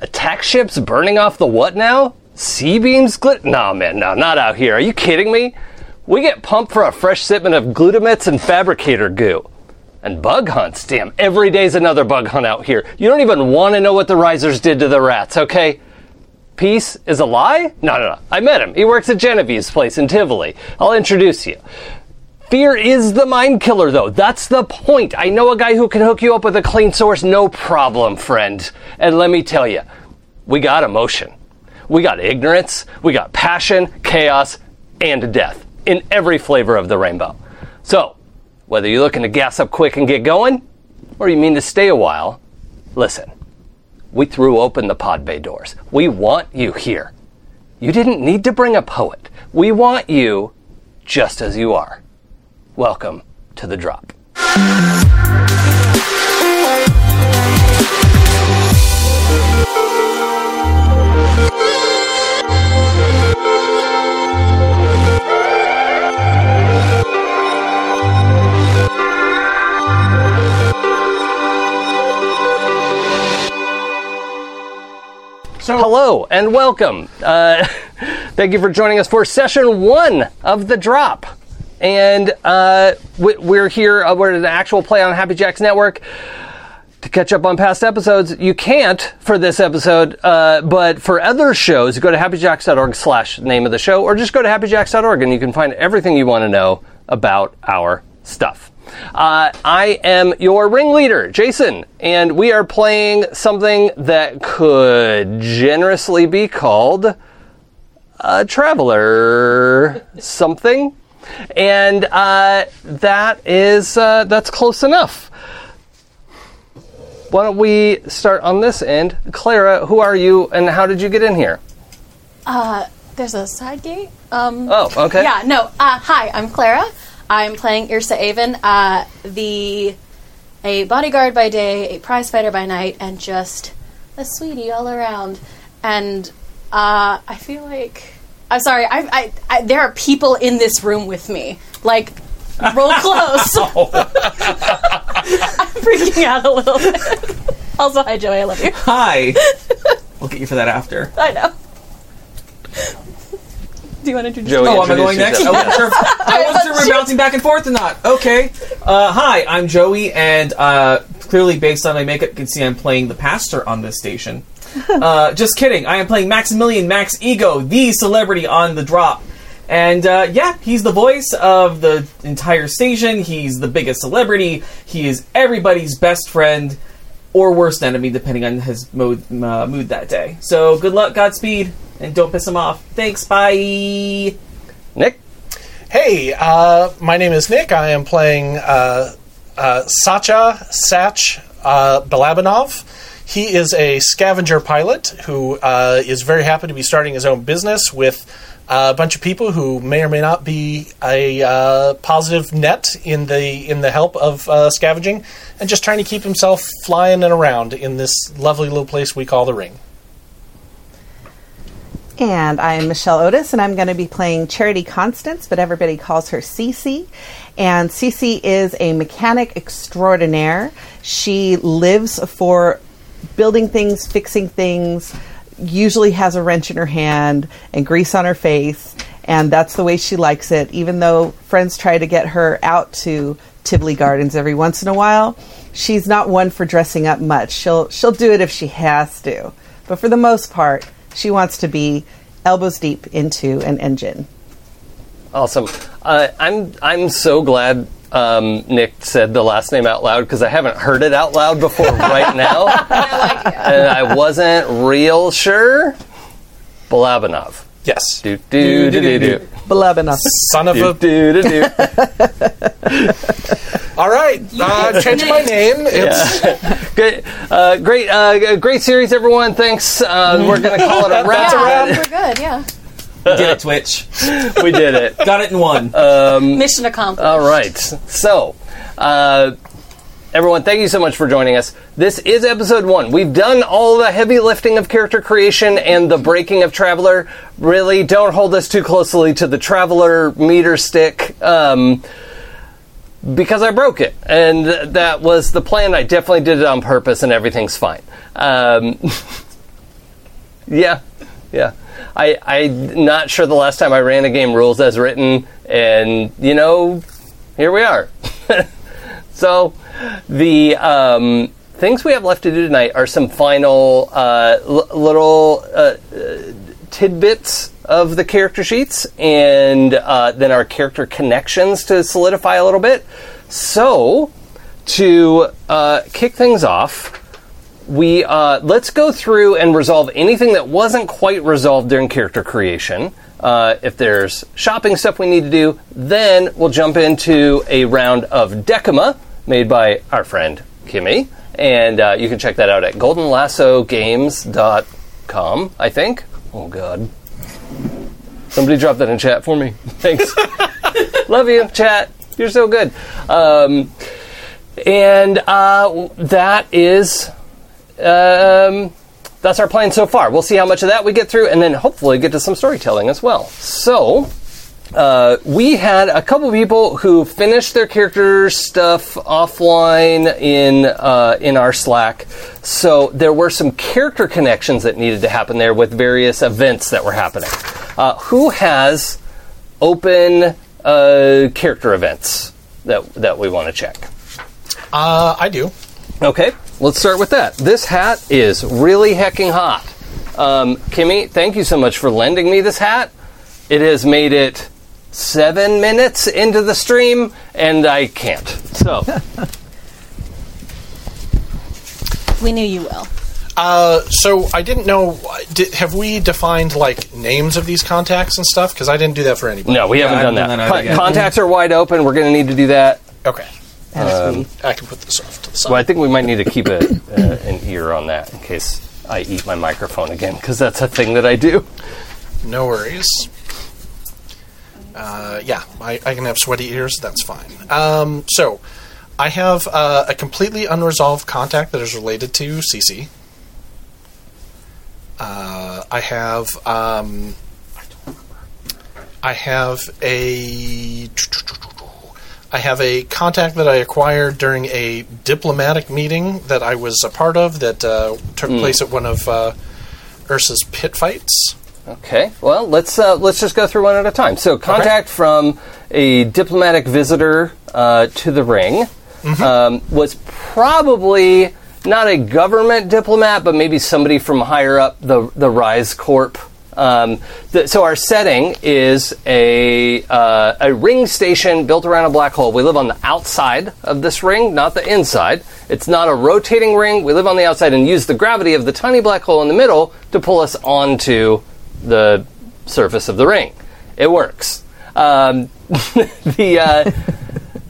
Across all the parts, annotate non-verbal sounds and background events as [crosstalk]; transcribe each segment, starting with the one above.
Attack ships burning off the what now? Sea beams glit? Nah, man, no, not out here. Are you kidding me? We get pumped for a fresh shipment of glutamates and fabricator goo. And bug hunts, damn, every day's another bug hunt out here. You don't even want to know what the risers did to the rats, okay? Peace is a lie? No, no, no. I met him. He works at Genevieve's place in Tivoli. I'll introduce you. Fear is the mind killer, though. That's the point. I know a guy who can hook you up with a clean source, no problem, friend. And let me tell you, we got emotion. We got ignorance, we got passion, chaos, and death in every flavor of the rainbow. So, whether you're looking to gas up quick and get going, or you mean to stay a while, listen. We threw open the pod bay doors. We want you here. You didn't need to bring a poet. We want you just as you are. Welcome to the drop. So Hello and welcome. Uh, [laughs] thank you for joining us for session one of The Drop. And uh, we- we're here, uh, we're at an actual play on Happy Jacks Network. To catch up on past episodes, you can't for this episode, uh, but for other shows, go to happyjacks.org slash name of the show, or just go to happyjacks.org and you can find everything you want to know about our stuff. Uh, I am your ringleader, Jason, and we are playing something that could generously be called a traveler something, and uh, that is uh, that's close enough. Why don't we start on this end? Clara, who are you, and how did you get in here? There's a side gate. Um, Oh, okay. Yeah, no. Uh, hi, I'm Clara. I'm playing Irsa Avon, uh, the a bodyguard by day, a prize fighter by night, and just a sweetie all around. And uh, I feel like I'm sorry. I, I, I there are people in this room with me. Like, [laughs] roll close. [laughs] I'm freaking out a little bit. Also, hi Joey. I love you. hi. we'll get you for that after. I know. Do you want to introduce? Joey, Oh, am I introduce going next? I yourself. wasn't sure. I wasn't sure if we were bouncing back and forth or not. Okay. Uh, hi, I'm Joey, and uh, clearly, based on my makeup, you can see I'm playing the pastor on this station. Uh, just kidding. I am playing Maximilian Max Ego, the celebrity on the drop. And uh, yeah, he's the voice of the entire station. He's the biggest celebrity. He is everybody's best friend or worst enemy, depending on his mode, uh, mood that day. So good luck, Godspeed, and don't piss him off. Thanks, bye. Nick? Hey, uh, my name is Nick. I am playing uh, uh, Sacha Sach uh, Balabanov. He is a scavenger pilot who uh, is very happy to be starting his own business with uh, a bunch of people who may or may not be a uh, positive net in the in the help of uh, scavenging, and just trying to keep himself flying and around in this lovely little place we call the Ring. And I'm Michelle Otis, and I'm going to be playing Charity Constance, but everybody calls her Cece. And Cece is a mechanic extraordinaire. She lives for building things, fixing things, usually has a wrench in her hand and grease on her face, and that's the way she likes it, even though friends try to get her out to Tivoli Gardens every once in a while. She's not one for dressing up much. She'll she'll do it if she has to. But for the most part, she wants to be elbows deep into an engine. Awesome. Uh, I'm I'm so glad um, Nick said the last name out loud because I haven't heard it out loud [laughs] before right now, and I wasn't real sure. Balabanov. Yes, Do do do do do. Beloved Um, enough. son of Do a. do do do. [laughs] All right, uh, change my name. It's Good, uh, great, uh, g- great series, everyone. Thanks. Uh, we're gonna call it [laughs] a wrap. Yeah, we're good. Yeah. Did it, Twitch. We did it. Got it in one. Mission accomplished. All right. So, uh, everyone, thank you so much for joining us. This is episode one. We've done all the heavy lifting of character creation and the breaking of Traveler. Really, don't hold us too closely to the Traveler meter stick. Um, because I broke it, and th- that was the plan. I definitely did it on purpose, and everything's fine. Um, [laughs] Yeah, yeah. I I'm not sure the last time I ran a game rules as written, and you know, here we are. [laughs] so, the um, things we have left to do tonight are some final uh, l- little uh, uh, tidbits of the character sheets, and uh, then our character connections to solidify a little bit. So, to uh, kick things off we uh, let's go through and resolve anything that wasn't quite resolved during character creation. Uh, if there's shopping stuff we need to do, then we'll jump into a round of Decima made by our friend Kimmy, and uh, you can check that out at goldenlassogames.com. I think. Oh God, somebody drop that in chat for me. [laughs] Thanks. Love you, chat. You're so good. Um, and uh, that is um, that's our plan so far. We'll see how much of that we get through, and then hopefully get to some storytelling as well. So, uh, we had a couple people who finished their character stuff offline in uh, in our Slack. So there were some character connections that needed to happen there with various events that were happening. Uh, who has open uh, character events that that we want to check? Uh, I do. Okay, let's start with that. This hat is really hecking hot. Um, Kimmy, thank you so much for lending me this hat. It has made it seven minutes into the stream, and I can't. [laughs] So, We knew you will. Uh, so I didn't know. Did, have we defined like names of these contacts and stuff? Because I didn't do that for anybody. no, we Yeah, I haven't done that. haven't done that Con- either yet. contacts are wide open. We're going to need to do that. Okay, As um, we- I can put this off to the side. Well, I think we might need to keep a, uh, an ear on that in case I eat my microphone again, because that's a thing that I do. No worries. Uh, yeah, I, I can have sweaty ears. That's fine. Um, so, I have uh, a completely unresolved contact that is related to CC. Uh, I have. Um, I have a. I have a contact that I acquired during a diplomatic meeting that I was a part of that uh, took place at one of uh, Ursa's pit fights. Okay. Well, let's uh, let's just go through one at a time. So, contact from a diplomatic visitor uh, to the ring um, was probably not a government diplomat, but maybe somebody from higher up the the Rise Corp. Um, th- so our setting is a uh, a ring station built around a black hole. We live on the outside of this ring, not the inside. It's not a rotating ring. We live on the outside and use the gravity of the tiny black hole in the middle to pull us onto the surface of the ring. It works. Um, [laughs] the uh,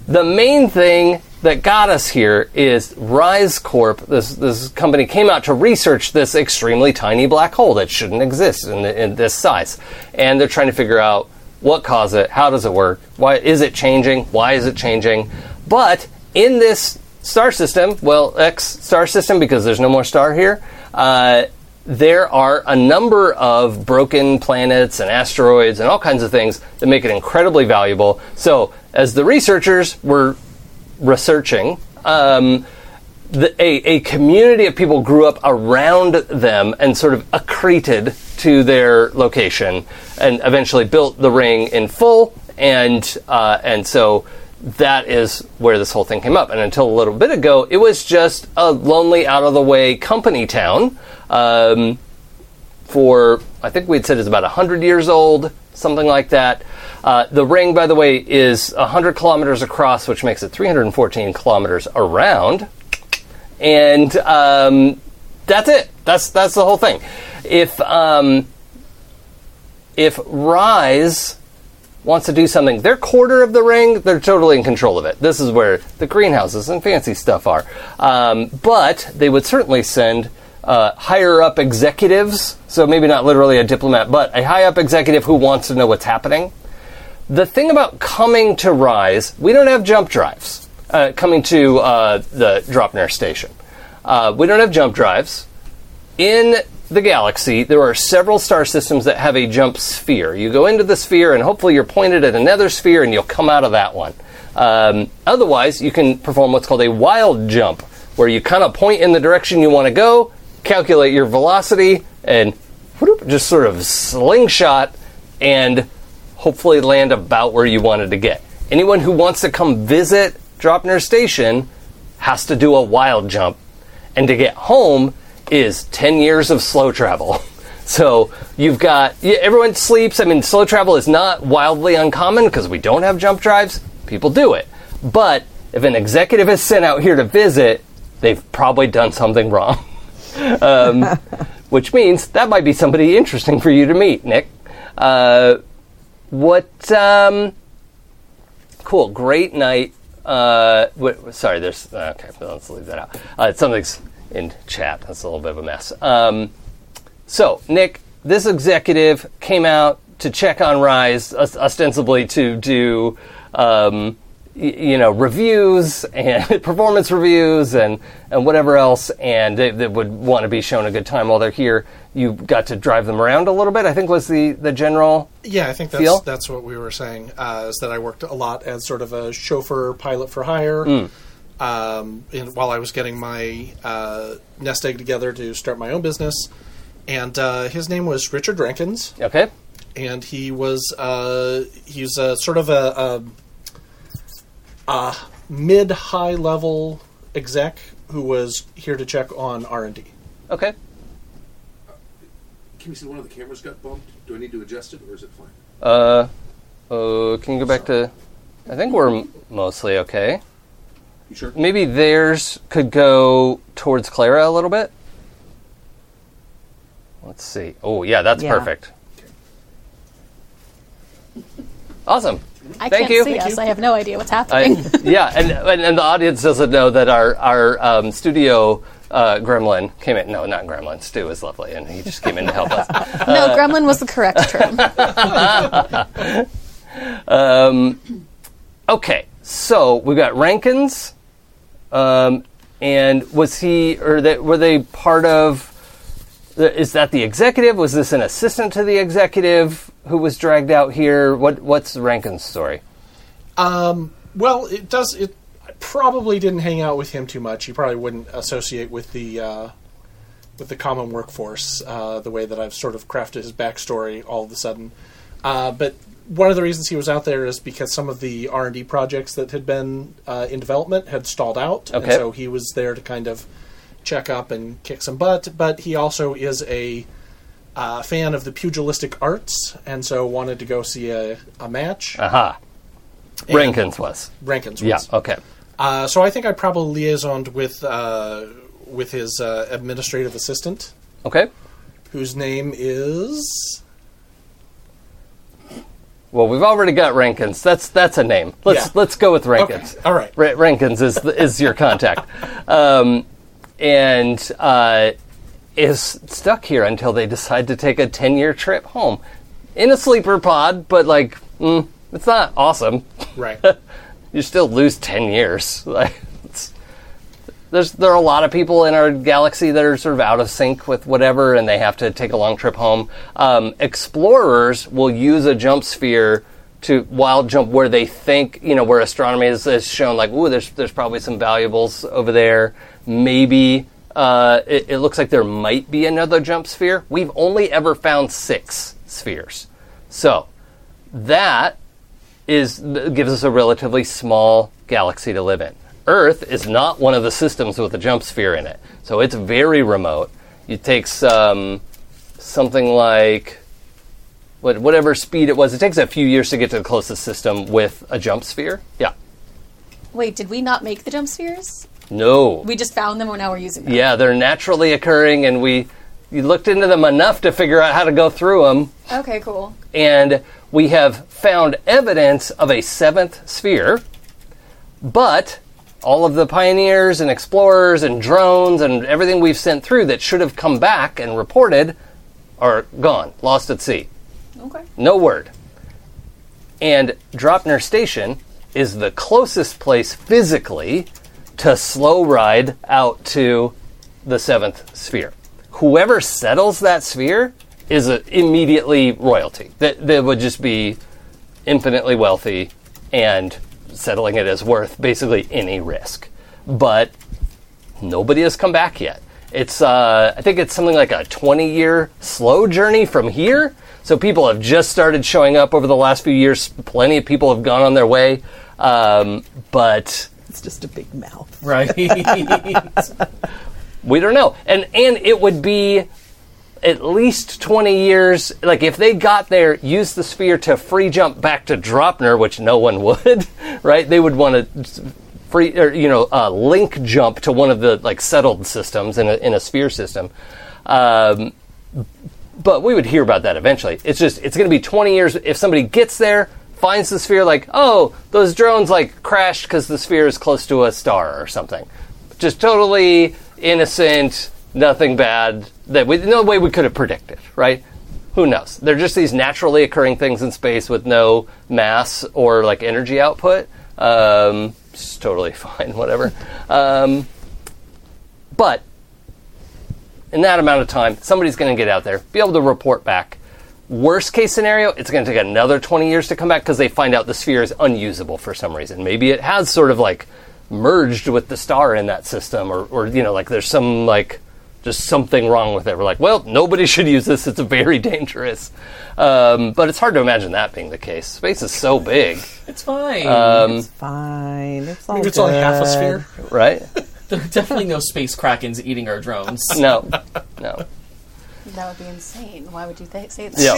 the main thing that got us here is Rise Corp. This this company came out to research this extremely tiny black hole that shouldn't exist in, in this size, and they're trying to figure out what caused it, how does it work, why is it changing, why is it changing. But in this star system, well, X star system because there's no more star here. Uh, there are a number of broken planets and asteroids and all kinds of things that make it incredibly valuable. So, as the researchers were researching, um, the, a, a community of people grew up around them and sort of accreted to their location and eventually built the ring in full. And, uh, and so that is where this whole thing came up. And until a little bit ago, it was just a lonely, out of the way company town. Um, for I think we'd said it's about 100 years old, something like that. Uh, the ring, by the way, is 100 kilometers across, which makes it 314 kilometers around, and um, that's it. That's that's the whole thing. If um, if Rise wants to do something, their quarter of the ring, they're totally in control of it. This is where the greenhouses and fancy stuff are. Um, but they would certainly send uh, higher up executives, so maybe not literally a diplomat, but a high up executive who wants to know what's happening. The thing about coming to Rise, we don't have jump drives. Uh, coming to uh, the Dropner station, uh, we don't have jump drives in the galaxy, there are several star systems that have a jump sphere. You go into the sphere, and hopefully, you're pointed at another sphere, and you'll come out of that one. Um, otherwise, you can perform what's called a wild jump, where you kind of point in the direction you want to go, calculate your velocity, and just sort of slingshot and hopefully land about where you wanted to get. Anyone who wants to come visit Dropner Station has to do a wild jump. And to get home is 10 years of slow travel. [laughs] So you've got yeah, everyone sleeps. I mean, slow travel is not wildly uncommon because we don't have jump drives. People do it. But if an executive is sent out here to visit, they've probably done something wrong. [laughs] um, which means that might be somebody interesting for you to meet, Nick. Uh, what? Um, cool, great night. Uh, wait, sorry, there's uh, okay. Let's leave that out. Uh, something's in chat. That's a little bit of a mess. Um, so, Nick, this executive came out to check on Rise, os- ostensibly to do, um, y- you know, reviews and [laughs] performance reviews and, and whatever else, and they, they would want to be shown a good time while they're here. You got to drive them around a little bit, I think was the, the general. Yeah, I think that's Feel? that's what we were saying. Uh, is that I worked a lot as sort of a chauffeur pilot for hire. Um, and while I was getting my uh, nest egg together to start my own business, and uh, his name was Richard Rankins, Okay? and he was uh, he's a sort of a, a, a mid high level exec who was here to check on R and D. Okay. Can you see one of the cameras got bumped? Do I need to adjust it, or is it fine? Uh, uh, can you go back to. I think we're m- mostly okay. You sure? Maybe theirs could go towards Clara a little bit. Let's see. Oh, yeah, that's Yeah. perfect. Awesome. I Thank can't you. see Thank us. I have no idea what's happening. I, yeah, and, and and the audience doesn't know that our our um, studio uh, gremlin came in. No, not gremlin. Stu is lovely, and he just came in to help [laughs] us. no, gremlin was [laughs] the correct term. Okay, so we've got Rankins, um, and was he or that were they part of? the- Is that the executive? Was this an assistant to the executive who was dragged out here? What what's Rankin's story? Well, it does. It I probably didn't hang out with him too much. He probably wouldn't associate with the uh, with the common workforce uh, the way that I've sort of crafted his backstory all of a sudden. Uh, but one of the reasons he was out there is because some of the R and D projects that had been uh, in development had stalled out, and Okay. so he was there to kind of check up and kick some butt. But he also is a uh, fan of the pugilistic arts, and so wanted to go see a, a match. Aha, Rankins was. Rankins, Uh, Yeah. was. Okay. Uh, so I think I probably liaisoned with uh, with his uh, administrative assistant, Okay. whose name is Well, we've already got Rankins. That's that's a name. Let's Yeah. let's go with okay. Rankins. All right, Ra- Rankins is the, is your [laughs] contact, um, and uh, is stuck here until they decide to take a ten year trip home in a sleeper pod. But like, mm, it's not awesome. right. You still lose ten years. [laughs] Like, it's, there's there are a lot of people in our galaxy that are sort of out of sync with whatever, and they have to take a long trip home. Um, explorers will use a jump sphere to wild jump where they think you know where astronomy is, is shown. Like, ooh, there's there's probably some valuables over there. Maybe uh, it, it looks like there might be another jump sphere. We've only ever found six spheres, so that is th- gives us a relatively small galaxy to live in. Earth is not one of the systems with a jump sphere in it, so it's very remote. It takes um, something like what, whatever speed it was. It takes a few years to get to the closest system with a jump sphere. Yeah, Wait, did we not make the jump spheres? no, We just found them and now we're using them. yeah, they're naturally occurring, and we you looked into them enough to figure out how to go through them. Okay, cool. and we have found evidence of a seventh sphere, but all of the pioneers and explorers and drones and everything we've sent through that should have come back and reported are gone, lost at sea. Okay. No word. And Dropner Station is the closest place physically to slow ride out to the seventh sphere. Whoever settles that sphere is a, immediately royalty. That they would just be infinitely wealthy, and settling it is worth basically any risk. But nobody has come back yet. It's uh, I think it's something like a 20 year slow journey from here. So people have just started showing up over the last few years. Plenty of people have gone on their way, um, but It's just a big mouth. Right. [laughs] we don't know. And and it would be at least 20 years. Like if they got there, used the sphere to free jump back to Dropner, which no one would, [laughs] right? They would want to free or you know uh, link jump to one of the like settled systems in a, in a sphere system. Um, but we would hear about that eventually. It's just it's going to be 20 years if somebody gets there, finds the sphere like, "Oh, those drones like crashed because the sphere is close to a star or something." Just totally innocent, nothing bad that we no way we could have predicted, right? Who knows? They're just these naturally occurring things in space with no mass or like energy output. Um, it's totally [laughs] fine, whatever. Um, but in that amount of time, somebody's going to get out there, be able to report back. Worst case scenario, it's going to take another 20 years to come back because they find out the sphere is unusable for some reason. Maybe it has sort of like merged with the star in that system, or, or you know, like there's some like just something wrong with it. We're like, well, nobody [laughs] should use this. It's very dangerous. Um, but it's hard to imagine that being the case. Space is so big, [laughs] it's fine. um, It's fine. It's all It's only half a good. sphere. right? there are definitely no space krakens eating our drones. No, no. That would be insane. Why would you th- say that? Yeah.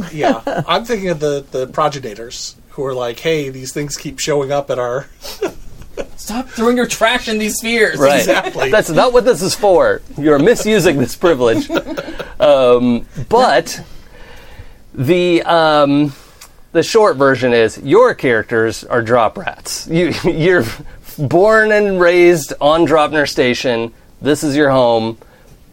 See, yeah. I'm thinking of the the progenitors who are like, "Hey, these things keep showing up at our Stop throwing your trash in these spheres. Right. Exactly. [laughs] That's not what this is for. You're misusing this privilege. Um, but the um, the short version is your characters are drop rats. You [laughs] you're born and raised on Dropner Station. This is your home.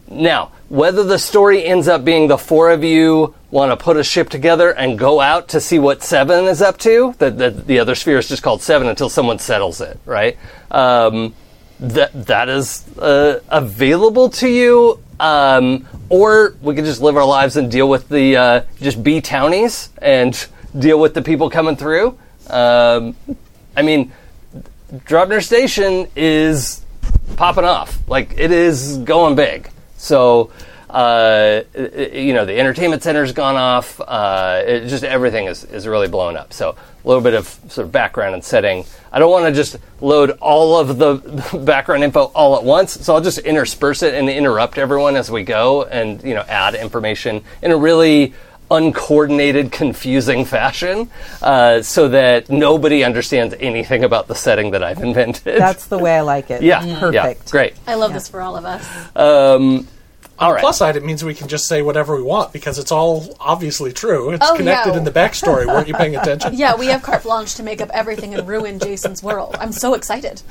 Now, whether the story ends up being the four of you want to put a ship together and go out to see what Seven is up to, that the, the other sphere is just called Seven until someone settles it, right? Um, that that is uh, available to you, um, or we could just live our lives and deal with the uh, just be townies and deal with the people coming through. Um, I mean, Drobner Station is popping off. Like it is going big. So, uh, i- i- you know, the entertainment center's gone off. Uh, it, just everything is, is really blown up. So, a little bit of sort of background and setting. I don't want to just load all of the [laughs] background info all at once, so I'll just intersperse it and interrupt everyone as we go, and you know, add information in a really uncoordinated, confusing fashion, uh, so that nobody understands anything about the setting that I've invented. That's the way I like [laughs] it. Yeah, Perfect. Yeah, great. I love this for all of us. Um, all right. plus side. It means we can just say whatever we want because it's all obviously true. It's Oh, connected yeah. in the backstory. Weren't you paying attention? Yeah, we have carte blanche to make up everything and ruin Jason's world. I'm so excited.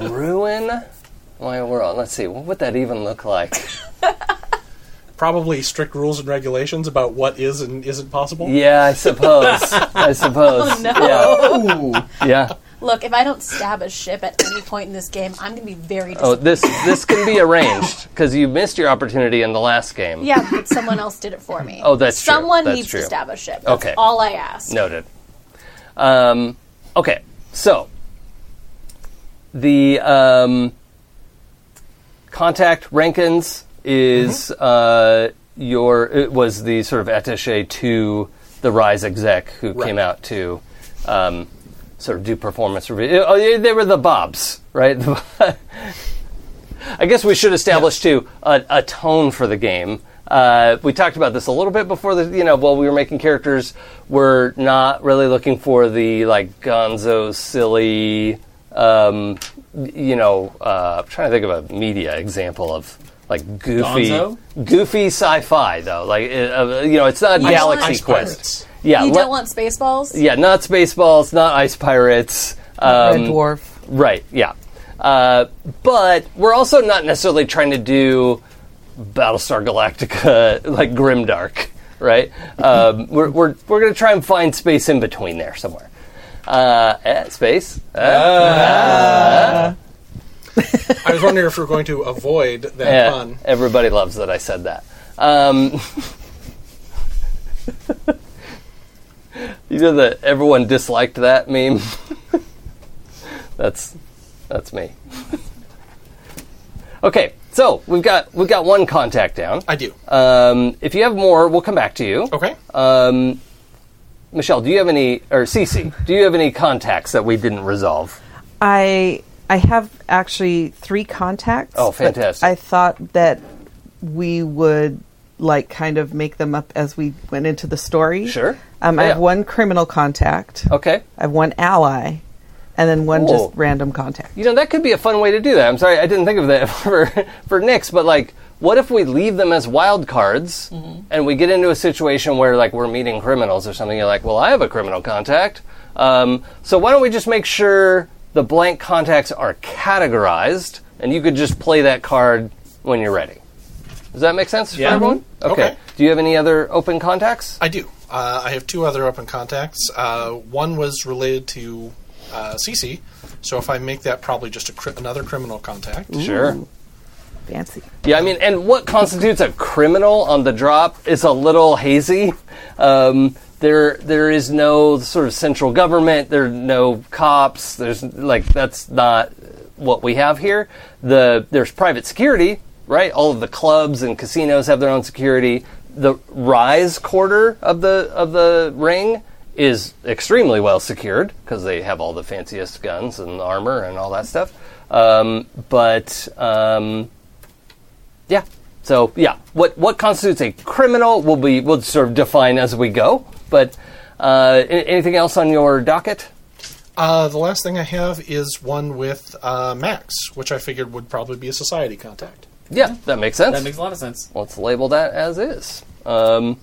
ruin my world. Let's see. What would that even look like? Probably strict rules and regulations about what is and isn't possible. yeah, I suppose. I suppose. no. Yeah. yeah. Look, if I don't stab a ship at any point in this game, I'm going to be very Oh, disappointed. this this can be arranged because you missed your opportunity in the last game. Yeah, but someone else did it for me. Oh, that's true. Someone That's needs true. to stab a ship. That's Okay. all I ask. Noted. Um, okay, so the um, contact Rankins is uh, your it was the sort of attache to the Rise exec who came out to um, sort of do performance review. Oh, they they were the Bobs, right? [laughs] I guess we should establish too a, a tone for the game. Uh, we talked about this a little bit before the you know while we were making characters, we're not really looking for the like Gonzo silly, um, you know. Uh, I'm trying to think of a media example of like goofy, Gonzo? goofy sci-fi though. Like uh, uh, you know, it's not don't Galaxy want- Quest. Yeah, You let- don't want Spaceballs? yeah, not Spaceballs, not Ice Pirates. Um, Red Dwarf. Right, yeah. Uh, but we're also not necessarily trying to do Battlestar Galactica [laughs] like Grimdark, right? Um, we're we're, we're going to try and find space in between there somewhere. Uh, eh, space? Uh, I was wondering if we we're going to avoid that eh, pun. everybody loves that I said that. Um, [laughs] you know that everyone disliked that meme? [laughs] that's, that's me. [laughs] Okay, So we've got we've got one contact down. I do. Um, if you have more, we'll come back to you. Okay. Um, Michelle, do you have any, or Cece, do you have any contacts that we didn't resolve? I I have actually three contacts. Oh, but fantastic. I thought that we would like kind of make them up as we went into the story. Sure. Oh, Um, I Yeah. have one criminal contact. Okay. I have one ally, and then one Whoa. just random contact. You know, that could be a fun way to do that. I'm sorry, I didn't think of that [laughs] for, for Nyx, but like, what if we leave them as wild cards and we get into a situation where like we're meeting criminals or something? You're like, well, I have a criminal contact. Um, so why don't we just make sure the blank contacts are categorized and you could just play that card when you're ready? Does that make sense Yeah. for everyone? Okay. Do you have any other open contacts? I do. Uh, I have two other open contacts. Uh, one was related to uh, CC, so if I make that, probably just a cri- another criminal contact. Sure. Fancy. Yeah, I mean, and what constitutes a criminal on the drop is a little hazy. Um, there, there is no sort of central government. There are no cops. There's like that's not what we have here. The there's private security, right? All of the clubs and casinos have their own security. The rise quarter of the of the ring is extremely well secured because they have all the fanciest guns and armor and all that stuff. Um, but um, yeah. So yeah, what what constitutes a criminal will be we'll sort of define as we go. But uh, a- anything else on your docket? Uh, the last thing I have is one with uh, Max, which I figured would probably be a society contact. Yeah, that makes sense. That makes a lot of sense. Let's label that as is. Um,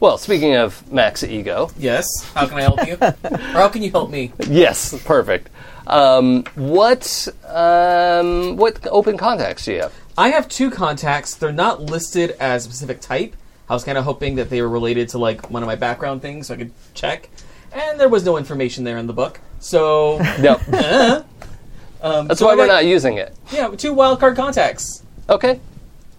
well, speaking of max ego, Yes. How can I help you? or how can you help me? yes, perfect. Um, what um, what open contacts do you have? I have two contacts. They're not listed as a specific type. I was kind of hoping that they were related to like one of my background things, so I could check. And there was no information there in the book, so [laughs] No, Uh-huh. um, that's so why I we're got- not using it. Yeah, two wildcard contacts. Okay,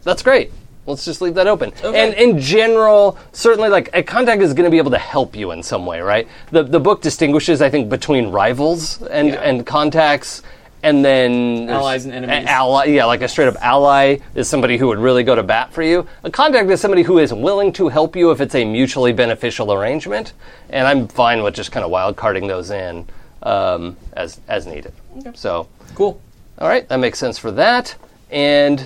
that's great. Let's just leave that open. Okay. And in general, certainly, like a contact is going to be able to help you in some way, right? The the book distinguishes, I think, between rivals and Yeah. and contacts, and then there's- Allies and enemies. a- ally, yeah, like a straight up ally is somebody who would really go to bat for you. A contact is somebody who is willing to help you if it's a mutually beneficial arrangement. And I'm fine with just kind of wild carding those in um, as as needed. So Cool. all right, that makes sense for that. And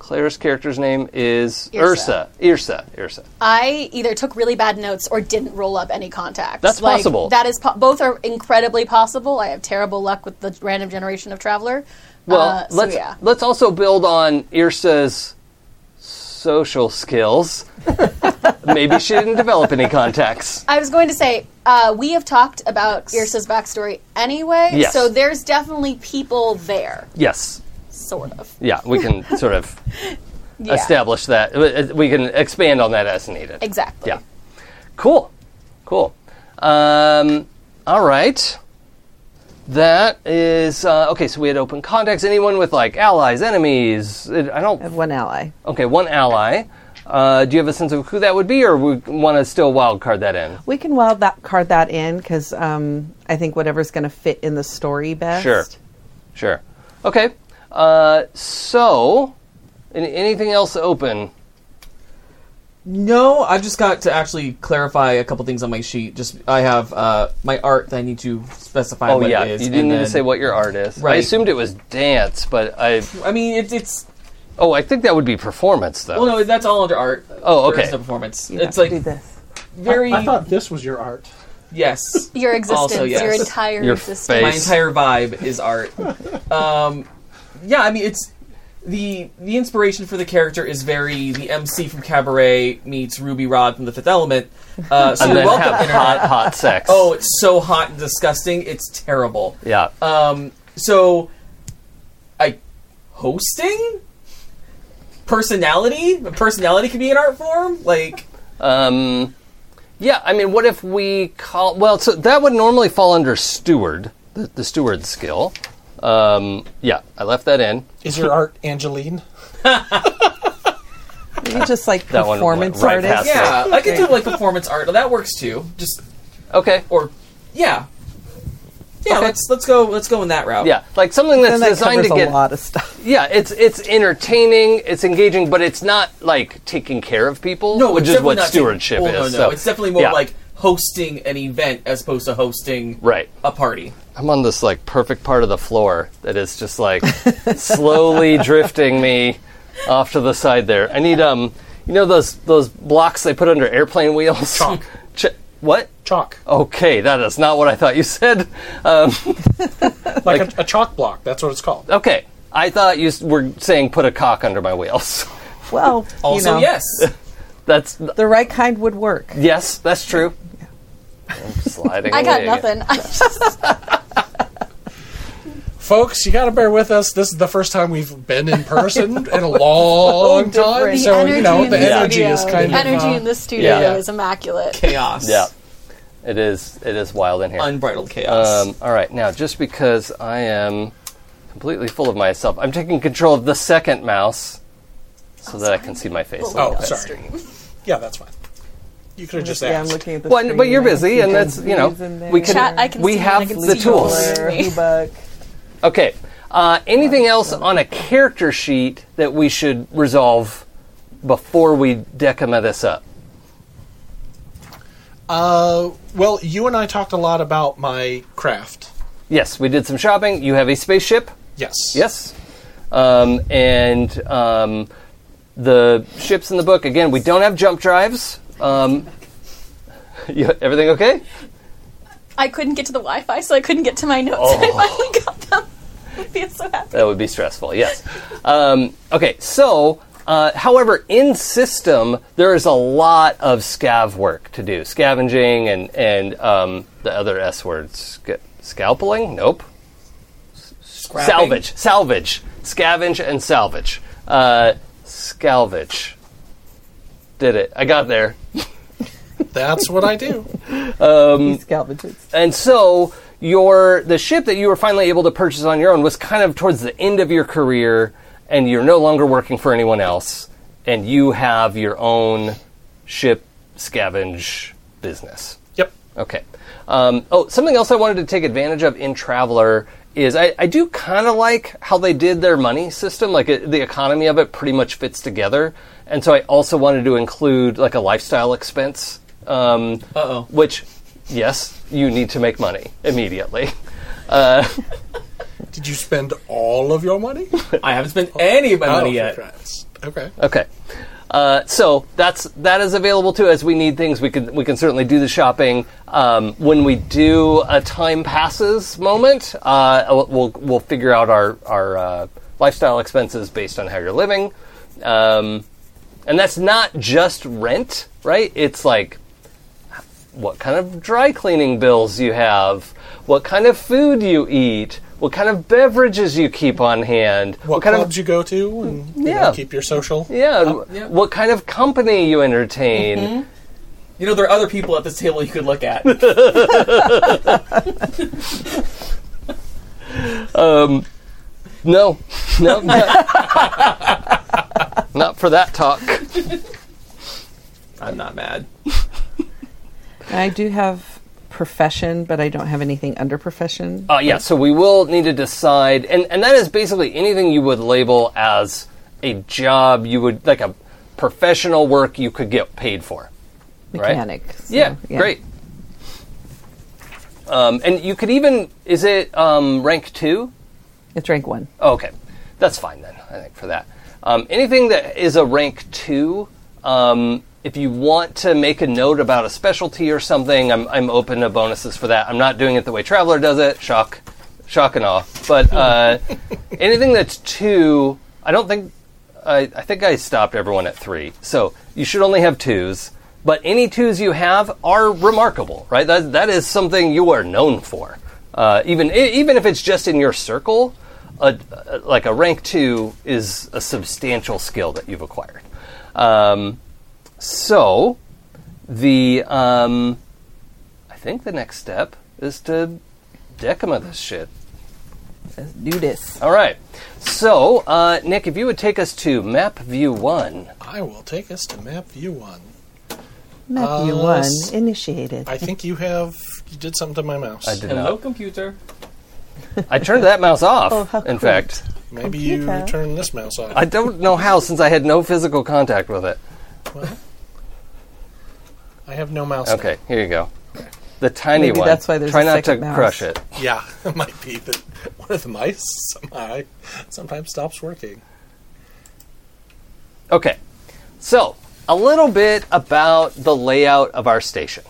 Claire's character's name is Ursa. Irsa. Uh, Irsa. Irsa. I either took really bad notes or didn't roll up any contacts. That's Like, possible. That is po- both are incredibly possible. I have terrible luck with the random generation of traveler. Well, Uh, so let's yeah. let's also build on Irsa's social [laughs] skills. Maybe she didn't develop any contacts. I was going to say uh, we have talked about Irsa's backstory anyway, Yes. so there's definitely people there, Yes. sort of. Yeah, we can sort of Yeah. establish that. Uh, We can expand on that as needed. Exactly. Yeah. Cool. Cool. Um, all right. That is uh, okay. So we had open contacts. Anyone with like allies, enemies? It- I I have don't. one ally. Okay, one ally. Uh, do you have a sense of who that would be, or we want to still wild card that in? We can wild that card that in because um, I think whatever's going to fit in the story best. Sure. Sure. Okay. Uh, so, an- anything else open? No, I've just got to actually clarify a couple things on my sheet. Just I have uh, my art that I need to specify Oh what yeah, it is. you and didn't need then- to say what your art is. I Right. assumed it was dance, but I. I mean, it's it's. Oh, I think that would be performance though. Well, no, that's all under art. Oh, There is okay. no performance. You it's like have to do [laughs] this. very this was your art. yes. Your existence, Also, yes. your entire Your existence. my face. entire vibe is art. um, yeah, I mean it's the the inspiration for the character is very the MC from Cabaret meets Ruby Rod from The Fifth Element. [laughs] Uh, so and then welcome have internet. hot, hot sex. Oh, it's so hot and disgusting. It's terrible. yeah. Um, so I hosting personality. Personality can be an art form. Like Um, yeah, I mean, what if we call? Well, so that would normally fall under steward, the, the steward skill. Um, yeah, I left that in. Is your art Angeline? You just like That one went performance right artist. past me. yeah, I [laughs] could do like performance art. That works too. Just Okay, or yeah, Yeah, let's let's go let's go in that route. Yeah, like something that's And that designed covers to get a lot of stuff. [laughs] Yeah, it's it's entertaining, it's engaging, but it's not like taking care of people, No, which it's is definitely what not stewardship taking- is. well, No, no, so- it's definitely more yeah. like hosting an event as opposed to hosting Right. a party. I'm on this like perfect part of the floor that is just [laughs] like slowly drifting me off to the side there. I need um you know those those blocks they put under airplane wheels? Chalk. [laughs] Ch- what? Chalk. Okay, that is not what I thought you said. Um, Like, a, a chalk block. That's what it's called. okay. I thought you s- were saying put a cock under my wheels. [laughs] Well, Also, you know, yes, That's the right kind would work. yes, that's true. I'm sliding. [laughs] I got away again. nothing. I'm just Folks, you got to bear with us. This is the first time we've been in [laughs] person in a long time. different. So, you know, in the this energy studio- is kind the of. energy uh, in this studio yeah. is immaculate. chaos. Yeah. It is it is wild in here. unbridled chaos. Um, all right, now just because I am completely full of myself, I'm taking control of the second mouse so that I can see my face. a But we little Oh, got bit. sorry. stream. [laughs] Yeah, that's fine. You could have just Yeah, I'm asked. looking at the Well, screen but you're and I busy, see and that's, things you know, in we can- Mm. there. Chat, I can We see you, have I can the see you tools. [laughs] over Or me. Hubuck. Okay. Uh, anything else on a character sheet that we should resolve before we decima this up? Uh, well, you and I talked a lot about my craft. Yes, we did some shopping. You have a spaceship. Yes. Yes. Um, and um, the ships in the book, again, we don't have jump drives. Um, [laughs] you, everything okay? I couldn't get to the Wi-Fi, so I couldn't get to my notes. [laughs] Oh. I finally got them. [laughs] I feel so happy. That would be stressful, yes. Um, okay, so, uh, however, in system, there is a lot of scav work to do scavenging and, and um, the other S words. Sca- scalpeling? Nope. S- Salvage. Salvage. Scavenge and salvage. Uh, salvage. Did it. I got there. That's what [laughs] I do. He salvages. and so your the ship that you were finally able to purchase on your own was kind of towards the end of your career and you're no longer working for anyone else and you have your own ship scavenge business Yep. Okay. Um, oh, something else I wanted to take advantage of in Traveler is I, I do kind of like how they did their money system. Like it, the economy of it pretty much fits together, and so I also wanted to include like a lifestyle expense. Um, Uh-oh. Which, yes, you need to make money immediately. [laughs] Did you spend all of your money? I haven't spent any Oh, of my money yet. Congrats. Okay. Okay. Uh, so that's that is available too. As we need things, we can we can certainly do the shopping. Um, when we do a time passes moment, uh, we'll we'll figure out our our uh, lifestyle expenses based on how you're living, um, and that's not just rent, right? It's like what kind of dry cleaning bills you have, what kind of food you eat, what kind of beverages you keep on hand, What, kind clubs you go to and you know, Yeah. keep your social. yeah, and yeah. What kind of company you entertain? You know, there are other people at this table you could [laughs] look at. No, [laughs] no, not, not for that talk. I'm not mad. I do have profession, but I don't have anything under profession. Uh, yeah, so we will need to decide, and and that is basically anything you would label as a job you would like a professional work you could get paid for. right. Mechanic. so, yeah, great. Um, and you could even is it um, rank two? It's rank one. Oh, okay, that's fine then. I think for that, um, anything that is a rank two, um, if you want to make a note about a specialty or something, I'm, I'm open to bonuses for that. I'm not doing it the way Traveler does it. Shock, shock and awe. But uh, anything that's two, I don't think. I, I think I stopped everyone at three, so you should only have twos. But any twos you have are remarkable, right? That that is something you are known for. Uh, even e- even if it's just in your circle, a, a- like a rank two is a substantial skill that you've acquired. Um, so, the um, I think the next step is to decima this shit. Let's do this. All right. So, uh, Nick, if you would take us to map view one. I will take us to map view one. Matthew Uh, one s- initiated. I think you have You did something to my mouse. I did Hello, not. computer. I turned that mouse off. [laughs] Oh, how in cute. fact, Maybe you Computer. turn this mouse off. I don't know how since I had no physical contact with it. Well, I have no mouse. now. Okay, here you go. The tiny Maybe one. that's why there's Try a not to second mouse. crush it. Yeah, [laughs] it might be that one of the mice somehow sometimes stops working. Okay, so a little bit about the layout of our station.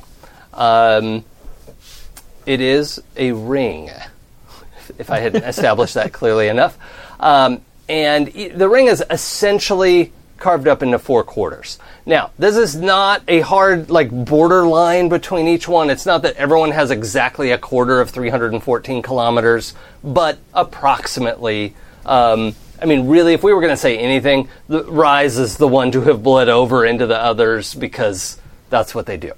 Um, it is a ring, if I hadn't established that clearly enough. Um, and e- the ring is essentially carved up into four quarters. Now, this is not a hard like borderline between each one. It's not that everyone has exactly a quarter of 314 kilometers, but approximately. Um, I mean, really, if we were going to say anything, the Rise is the one to have bled over into the others because that's what they do.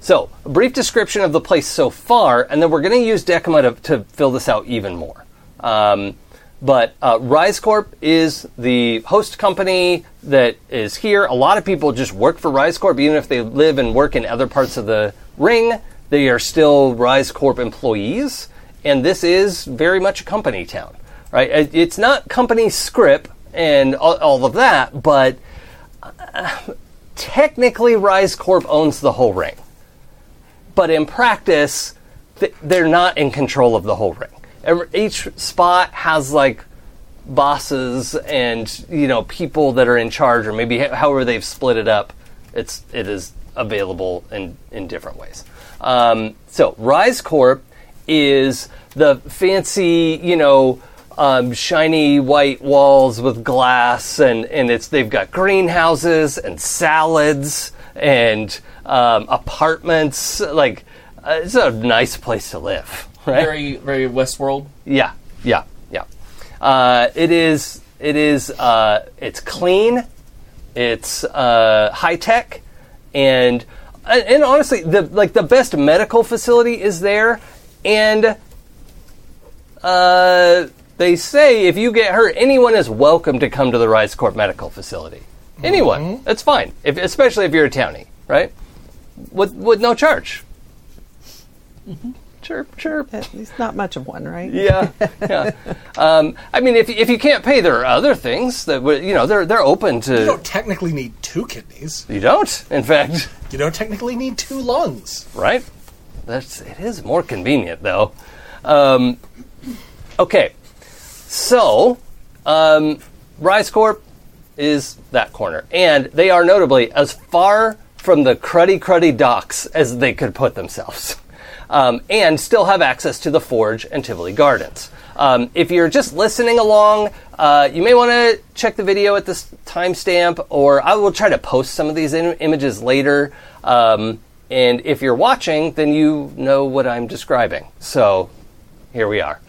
So, a brief description of the place so far, and then we're going to use Decima to, to fill this out even more. Um, but uh, Rise Corp is the host company that is here. A lot of people just work for Rise Corp, even if they live and work in other parts of the ring, they are still Rise Corp employees, and this is very much a company town, right? It- It's not company script and all, all of that, but uh, technically Rise Corp owns the whole ring. But in practice, th- they're not in control of the whole ring. Every- Each spot has like bosses and you know people that are in charge, or maybe ho- however they've split it up. It's it is available in in different ways. Um, so Rise Corp is the fancy you know um, shiny white walls with glass, and, and it's they've got greenhouses and salads and um, apartments. Like uh, it's a nice place to live, [laughs] right? Very, very Westworld. Yeah, yeah, yeah. Uh, it is. It is. Uh, it's clean. It's uh, high tech, and and honestly, the like the best medical facility is there, and uh, they say if you get hurt, anyone is welcome to come to the Rise Corp Medical Facility. Anyone, that's fine. If, especially if you're a townie, right? With with no charge. Chirp, chirp. At least not much of one, right? Yeah, yeah. Um, I mean, if if you can't pay, there are other things that would- you know they're they're open You to. don't technically need two kidneys. You don't, in fact, You don't technically need two lungs. right? That's it is more convenient though. Um, okay, so um, Rise Corp is that corner, and they are notably as far from the cruddy cruddy docks as they could put themselves. [laughs] um, and still have access to the Forge and Tivoli Gardens. Um, if you're just listening along, uh, you may want to check the video at this timestamp, or I will try to post some of these in- images later. Um, and if you're watching, then you know what I'm describing. So here we are.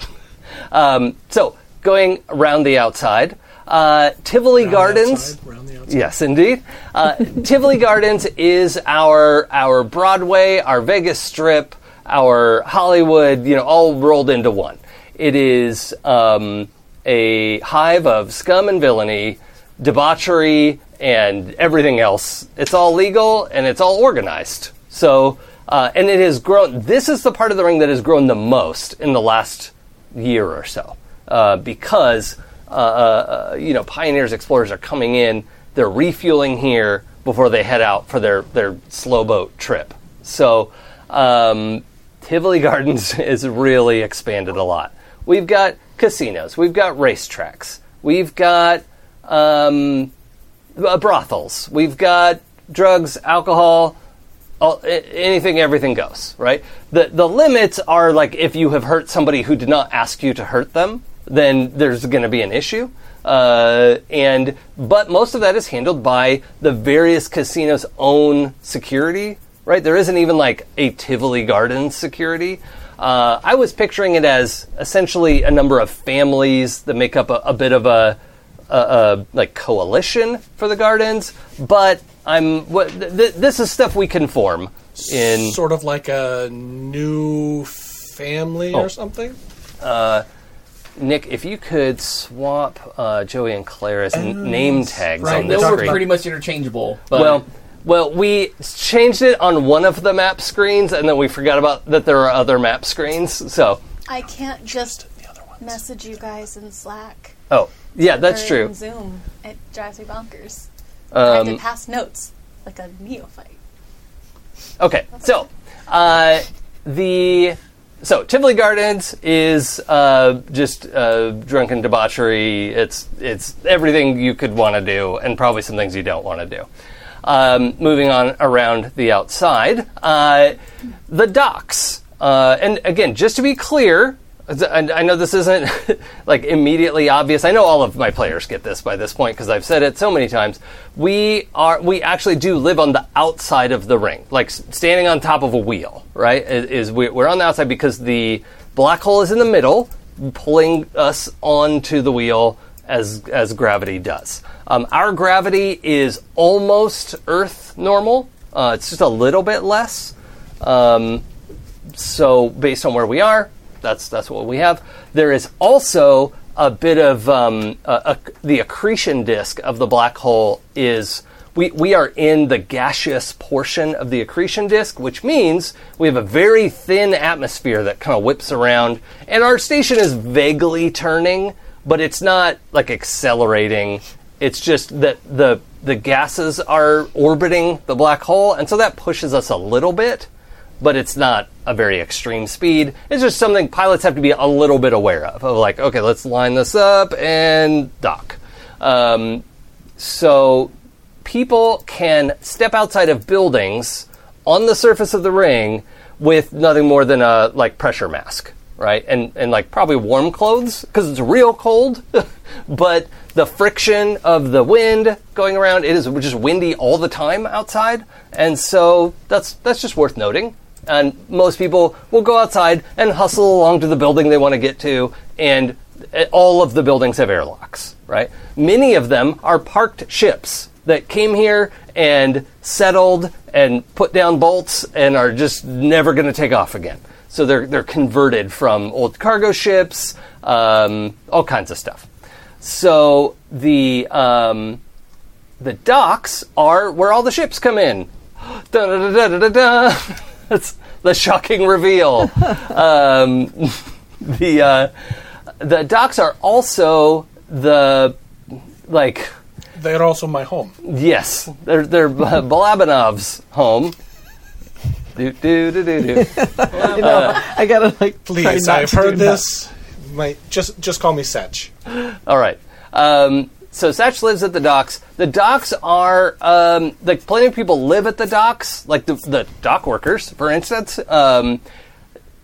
Um, so going around the outside, uh, Tivoli Gardens. Outside, around the outside. Yes, indeed. Uh, Tivoli Gardens is our our Broadway, our Vegas Strip, our Hollywood. You know, all rolled into one. It is um, a hive of scum and villainy, debauchery, and everything else. It's all legal and it's all organized. So, uh, and it has grown. This is the part of the ring that has grown the most in the last year or so uh, because uh, uh, you know pioneers explorers are coming in they're refueling here before they head out for their, their slow boat trip so um, tivoli [laughs] gardens is really expanded a lot we've got casinos we've got racetracks we've got um, uh, brothels we've got drugs alcohol all, a- anything, everything goes, right? The, the limits are like if you have hurt somebody who did not ask you to hurt them, then there's going to be an issue. Uh, and but most of that is handled by the various casinos' own security, right? There isn't even like a Tivoli Gardens security. Uh, I was picturing it as essentially a number of families that make up a, a bit of a a, a uh, like coalition for the gardens, but I'm what th- th- this is stuff we can form in Sort of like a new family Oh. or something. Nick. If you could swap uh, Joey and Clara's n- name tags right. on Those this Talk Mm, were screen, about- pretty much interchangeable. But well, Well, we changed it on one of the map screens, and then we forgot about that there are other map screens. So, I can't just The other one. message you guys in Slack. oh yeah, that's or true. In Zoom. It drives me bonkers. I have Um, to pass notes like a neophyte. Okay, so uh, the so Tivoli Gardens is uh, just uh, drunken debauchery. It's it's everything you could want to do, and probably some things you don't want to do. Um, moving on around the outside, uh, the docks, uh, and again, just to be clear. And I know this isn't [laughs] like immediately obvious. I know all of my players get this by this point because I've said it so many times. We are we actually do live on the outside of the ring, like s- standing on top of a wheel. Right? Is, is we, we're on the outside because the black hole is in the middle, pulling us onto the wheel as as gravity does. Um, our gravity is almost Earth normal. Uh, it's just a little bit less. Um, so based on where we are, that's that's what we have. There is also a bit of um, a, a, the accretion disk of the black hole is we, we are in the gaseous portion of the accretion disk, which means we have a very thin atmosphere that kind of whips around, and our station is vaguely turning, but it's not like accelerating. It's just that the the gases are orbiting the black hole, and so that pushes us a little bit but it's not a very extreme speed. It's just something pilots have to be a little bit aware of. Of like, okay, let's line this up and dock. Um, so people can step outside of buildings on the surface of the ring with nothing more than a like pressure mask, right? And and like probably warm clothes because it's real cold, [laughs] but the friction of the wind going around it is just windy all the time outside, and so that's that's just worth noting. And most people will go outside and hustle along to the building they want to get to, and uh, all of the buildings have airlocks, right? Many of them are parked ships that came here and settled and put down bolts and are just never going to take off again. So they're, they're converted from old cargo ships, um, all kinds of stuff. So the, um, the docks are where all the ships come in. [gasps] da, da, da, da, da, [laughs] da. That's the shocking reveal. um, [laughs] the uh, the docks are also the like They're also my home. yes they're they're Balabanov's home. Do do do do do. I gotta like. try Please, not I've to do heard that. this. My, just, just call me Setch. All right. Um, so Satch lives at the docks. The docks are um, like plenty of people live at the docks, like the, the dock workers, for instance. Um,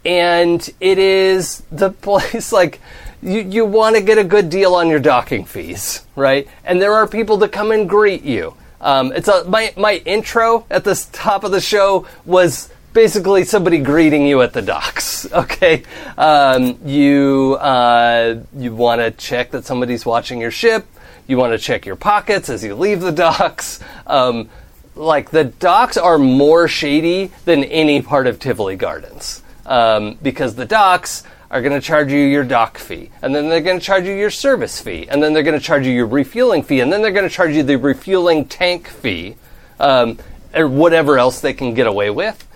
and it is the [laughs] place like you, you want to get a good deal on your docking fees, right? And there are people that come and greet you. Um, it's a, my my intro at the s- top of the show was basically somebody greeting you at the docks. [laughs] Okay, um, you uh, you want to check that somebody's watching your ship. You want to check your pockets as you leave the docks. Um, like the docks are more shady than any part of Tivoli Gardens um, because the docks are going to charge you your dock fee, and then they're going to charge you your service fee, and then they're going to charge you your refueling fee, and then they're going to charge you the refueling tank fee, um, or whatever else they can get away with.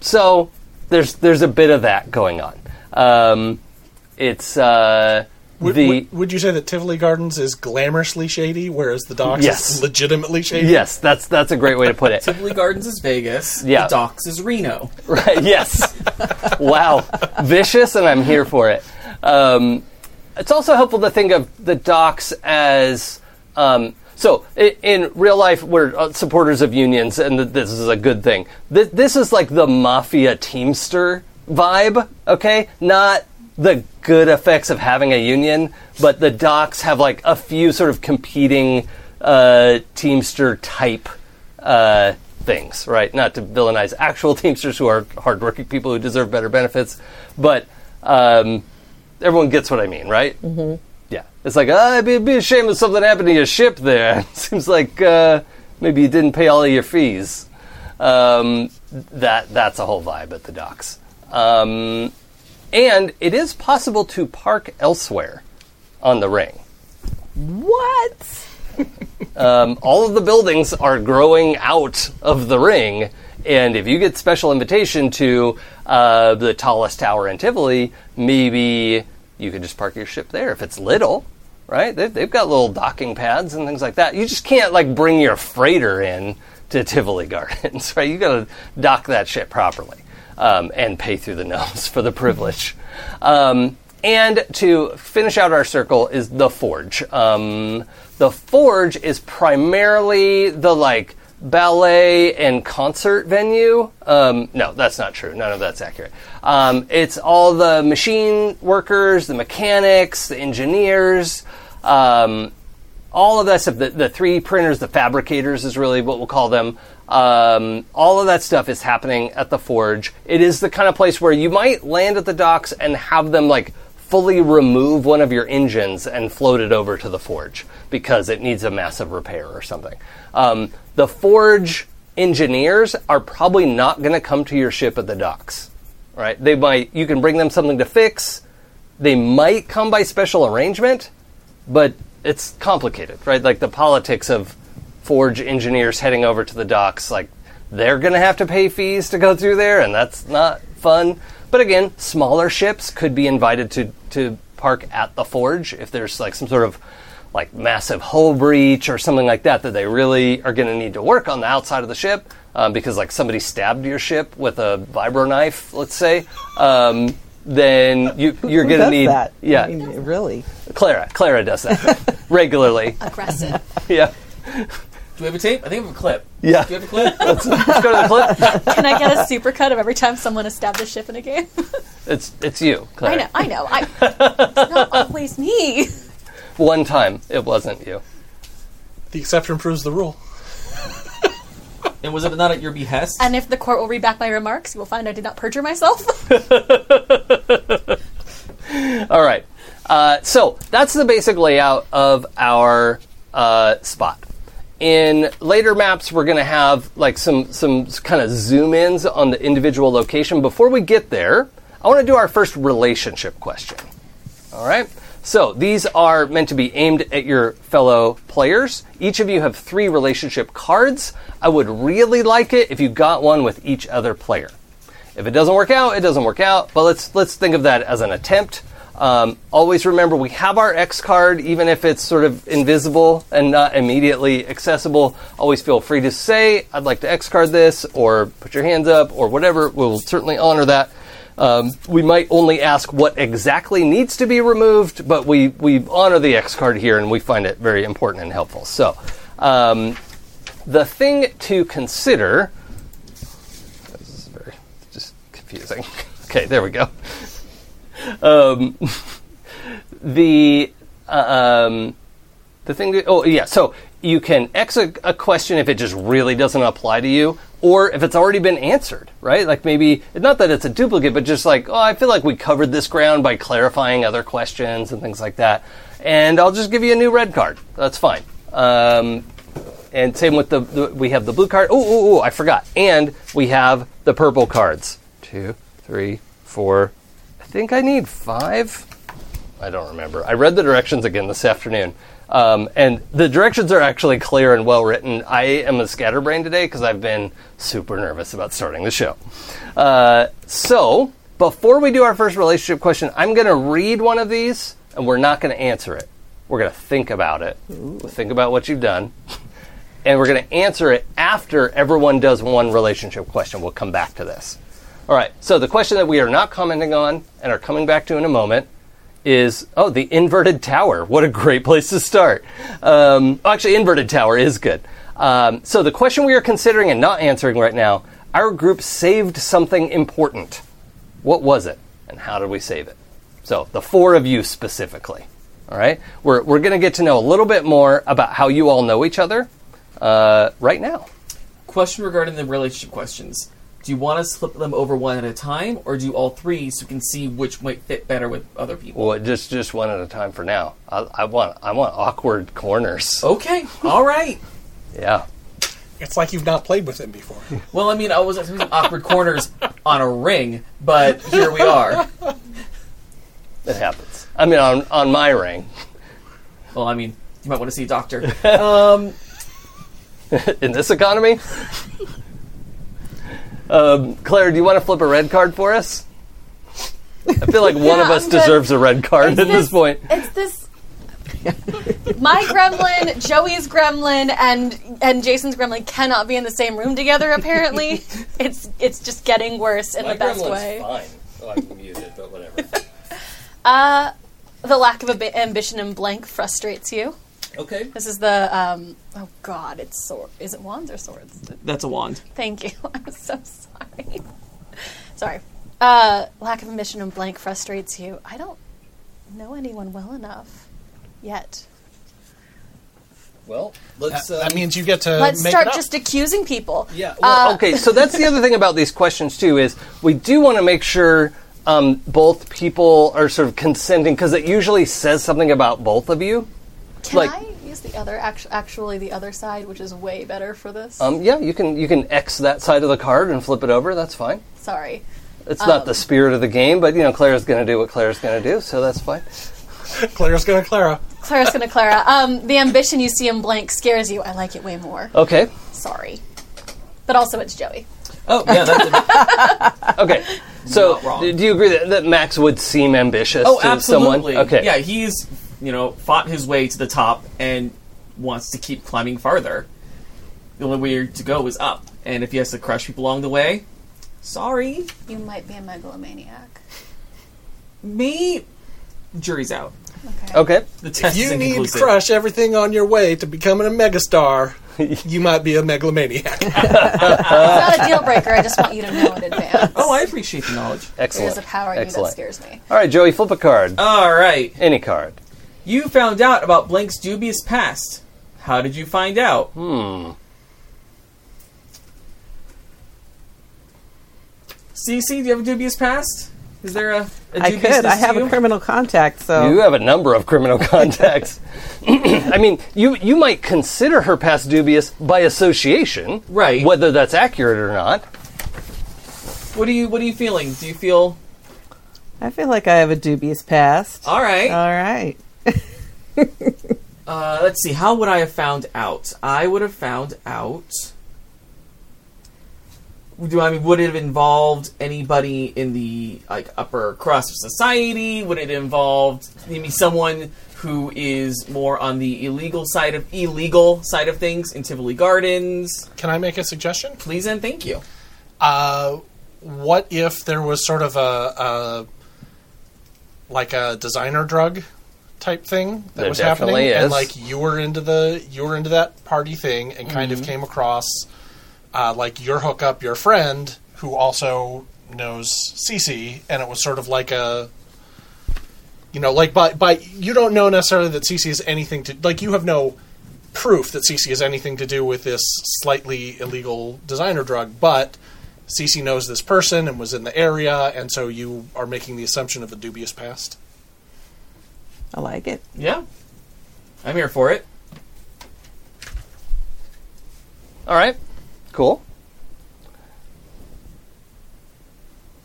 So there's there's a bit of that going on. Um, it's uh, Would, the would, would you say that Tivoli Gardens is glamorously shady, whereas the docks Yes. is legitimately shady? yes, that's that's a great way to put it. Tivoli Gardens is Vegas. Yeah. The docks is Reno. Right, yes. wow. Vicious, and I'm here for it. Um, it's also helpful to think of the docs as. Um, so, in, in real life, we're uh, supporters of unions, and th- this is a good thing. Th- this is like the mafia teamster vibe, okay? Not the good effects of having a union, but the docs have like a few sort of competing uh, teamster type uh, things, right? Not to villainize actual [laughs] Teamsters who are hardworking people who deserve better benefits, but um, everyone gets what I mean, right? Mm-hmm. Yeah. It's like, ah, it'd be, it'd be a shame if something happened to your ship there. [laughs] Seems like uh, maybe you didn't pay all of your fees. Um, that That's a whole vibe at the docks. Um, and it is possible to park elsewhere on the ring. What? Um, all of the buildings are growing out of the ring, and if you get special invitation to uh, the tallest tower in Tivoli, maybe you could just park your ship there if it's little, right? They, they've got little docking pads and things like that. You just can't like bring your freighter in to Tivoli Gardens, [laughs] right? You got to dock that shit properly um, and pay through the [laughs] nose for the privilege. Um, and to finish out our circle is the Forge. Um, the Forge is primarily the like ballet and concert venue. Um, no, that's not true. None of that's accurate. Um, it's all the machine workers, the mechanics, the engineers. Um, all of that stuff, the, the three printers, the fabricators is really what we'll call them. Um, all of that stuff is happening at the forge. It is the kind of place where you might land at the docks and have them like fully remove one of your engines and float it over to the forge because it needs a massive repair or something. Um, the forge engineers are probably not going to come to your ship at the docks, right? They might, you can bring them something to fix. They might come by special arrangement, but it's complicated, right? Like the politics of forge engineers heading over to the docks, like they're going to have to pay fees to go through there, and that's not fun. But again, smaller ships could be invited to to park at the forge if there's like some sort of like massive hull breach or something like that that they really are going to need to work on the outside of the ship um, because like somebody stabbed your ship with a vibro knife, let's say. Um, then you, you're going to does need that? yeah I mean, really. Clara. Clara does that [laughs] regularly. Aggressive. Yeah. Do we have a tape? I think we have a clip. Yeah. Do you have a clip? Let's go to the clip. [laughs] Can I get a supercut of every time someone has stabbed a ship in a game? It's it's you, Clara. I know, I know. I, [laughs] it's not always me. One time it wasn't you. The exception proves the rule. and was it not at your behest? And if the court will read back my remarks, you will find I did not perjure myself. [laughs] All right. Uh, so that's the basic layout of our uh, spot. In later maps, we're going to have like some some kind of zoom ins on the individual location. Before we get there, I want to do our first relationship question. All right. So these are meant to be aimed at your fellow players. Each of you have three relationship cards. I would really like it if you got one with each other player. If it doesn't work out, it doesn't work out. But let's let's think of that as an attempt. Um, always remember we have our X card, even if it's sort of invisible and not immediately accessible. Always feel free to say, "I'd like to X card this," or put your hands up, or whatever. We'll certainly honor that. Um, we might only ask what exactly needs to be removed, but we we honor the X card here, and we find it very important and helpful. So, um, the thing to consider. This is very just confusing. [laughs] okay, there we go. Um, [laughs] the uh, um, the thing. That, oh yeah, so you can X a, a question if it just really doesn't apply to you, or if it's already been answered, right? Like maybe not that it's a duplicate, but just like oh, I feel like we covered this ground by clarifying other questions and things like that. And I'll just give you a new red card. That's fine. Um, and same with the, the we have the blue card. Oh, oh, oh, I forgot. And we have the purple cards. Two, three, four. I think I need five. I don't remember. I read the directions again this afternoon. Um, and the directions are actually clear and well written. I am a scatterbrain today because I've been super nervous about starting the show. Uh, so, before we do our first relationship question, I'm going to read one of these and we're not going to answer it. We're going to think about it. Think about what you've done. And we're going to answer it after everyone does one relationship question. We'll come back to this. All right. So, the question that we are not commenting on and are coming back to in a moment is oh the inverted tower what a great place to start um, actually inverted tower is good um, so the question we are considering and not answering right now our group saved something important what was it and how did we save it so the four of you specifically all right we're, we're going to get to know a little bit more about how you all know each other uh, right now Question regarding the relationship questions. Do you want to slip them over one at a time, or do all three so we can see which might fit better with other people? well just just one at a time for now i, I want i want awkward corners Okay, all right. yeah It's like you've not played with him before. Well, I mean, I was at some awkward corners on a ring, but here we are. it happens i mean on on my ring [laughs] Well, I mean, you might want to see a doctor. Um, in this economy. [laughs] um, Claire, do you want to flip a red card for us? I feel like one [laughs] Yeah, of us I'm good. deserves a red card at this point. It's this. My gremlin, Joey's gremlin, and and Jason's gremlin cannot be in the same room together. Apparently, it's it's just getting worse in the best way. fine. Well, I muted, but [laughs] whatever. Uh, the lack of abi- ambition in blank frustrates you. Okay. This is the um, oh god, it's sword. Is it wands or swords? That's a wand. Thank you. [laughs] I'm so sorry. sorry. Uh, lack of ambition and blank frustrates you. I don't know anyone well enough yet. Well, let's. Uh, that means you get to Let's make start it up. just accusing people. Uh, Yeah. Well, okay. So that's the other thing about these questions too is we do want to make sure um, both people are sort of consenting because it usually says something about both of you. Can like- I use the other actu- actually the other side, which is way better for this? Um, yeah, you can you can X that side of the card and flip it over. That's fine. Sorry. It's not the spirit of the game, but you know Claire's going to do what Claire's going to do, so that's fine. Clara's going to Clara. Clara's gonna Clara. Um, the ambition you see in blank scares you. I like it way more. Okay. Sorry. But also it's Joey. Oh, yeah, that's a Okay. So Not wrong. d- do you agree that, that Max would seem ambitious Oh, to absolutely. someone? Okay. Yeah, he's you know fought his way to the top and wants to keep climbing farther. The only way to go is up, and if he has to crush people along the way, sorry, You might be a megalomaniac. me. Jury's out. Okay. Okay. The test is You need inconclusive. crush everything on your way to becoming a megastar. you might be a megalomaniac. It's not a deal breaker. I just want you to know in advance. Oh, I appreciate the knowledge. Excellent. There's a power in you that Excellent. scares me. All right, Joey, flip a card. All right, Any card. you found out about Blank's dubious past. How did you find out? Hmm. Cece, do you have a dubious past? Is there a, a I dubiousness could. I to have you? a criminal contact, so You have a number of criminal [laughs] contacts. [clears throat] I mean, you you might consider her past dubious by association, Right. Whether that's accurate or not. What are you What are you feeling? Do you feel I feel like I have a dubious past. all right? All right. Uh, let's see. How would I have found out? I would have found out. Do I mean would it have involved anybody in the like upper crust of society? Would it involved maybe someone who is more on the illegal side of illegal side of things in Tivoli Gardens? Can I make a suggestion? Please and thank you. Uh, what if there was sort of a, a like a designer drug type thing that There was happening, definitely is. and like you were into the you were into that party thing, and kind Mm-hmm. of came across uh, like your hookup, your friend who also knows Cece, and it was sort of like a you know like by by you don't know necessarily that Cece is anything to like you have no proof that Cece has anything to do with this slightly illegal designer drug, but Cece knows this person and was in the area, and so you are making the assumption of a dubious past. I like it. Yeah, I'm here for it. All right, cool.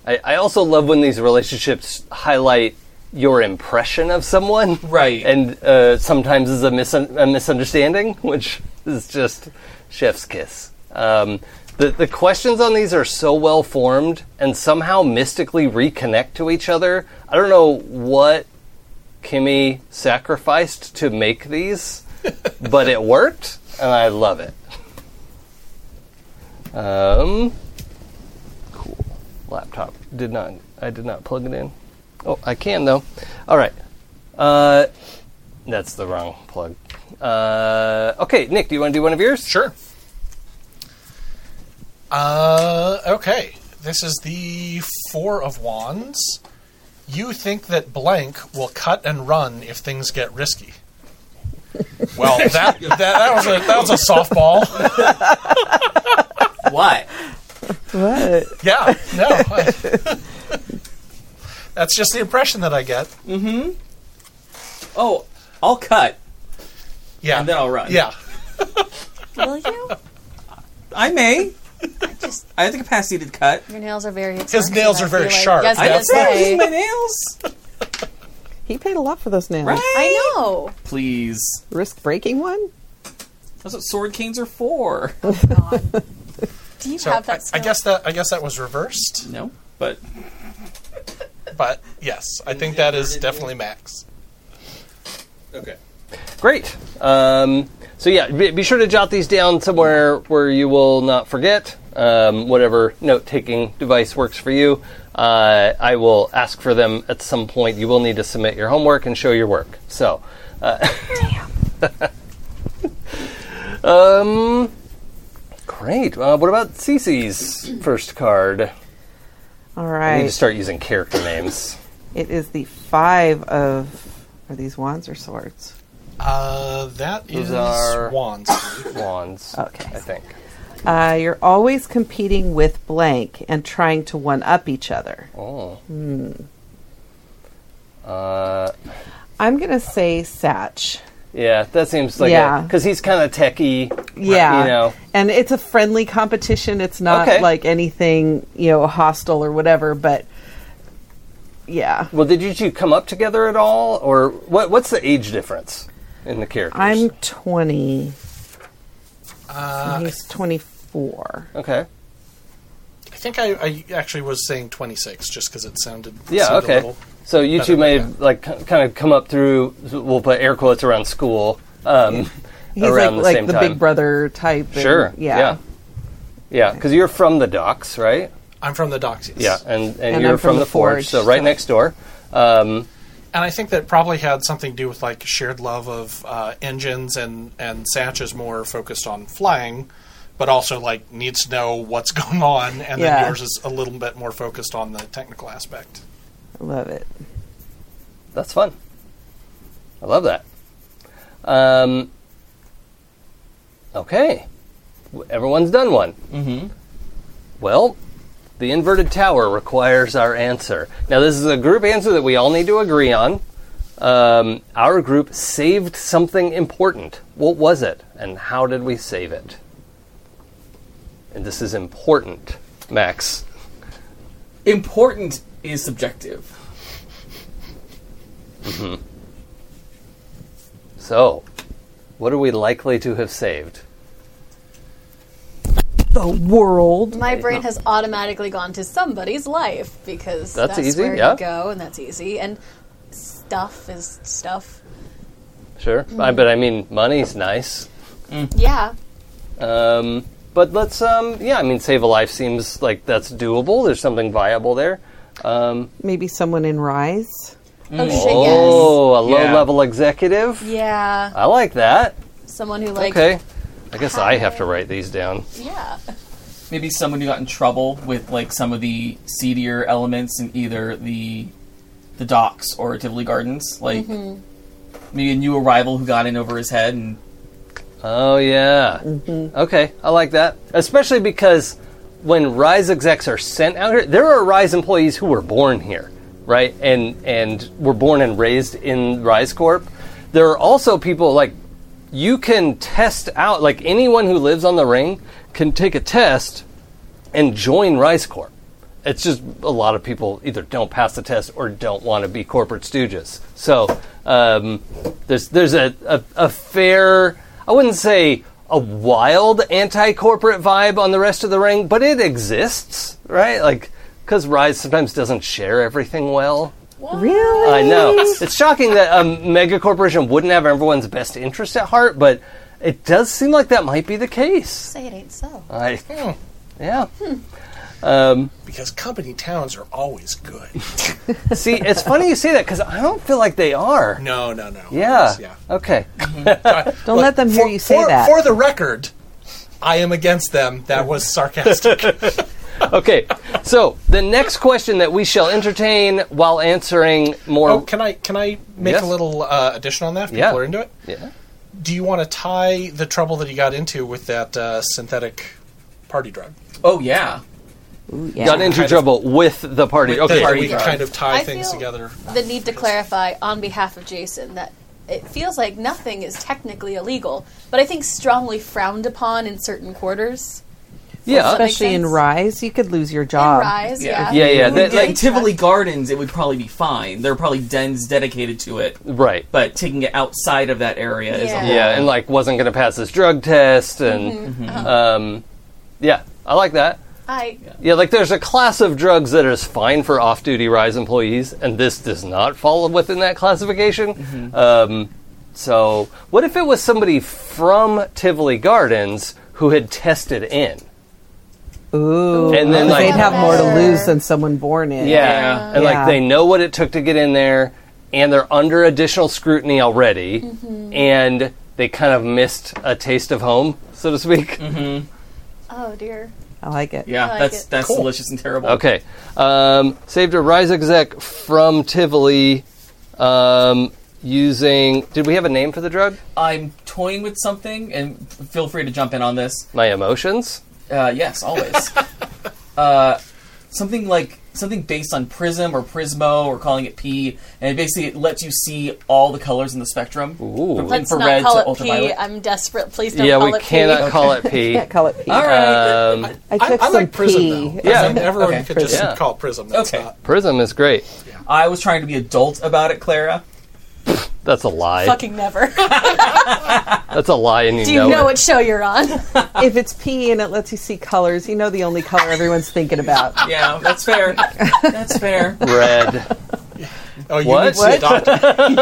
I, I also love when these relationships highlight your impression of someone, Right. And uh, sometimes is a, mis- a misunderstanding, [laughs] which is just chef's kiss. Um, the the questions on these are so well formed and somehow mystically reconnect to each other. I don't know what Kimmy sacrificed to make these, but it worked, and I love it. Um, cool. Laptop did not. I did not plug it in. Oh, I can though. All right. Uh, that's the wrong plug. Uh, okay, Nick, do you want to do one of yours? Sure. Uh, okay. This is the Four of Wands. You think that blank will cut and run if things [laughs] get risky. Well, [laughs] that, that, that, was, a, that was a [laughs] softball. What? What? Yeah, no. [laughs] That's just the impression that I get. Mm. Oh, I'll cut Yeah. and then I'll run. Yeah. Will you? I may. Just I have the capacity to cut. your nails are very. His nails are very sharp. Yes, I I, have That's- say. my nails. He paid a lot for those nails. Right? I know. Please. Risk breaking one? That's what sword kings are for. God. Do you So have I, that? I skill? guess that I guess that was reversed, no, but but yes, I think that is definitely max. Okay. Great. Um, so yeah, be, be sure to jot these down somewhere where you will not forget. Um, whatever note-taking device works for you, uh, I will ask for them at some point. You will need to submit your homework and show your work. So, uh, [laughs] um, great. Uh, what about Cece's first card? All I need to right. start using character names. It is the five of. Are these wands or swords? Uh, that is are- wands. Wands. Okay. I think. Uh, you're always competing with blank and trying to one up each other. Oh. Hmm. Uh. I'm going to say Satch. Yeah, that seems like Yeah. because he's kind of techie. Yeah. you know. And it's a friendly competition. It's not Okay. like anything, you know, hostile or whatever, but yeah. Well, did you two come up together at all, or what? What's the age difference in the characters? I'm 20. Uh, and he's 24. okay. I think I, I actually was saying twenty six just because it sounded Yeah, seemed a okay. little- So you two better may than have like kind of come up through. We'll put air quotes around school. Um, [laughs] He's around like the like same the time. big brother type. and- Sure. yeah. Yeah, because you're from the docks, right? I'm from the docks. yes. Yeah, and, and, And you're I'm from, the forge, so right so- next door. Um, and I think that probably had something to do with like shared love of uh, engines and and Satch is more focused on flying, but also like needs to know what's [laughs] going on, and Yeah. then yours is a little bit more focused on the technical aspect. I love it. That's fun. I love that. Um, okay. W- Everyone's done one. Mm-hmm. Well, the inverted tower requires our answer. Now, this is a group answer that we all need to agree on. Um, our group saved something important. What was it, and how did we save it? And this is important, Max. important is subjective. So, what are we likely to have saved? The world. My brain has automatically gone to somebody's life because That's that's, easy, where yeah. you go, and that's easy. And stuff is stuff. Sure, I, but I mean, money's nice. Yeah, Um, but let's, um, yeah, I mean, save a life seems like that's doable. There's something viable there. Um, Maybe someone in Rise. Oh shit, Mm. oh, a Yeah. low-level executive. yes. Yeah. I like that. Someone who like okay, I guess I have to write these down. yeah. Maybe someone who got in trouble with like some of the seedier elements in either the the docks or Tivoli Gardens. Like Mm-hmm. maybe a new arrival who got in over his head and Oh yeah. Okay, I like that, especially because when Rise execs are sent out here, there are Rise employees who were born here, right? And and were born and raised in Rise Corp. There are also people like you can test out, like anyone who lives on the ring can take a test and join Rise Corp. It's just a lot of people either don't pass the test or don't want to be corporate stooges. So um, there's there's a, a, a fair, I wouldn't say a wild anti-corporate vibe on the rest of the ring, but it exists, right? Like because Rise sometimes doesn't share everything well. Really? I know. It's shocking that a mega corporation wouldn't have everyone's best interest at heart, but it does seem like that might be the case. Say it ain't so. I, yeah. Um, Because company towns are always good. See, it's funny you say that because I don't feel like they are. No, no, no. Yeah. yeah. Okay. Don't let them hear For- you say for, that. For the record, I am against them. That was [laughs] sarcastic. Okay. So the next question that we shall entertain while answering more. oh, can I can I make Yes. a little uh, addition on that? If people Yeah. are into it. Yeah. Do you want to tie the trouble that you got into with that uh, synthetic party drug? oh yeah. Ooh, yeah. Got into Kind of- trouble with the party. okay. that party we drug. kind of tie I things feel together. The need to clarify on behalf of Jason that it feels like nothing is technically illegal, but I think strongly frowned upon in certain quarters. Yeah. That makes Especially in sense. Rise, you could lose your job. Rise, yeah. Yeah, yeah. Like, That, like, Tivoli Gardens, it would probably be fine. There are probably dens dedicated to it, right. but taking it outside of that area is a Yeah. whole Yeah, and like wasn't going to pass his drug test, and Mm-hmm. um, yeah, I like that. I Yeah, like there's a class of drugs that is fine for off-duty rise employees, and this does not fall within that classification. Um, so, what if it was somebody from Tivoli Gardens who had tested in? Ooh. And then, 'Cause like- they'd have more to Better. lose than someone born in. Yeah. And Yeah. like they know what it took to get in there and they're under additional scrutiny already and they kind of missed a taste of home, so to speak. oh dear. I like it. Yeah, I like that's it. that's delicious and terrible. Okay. Um, saved a Rise exec from Tivoli um, using. Did we have a name for the drug? I'm toying with something, and f- feel free to jump in on this. My emotions? Uh, [laughs] yes, always. uh, something like something based on Prism or Prismo, or calling it P, and it basically it lets you see all the colors in the spectrum, Ooh. from Let's infrared not call to it P. ultraviolet. am desperate. Please don't yeah, call we it cannot P. call it [laughs] P. Can't call it pee. all right. Um, I, I took I some like Prism, pee. though. Yeah. Prism, everyone Okay. could just Yeah. call it Prism. That's Okay. not- Prism is great. I was trying to be adult about it, Clara. That's a lie. [laughs] Fucking never. That's a lie, and you, Do you know it. what show you're on? If it's pee and it lets you see colors, you know the only color everyone's thinking about. Yeah, [laughs] that's fair. that's fair. Red. Oh, you What? need to see [laughs] a doctor.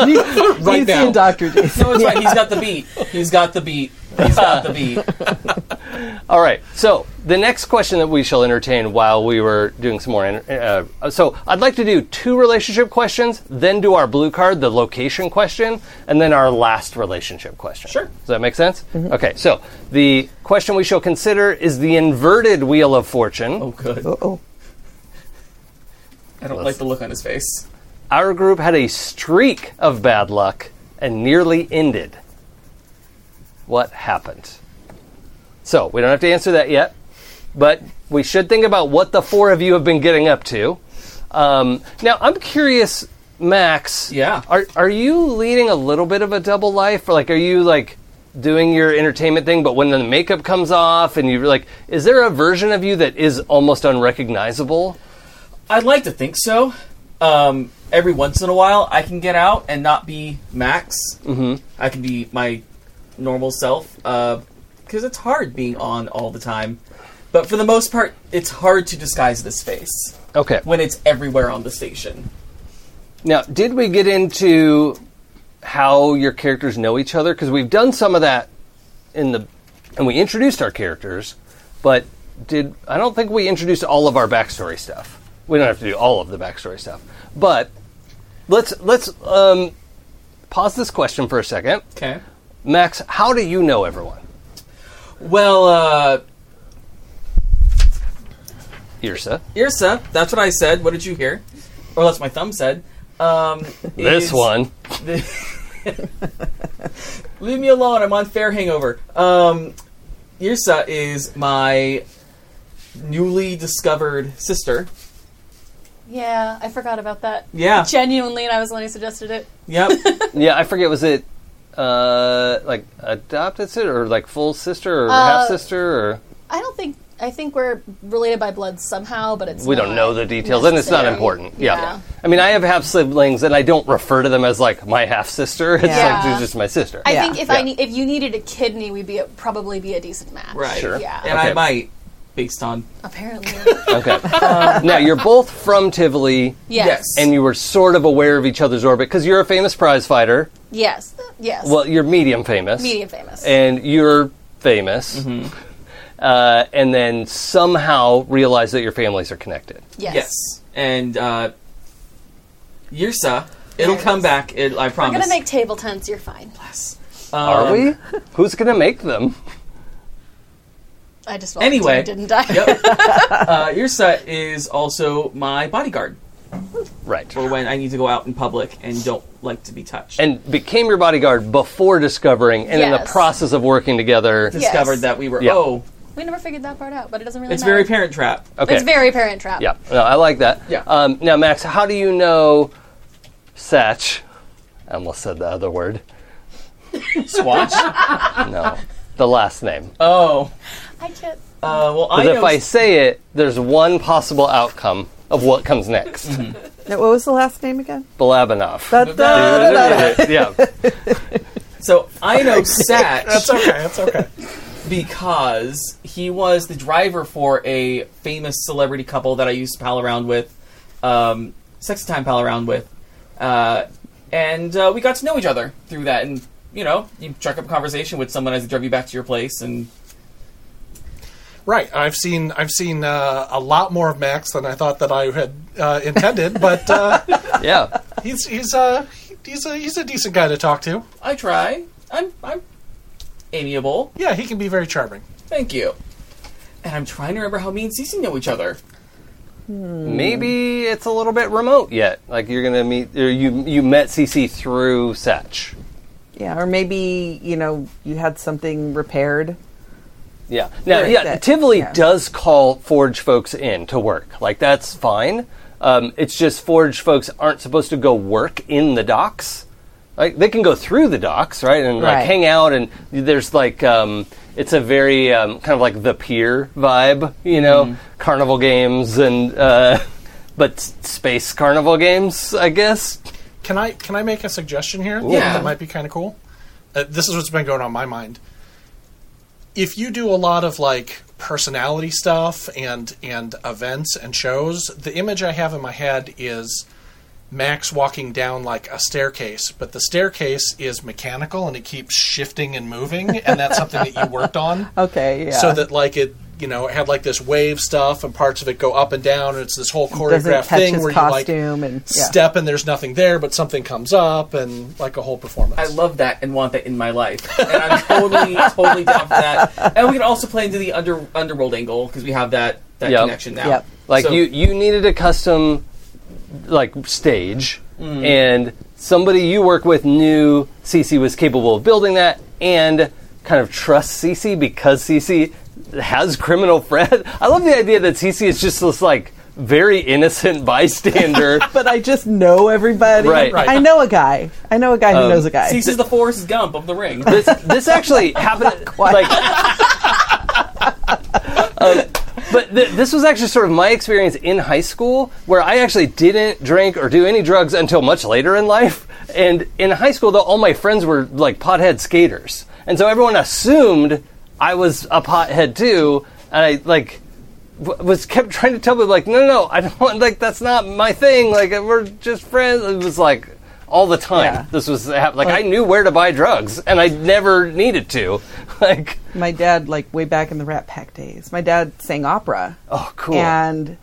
you Right you now. see a doctor, Jason. No, it's fine. He's got the beat. He's got the beat. He's got the beat. All right. So the next question that we shall entertain while we were doing some more. en- Uh, so I'd like to do two relationship questions, then do our blue card, the location question, and then our last relationship question. Sure. Does that make sense? Okay. So the question we shall consider is the inverted wheel of fortune. [laughs] Oh, good. Uh-oh. I don't like the look on his face. Our group had a streak of bad luck and nearly ended. What happened? So we don't have to answer that yet, but we should think about what the four of you have been getting up to. Um, now I'm curious, Max. Yeah. Are are you leading a little bit of a double life, or like are you like doing your entertainment thing, but when the makeup comes off and you like, is there a version of you that is almost unrecognizable? I'd like to think so. Um, every once in a while, I can get out and not be Max. Mm-hmm. I can be my normal self because it's hard being on all the time. But for the most part, it's hard to disguise this face Okay. when it's everywhere on the station. Now, did we get into how your characters know each other? Because we've done some of that in the, and we introduced our characters, but did I don't think we introduced all of our backstory stuff. We don't have to do all of the backstory stuff, but let's let's um, pause this question for a second. Okay. Max, how do you know everyone? Well, uh, Irsa. Irsa, that's what I said. What did you hear? Or that's what my thumb said. Um, This is- one. Leave me alone. I'm on fair hangover. Um, Yirsa is my newly discovered sister. yeah, I forgot about that. Yeah. Genuinely, and I was the one who suggested it. [laughs] Yep. Yeah, I forget. Was it uh, like adopted sister or like full sister or Uh, half sister or? I don't think. I think we're related by blood somehow, but it's we not don't know the details, and it's not necessary. important. Yeah. I mean, I have half siblings, and I don't refer to them as like my half sister. It's Yeah. like they're just my sister. I Yeah. think if Yeah. I ne- if you needed a kidney, we'd be a, probably be a decent match. Right. Sure. Yeah. And Okay. I might, based on [laughs] Apparently. [laughs] okay. Um, now you're both from Tivoli, yes. Yes. and you were sort of aware of each other's orbit because you're a famous prize fighter. Yes. Yes. Well, you're medium famous. Medium famous. And you're famous. Uh, and then somehow realize that your families are connected. yes. yes, and uh, Yirsa, it'll Yes. come back. It, I I'm promise. gonna make table tents. You're fine. Um, Are we? Who's going to make them? I just volunteered, Anyway. didn't die. Yep. uh, Yirsa is also my bodyguard Right. for when I need to go out in public and don't like to be touched. And became your bodyguard before discovering, and in the Yes. process of working together. discovered Yes. that we were. Yeah. Oh, [laughs] We never figured that part out, but it doesn't really. it's matter. very Parent Trap. Okay. It's very Parent Trap. Yeah, no, I like that. Yeah. Um, now, Max, how do you know Satch? I almost said the other word. Swatch. No. the last name. [laughs] Oh, I can't. uh, well, I Because if know. I say it, there's one possible outcome of what comes next. Mm-hmm. Now, what was the last name again? Balabanov. Da- da- da- da- da. [laughs] yeah. [laughs] so I [laughs] know Satch. That's okay. That's okay. because he was the driver for a famous celebrity couple that I used to pal around with, um, sexy time pal around with, uh, and uh, we got to know each other through that. And you know, you struck up a conversation with someone as they drove you back to your place, and Right. I've seen I've seen uh, a lot more of Max than I thought that I had uh, intended, but uh, Yeah. he's he's uh, he's a he's a decent guy to talk to. I try. I'm I'm amiable. Yeah, he can be very charming. Thank you. And I'm trying to remember how me and Cece know each other. Mm. Maybe it's a little bit remote yet. Like you're gonna meet, or you you met CC through Satch. Yeah, or maybe you know you had something repaired. Yeah. Now, Right, yeah, that- Tivoli yeah. does call Forge folks in to work. Like that's fine. Um, it's just Forge folks aren't supposed to go work in the docks. Like they can go through the docks, right, and like Right. hang out. And there's like um, it's a very um, kind of like the pier vibe, you know, Mm-hmm. carnival games and uh, [laughs] but s- space carnival games, I guess. Can I can I make a suggestion here? Yeah. that might be kind of cool. Uh, this is what's been going on in my mind. If you do a lot of like personality stuff and and events and shows, the image I have in my head is Max walking down like a staircase, but the staircase is mechanical and it keeps shifting and moving, and that's something that you worked on. Okay, yeah. So that like it, you know, it had like this wave stuff, and parts of it go up and down, and it's this whole doesn't choreographed touch thing his where you costume like and- yeah. step and there's nothing there, but something comes up, and like a whole performance. I love that and want that in my life, and I'm [laughs] totally, totally down for that. And we can also play into the under underworld angle because we have that that Yep. connection now. Yep. Like So- you, you needed a custom like stage, and somebody you work with knew CC was capable of building that, and kind of trust CC because CC has criminal [laughs] friend. I love the idea that CC is just this like very innocent bystander. but I just know everybody. Right. Right. I know a guy. I know a guy who Um, knows a guy. Ceases the Forrest Gump of the Ring. this, this actually happened. Like, Um, but th- this was actually sort of my experience in high school, where I actually didn't drink or do any drugs until much later in life. And in high school, though, all my friends were like pothead skaters, and so everyone assumed I was a pothead too. And I like w- was kept trying to tell people like, no, no, no, I don't [laughs] like that's not my thing. Like we're just friends. It was like all the time. Yeah. This was hap- like I knew where to buy drugs, and I never needed to. [laughs] Like my dad, like way back in the Rat Pack days, my dad sang opera. oh, cool. And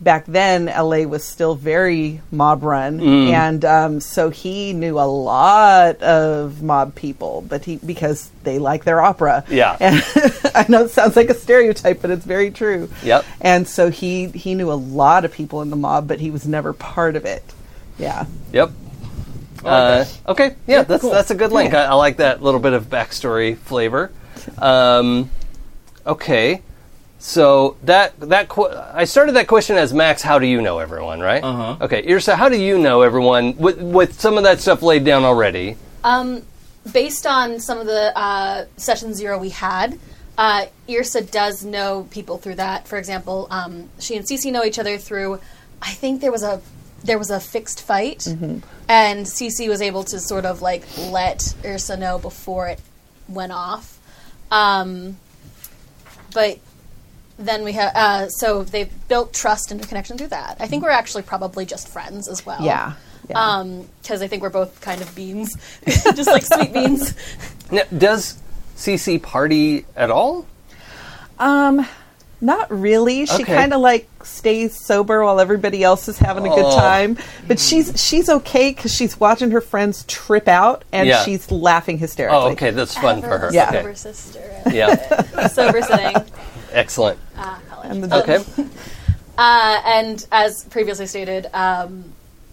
back then, LA was still very mob run, Mm. and um, so he knew a lot of mob people, but he because they like their opera. Yeah. [laughs] And I know it sounds like a stereotype, but it's very true. Yep. And so he he knew a lot of people in the mob, but he was never part of it. Yeah. Yep. Uh, okay. Yeah, that's that's a good link. Yeah. I, I like that little bit of backstory flavor. Um, okay. So that that qu- I started that question as Max, how do you know everyone, right? Uh-huh. Okay, Irsa, how do you know everyone with with some of that stuff laid down already? Um, based on some of the uh, session zero we had, uh, Irsa does know people through that. For example, um, she and Cece know each other through. I think there was a there was a fixed fight, Mm-hmm. and Cece was able to sort of like let Irsa know before it went off. Um, but then we have uh, so they've built trust and connection through that. I think we're actually probably just friends as well. Yeah. Yeah. because Um, I think we're both kind of beans, [laughs] just like sweet beans. Now, does CC party at all? Um, not really. She Okay. kind of like stays sober while everybody else is having a good Oh. time, but she's she's okay because she's watching her friends trip out and Yeah. she's laughing hysterically. Oh, okay, that's fun for her. Yeah. Okay. sober sister, and Yeah, sober sitting. excellent. Ah, college. And the- Okay. Uh, and as previously stated, um,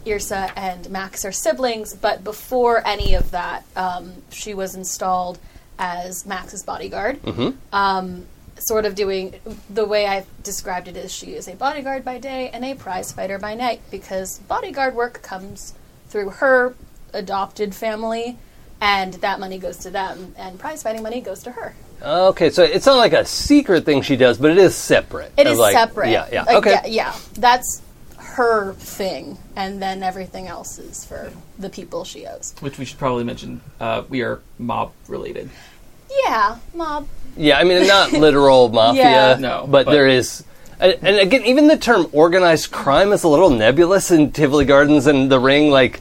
Irsa and Max are siblings, but before any of that, um, she was installed as Max's bodyguard. Um, sort of doing the way I described it is she is a bodyguard by day and a prize fighter by night because bodyguard work comes through her adopted family, and that money goes to them, and prize fighting money goes to her. Okay, so it's not like a secret thing she does, but it is separate. It Of is like- separate. Yeah, yeah. Like, okay. Yeah, yeah. That's her thing, and then everything else is for the people she owes. Which we should probably mention. Uh, we are mob related. Yeah, mob. Yeah, I mean, [laughs] not literal mafia, Yeah. No, but, but- there is. And and again, even the term organized crime is a little nebulous in Tivoli Gardens and The Ring. Like,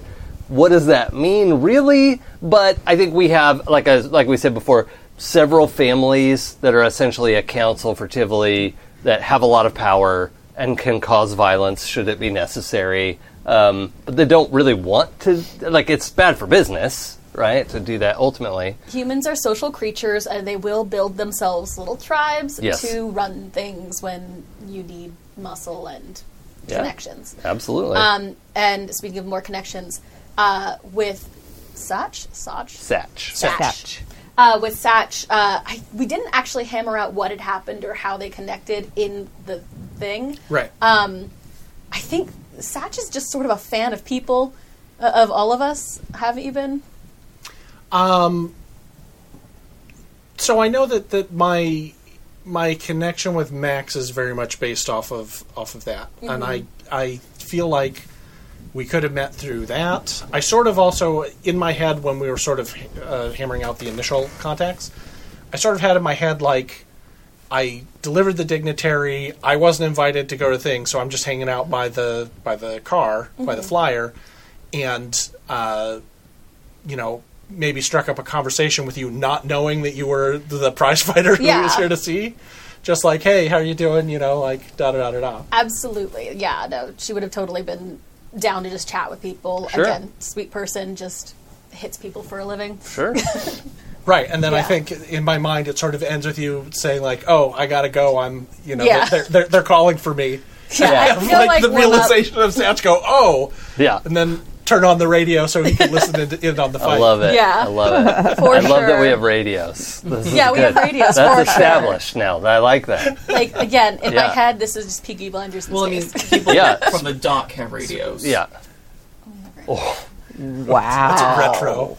what does that mean, really? But I think we have, like, a, like we said before, several families that are essentially a council for Tivoli that have a lot of power and can cause violence should it be necessary. Um, but they don't really want to. Like, it's bad for business, right? To do that ultimately. Humans are social creatures, and they will build themselves little tribes Yes. to run things when you need muscle and Yeah. connections. Absolutely. Um, and speaking of more connections, uh, with Satch, Satch, Satch. Fetch. uh, with Satch, uh, I, we didn't actually hammer out what had happened or how they connected in the thing. Right. Uh, Um, I think Satch is just sort of a fan of people, uh, of all of us. Have you been? so I know that, that my my connection with Max is very much based off of off of that, Mm-hmm. and I I feel like we could have met through that. I sort of also in my head when we were sort of uh, hammering out the initial contacts, I sort of had in my head like I delivered the dignitary. I wasn't invited to go to things, so I'm just hanging out by the by the car by the flyer, and. Uh, you know, maybe struck up a conversation with you, not knowing that you were the prize fighter [laughs] who he was Yeah. here to see. Just like, hey, how are you doing? You know, like da da da da da. Absolutely. Yeah, no, she would have totally been down to just chat with people. Sure. Again, sweet person, just hits people for a living. Sure. Right, and then I Yeah. think in my mind it sort of ends with you saying like, oh, I gotta go. I'm, you know, Yeah. they're, they're they're calling [laughs] for me. [laughs] Yeah, I feel like, the we're not- realization of Satchko, oh, Yeah. and then turn on the radio so he can listen in, in on the [laughs] fight. I love it. Yeah. I love it. [laughs] For I love that we sure. have radios. This is Yeah, we have good. radios, That's for sure. established now. I like that. Like again, in my Yeah. head, this is just Peaky Blinders. In Well, I mean, [laughs] space. people Yeah. from the dock have radios. Yeah. Wow. Retro.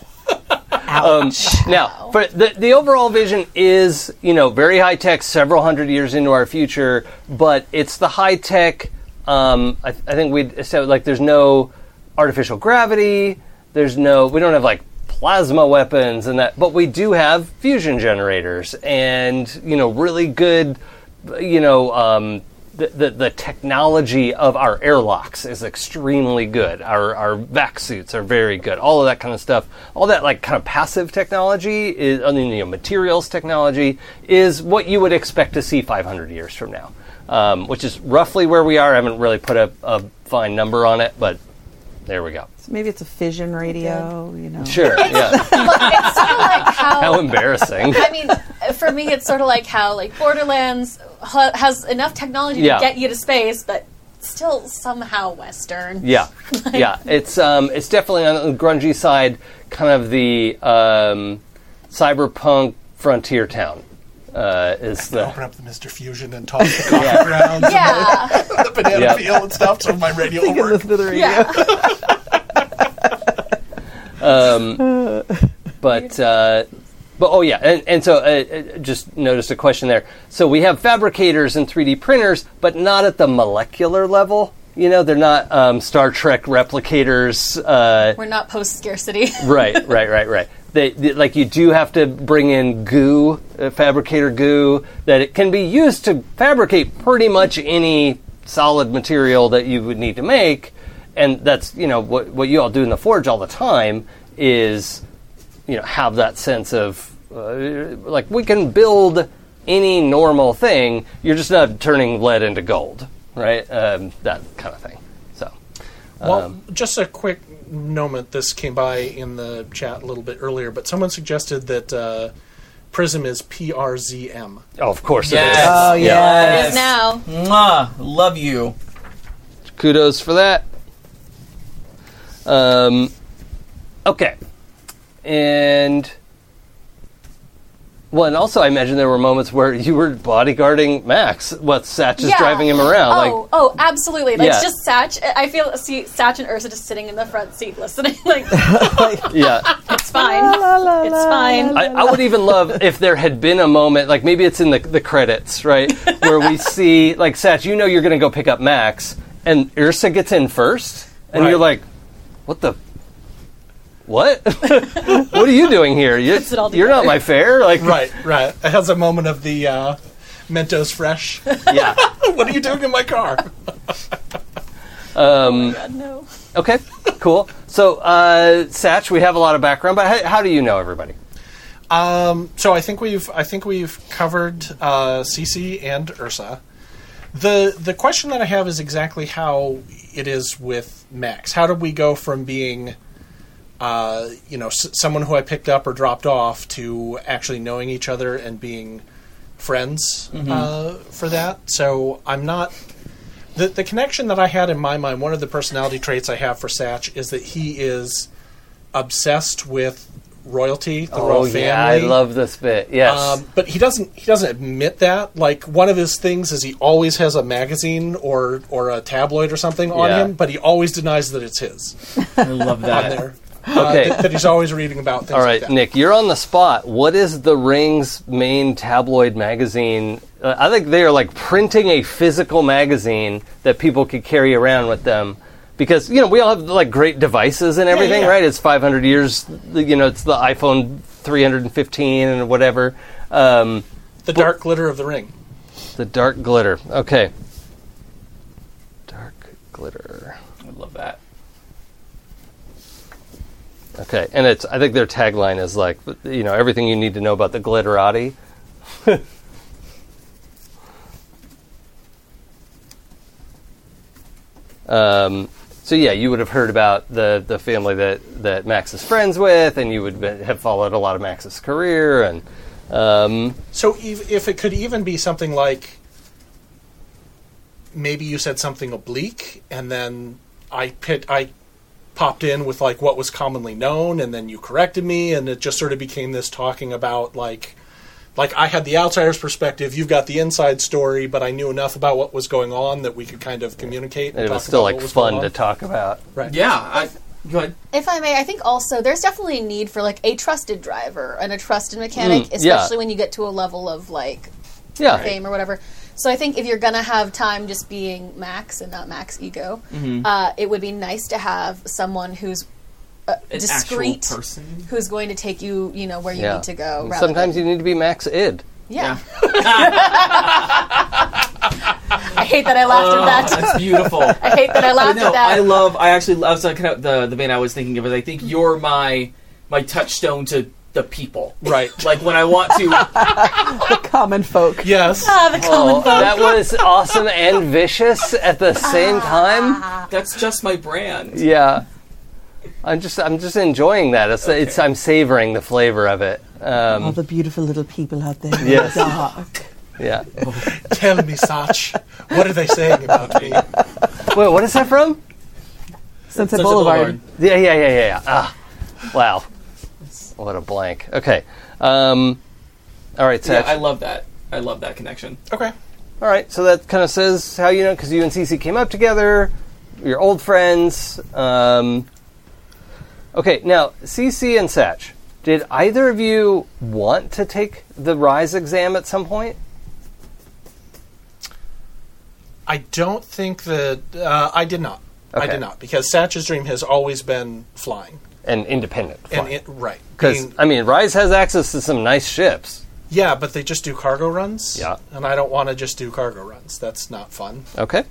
Now, but the the overall vision is you know very high tech, several hundred years into our future, but it's the high tech. Um, I, I think we so like there's no artificial gravity. There's no we don't have like plasma weapons and that, but we do have fusion generators and you know really good you know, um, the, the, the technology of our airlocks is extremely good. Our, our vac suits are very good. All of that kind of stuff, all that like kind of passive technology, is, I mean, you know, materials technology, is what you would expect to see 500 years from now, um, which is roughly where we are. I haven't really put a, a fine number on it, but there we go. Maybe it's a fission radio, you know. Sure. Yeah. Look, it's sort of [laughs] like How embarrassing. I mean, for me, it's sort of like how like Borderlands ha- has enough technology Yeah. to get you to space, but still somehow Western. Yeah, yeah. It's um, it's definitely on the grungy side, kind of the um, cyberpunk frontier town. Uh, is Open the up the Mr. Fusion and [laughs] toss the coffee grounds and Yeah, the banana Yeah. peel and stuff so my radio will work. Listen to the radio. [laughs] [laughs] yeah. but uh, but oh yeah, and, and so uh, uh, just noticed a question there. So we have fabricators and three D printers, but not at the molecular level. You know, they're not um, Star Trek replicators. Uh, We're not post scarcity. [laughs] right, right, right, right. They, they- like you do have to bring in goo, uh, fabricator goo, that it can be used to fabricate pretty much any solid material that you would need to make, and that's you know what what you all do in the forge all the time is you know have that sense of uh, like we can build any normal thing. You're just not turning lead into gold, right? Um, that kind of thing. So Well, Um, just a quick moment. This came by in the chat a little bit earlier, but someone suggested that uh, Prism is P R Z M. oh, of course it is. Yes. Oh, Yeah. yes. Because now, Mwah. Love you. kudos for that. Um, okay, and Well, and also I imagine there were moments where you were bodyguarding Max, what Satch is driving him around. Oh, Like, oh, absolutely. Like Yeah. just Satch. I feel see Satch and Ursa just sitting in the front seat listening. [laughs] Like yeah. it's fine. it's fine. I, I would even love if there had been a moment, like maybe it's in the, the credits, right? Where [laughs] we see, like, Satch, you know you're going to go pick up Max, and Ursa gets in first, and you're Right. like, what the? What? [laughs] what are you doing here? You, it all you're not together. my fare. Like, Right, right. It has a moment of the uh, Mentos Fresh. yeah. what are you doing in my car? God, no. Um, Okay, cool. So, uh, Satch, we have a lot of background, but how, how do you know everybody? Um, So I think we've I think we've covered uh, Cece and Ursa. the The question that I have is exactly how it is with Max. How did we go from being, uh, you know, s- someone who I picked up or dropped off to actually knowing each other and being friends Mm-hmm. uh, for that? So I'm not. The, the connection that I had in my mind, one of the personality traits I have for Satch is that he is obsessed with royalty, the royal oh, family. yeah, I love this bit. Yes. Um, but he doesn't. He doesn't admit that. Like one of his things is he always has a magazine or or a tabloid or something on Yeah. him, but he always denies that [laughs] it's his. I love that. There, Uh, Okay. that, that he's always reading about things. All like right, that. Nick, you're on the spot. What is the Ring's main tabloid magazine? Uh, I think they are like printing a physical magazine that people could carry around with them. Because you know we all have like great devices and everything, yeah. right? It's 500 years, you know, it's the iPhone 315 and whatever. Um, The dark glitter of the ring. the dark glitter. Okay, dark glitter. [laughs] I love that. Okay, and it's I think their tagline is like you know everything you need to know about the glitterati. [laughs] um, so yeah, you would have heard about the the family that that Max is friends with, and you would be- have followed a lot of Max's career and. Um, So ev- if it could even be something like, maybe you said something oblique, and then I pit I popped in with like what was commonly known, and then you corrected me, and it just sort of became this talking about like. Like I had the outsider's perspective, you've got the inside story, but I knew enough about what was going on that we could kind of communicate. and it talk was still about what like was fun going to on. talk about. Right. Yeah. I, go ahead. If I may, I think also there's definitely a need for like a trusted driver and a trusted mechanic, Mm, yeah. especially when you get to a level of like Yeah, fame or whatever. So I think if you're gonna have time just being Max and not Max ego, uh, it would be nice to have someone who's uh, An discreet, actual person. who's going to take you, you know, where you yeah. need to go. And rather Sometimes than, you need to be Max [laughs] Id. yeah. I hate that I laughed at that. Oh, That's [laughs] beautiful. I hate that I laughed no, at that. Uh, I love. I actually love so kind of the the vein I was thinking of. Is I think you're my my touchstone to the people. Right. [laughs] Like when I want to. Common folk. Yes. Ah, the common Oh, that was awesome and vicious at the [laughs] same time. that's just my brand. Yeah. I'm just I'm just enjoying that. It's, it's I'm savoring the flavor of it. All Oh. Um, the beautiful little people out there. Yes. Dark. yeah. Tell me, Sach, what are they saying about me? Wait, what is that from? Sunset Sunset Boulevard. Yeah, yeah, yeah, yeah. yeah. Ah, wow. What a blank. Okay. Um, all right, Yeah, Satch. I love that. I love that connection. Okay. all right. So that kind of says how you know because you and Cece came up together. You're old friends. Um, okay. Now, Cece and Satch, did either of you want to take the Rise exam at some point? I don't think that uh, I did not. I Okay. did not because Satch's dream has always been flying, And independent. and it, right Because Being- I mean, Rise has access to some nice ships. yeah, but they just do cargo runs. Yeah. and I don't want to just do cargo runs. That's not fun. Okay.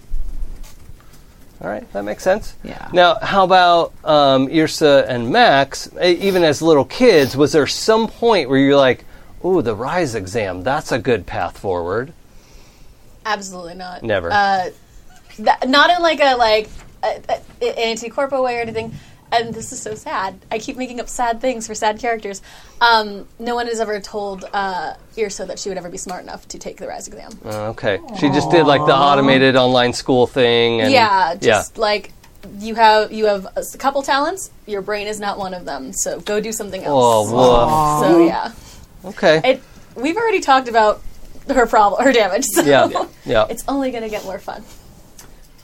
All right, that makes sense. Yeah. Now, how about um, Irsa and Max? e- Even as little kids, was there some point where you're like, "Ooh, the Rise exam. That's a good path forward." Absolutely not. Never. Uh, that, not in like a like anti corpo way or anything. And this is so sad. I keep making up sad things for sad characters. Um, no one has ever told uh, Irsa that she would ever be smart enough to take the RISE exam. Uh, Okay. She just did like the automated online school thing. And, yeah, just yeah. like you have you have a s- couple talents. Your brain is not one of them, so go do something else. Oh, woof. so yeah, Okay. it we've already talked about her problem, her damage. So [laughs] Yeah. Yeah. it's only going to get more fun.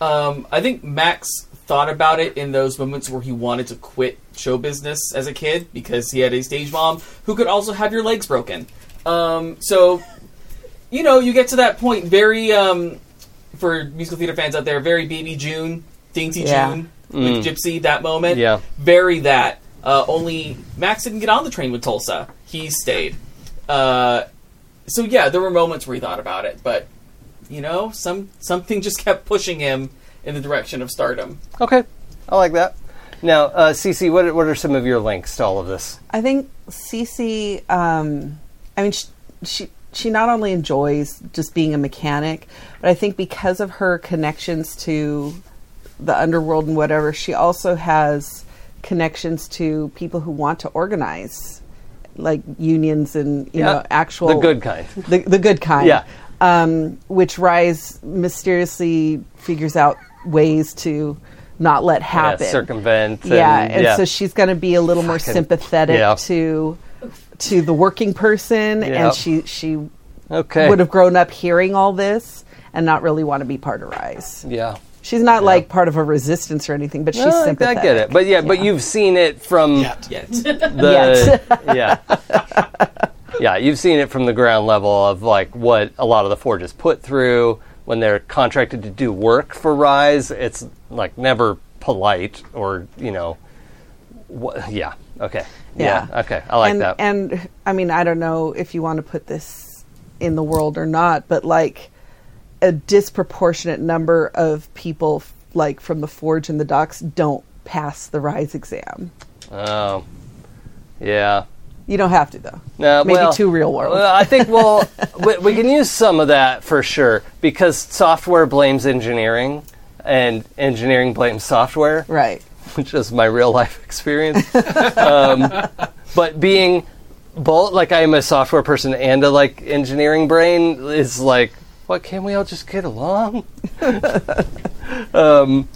Um, I think Max thought about it in those moments where he wanted to quit show business as a kid because he had a stage mom who could also have your legs broken. Um, so, you know, you get to that point very, um, for musical theater fans out there, very baby June, dainty Yeah. June with Gypsy, that moment. Mm. Yeah. Very that. Uh, only Max didn't get on the train with Tulsa. He stayed. Uh, so yeah, there were moments where he thought about it, but you know, some something just kept pushing him in the direction of stardom. Okay, I like that. Now, uh, Cece, what, what are some of your links to all of this? I think Cece. Um, I mean, she, she she not only enjoys just being a mechanic, but I think because of her connections to the underworld and whatever, she also has connections to people who want to organize, like unions and you Yeah. know actual The good kind. the, the good kind. Yeah. Um, which Rise mysteriously figures out ways to not let happen. circumvent and- yeah, and yeah. so she's going to be a little more Fucking- sympathetic yeah. to to the working person, Yeah. and she she Okay. would have grown up hearing all this and not really want to be part of Rise. Yeah. She's not like part of a resistance or anything, but she's No, I- I sympathetic. get it. But yeah, but you've seen it from Yet. [laughs] Yet, the yeah. Yeah, you've seen it from the ground level of like what a lot of the forges put through when they're contracted to do work for Rise. It's like never polite or, you know, wha- yeah. Okay. Yeah. Okay. I like and, that. And I mean, I don't know if you want to put this in the world or not, but like a disproportionate number of people, f- like from the forge and the docks, don't pass the rise exam. oh. Yeah. You don't have to though. No, maybe Uh, well- two real world. Well, I think [laughs] we'll we, we can use some of that for sure because software blames engineering, and engineering blames software, right. [laughs] which is my real life experience. um, but being both like I am a software person and a like engineering brain is like, what can we all just get along? um,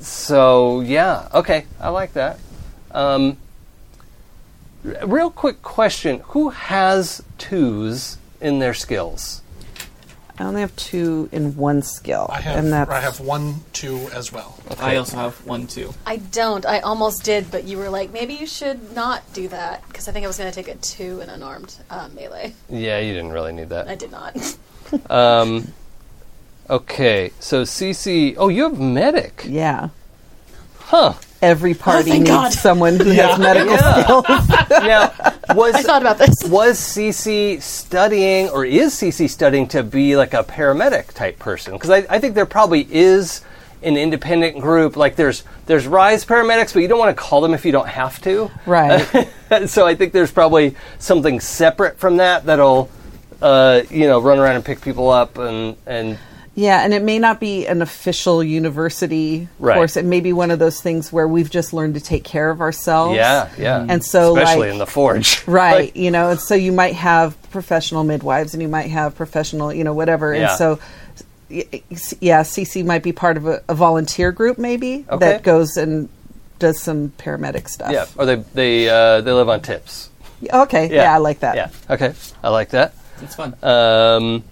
so yeah, okay, I like that. Um, r- real quick question: Who has twos in their skills? I only have two in one skill, I have, and that's I have one, two as well. I also have one too. I don't. I almost did, but you were like, maybe you should not do that because I think I was going to take a two in unarmed uh, melee. Yeah, you didn't really need I that. did not. Um, okay, so CC. Oh, you have medic, yeah. huh? Every party Oh, thank needs God. someone who has medical skills. [laughs] Now, was I thought about this. was CC studying, or is CC studying to be like a paramedic type person? Because I, I think there probably is an independent group. Like there's there's Rise paramedics, but you don't want to call them if you don't have to. right. [laughs] so I think there's probably something separate from that that'll uh, you know run around and pick people up and and Yeah, and it may not be an official university Right. course. It may be one of those things where we've just learned to take care of ourselves. yeah yeah. And so, especially like- in the forge, [laughs] Right, Like, you know, and so you might have professional midwives and you might have professional, you know, whatever. Yeah. And so, y- y- yeah, CC might be part of a, a volunteer group maybe Okay. that goes and does some paramedic stuff. [laughs] yeah. Or they they uh, they live on tips. Okay, yeah, I like that. Yeah. Okay. I like that. It's fun. Um,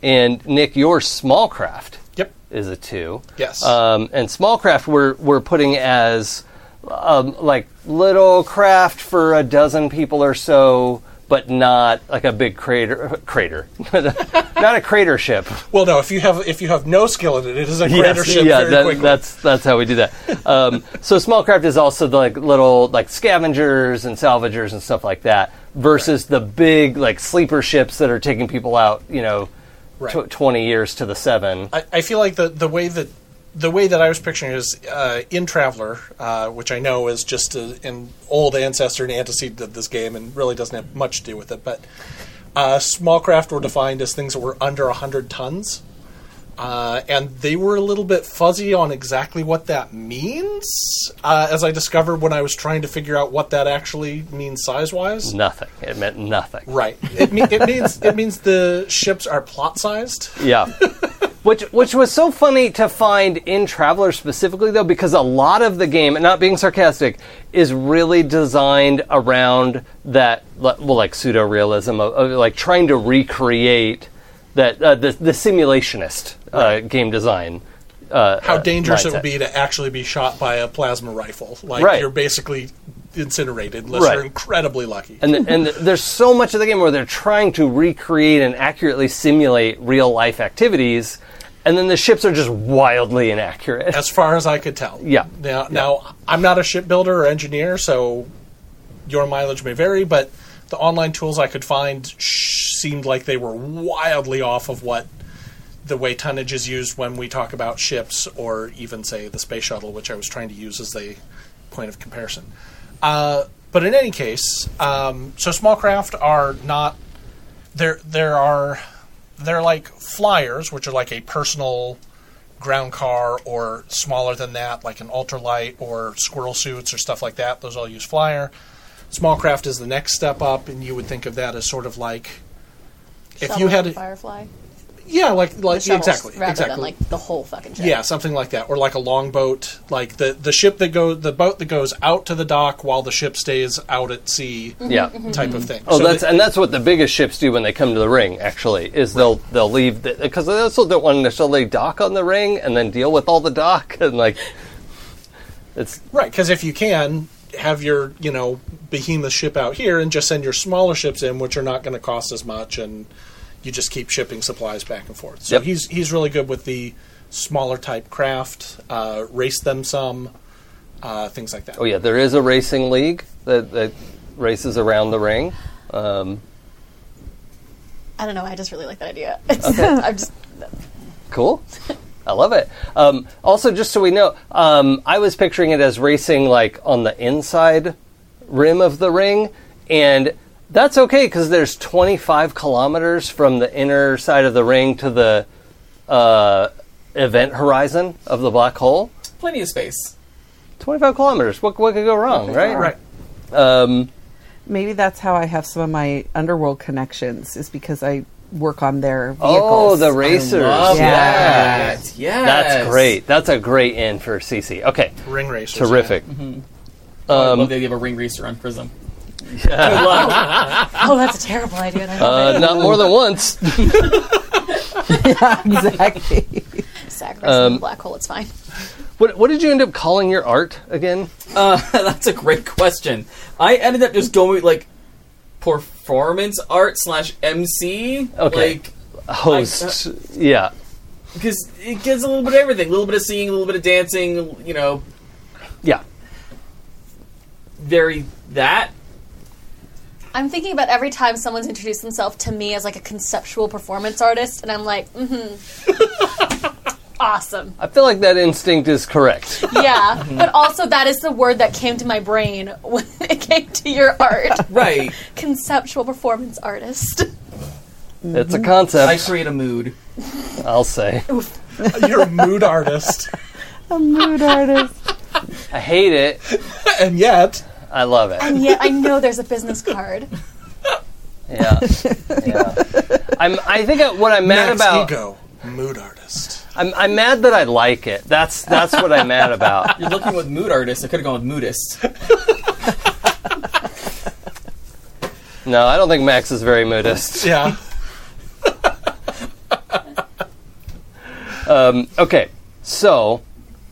and Nick, your small craft Yep. is a two. Yes. Um, and small craft we're we're putting as um, like little craft for a dozen people or so, but not like a big crater crater, [laughs] not a crater ship. Well, no. If you have if you have no skill in it, it is a greater Yes, ship yeah, very that- quickly. that's that's how we do that. Um, so small craft is also the like little like scavengers and salvagers and stuff like that, versus the big like sleeper ships that are taking people out. You know, Right. tw- twenty years to the seven. I, I feel like the, the way that the way that I was picturing it is uh, in Traveler, uh, which I know is just a, an old ancestor and antecedent of this game, and really doesn't have much to do with it. But uh, small craft were defined as things that were under hundred tons, uh, and they were a little bit fuzzy on exactly what that means. Uh, as I discovered when I was trying to figure out what that actually means size wise. Nothing. It meant nothing. Right. It, me- it means it means the ships are plot sized. Yeah. [laughs] Which which was so funny to find in Traveler specifically though, because a lot of the game, and not being sarcastic, is really designed around that le- well, like pseudo realism of, of like trying to recreate that uh, the the simulationist uh, game design. Uh, How uh, dangerous it mindset. would be to actually be shot by a plasma rifle. Like Right. you're basically incinerated unless Right. you're incredibly lucky. and the, and the, there's so much of the game where they're trying to recreate and accurately simulate real life activities, and then the ships are just wildly inaccurate. as far as I could tell. Yeah. Now, now I'm not a shipbuilder or engineer, so your mileage may vary, but the online tools I could find sh- seemed like they were wildly off of what the way tonnage is used when we talk about ships or even say the space shuttle, which I was trying to use as the point of comparison. Uh, but in any case, um, so small craft are not there. There are they're like flyers, which are like a personal ground car or smaller than that, like an ultralight or squirrel suits or stuff like that. Those all use flyer. Small craft is the next step up, and you would think of that as sort of like [laughs] if you Shuttle, had a, Firefly, yeah, like The like shuttles, exactly rather exactly than like the whole fucking ship. yeah, something like that, or like a longboat, like the the ship that go the boat that goes out to the dock while the ship stays out at sea, Yeah. type of thing. Oh, So that's the- and that's what the biggest ships do when they come to the ring. Actually, is they'll they'll leave because they also don't want to necessarily dock on the ring and then deal with all the dock [laughs] and like it's right because if you can have your you know behemoth ship out here and just send your smaller ships in, which are not going to cost as much, and you just keep shipping supplies back and forth. So Yep. he's he's really good with the smaller type craft, uh, race them some, uh, things like that. oh yeah, there is a racing league that that races around the ring. Um, I don't know. I just really like that idea. [laughs] I'm just Cool. I love it. Um, also, just so we know, um, I was picturing it as racing like on the inside rim of the ring, and that's okay because there's 25 kilometers from the inner side of the ring to the uh, event horizon of the black hole. Plenty of space. 25 kilometers. What, what could go wrong, right? Right. Um, Maybe that's how I have some of my underworld connections, is because I work on their vehicles. oh, the racers. Love Yeah. that. Yes. That's great. That's a great in for CC. Okay. Ring racers. yeah. Terrific. Mm-hmm. I um, love the idea of a ring racer [laughs] on Prism. Good luck. [laughs] oh, that's a terrible idea. and I don't Uh, not more than once. exactly. think Sacrifice um, the black hole. It's fine. What, what did you end up calling your art again? Uh, [laughs] That's a great question. I ended up just going with, like performance art slash MC. Okay. Like Host. Oh, yeah. because it gets a little bit of everything. A little bit of singing, a little bit of dancing, you know, Yeah. very that. I'm thinking about every time someone's introduced themselves to me as like a conceptual performance artist, and I'm like, mm-hmm. [laughs] awesome. I feel like that instinct is correct. Yeah. Mm-hmm. But also, that is the word that came to my brain [laughs] when it came to your art. [laughs] Right. conceptual performance [laughs] artist. It's a I concept, create a mood. I'll say. You're a mood [laughs] artist, a mood artist. I hate it. and yet I love it. And yet, I know there's a business card. Yeah. yeah. I'm, I think I, what I'm mad Max about. ego mood artist. I'm, I'm mad that I like it. That's that's what I'm mad [laughs] about. You're looking with mood artist. I could have gone with moodist. No, I don't think Max is very modest. Yeah. Mm, Okay, so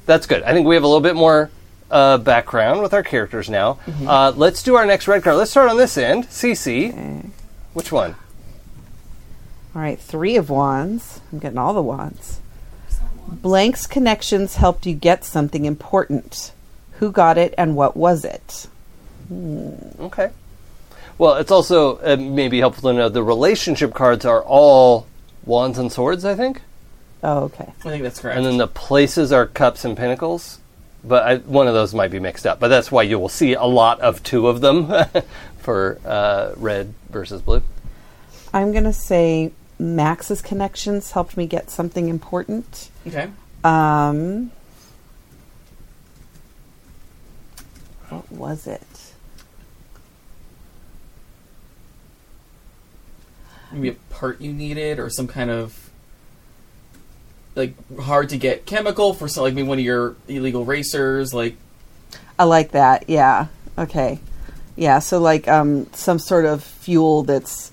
that's good. I think we have a little bit more uh, background with our characters now. Uh, let's do our next red card. Let's start on this end. CC. Which one? All right, three of wands. I'm getting all the wands. Blank's connections helped you get something important. Who got it and what was it? Okay. Well, it's also uh, maybe helpful to know the relationship cards are all wands and swords, I think, Oh, okay. I think that's correct. and then the places are cups and pinnacles. But I, one of those might be mixed up. But that's why you will see a lot of two of them [laughs] for uh, red versus blue. I'm going to say Max's connections helped me get something important. okay. Um, what was it? Maybe a part you needed or some kind of like hard to get chemical for some, like maybe one of your illegal racers, like I like that. Yeah. Okay. Yeah. So like um, some sort of fuel that's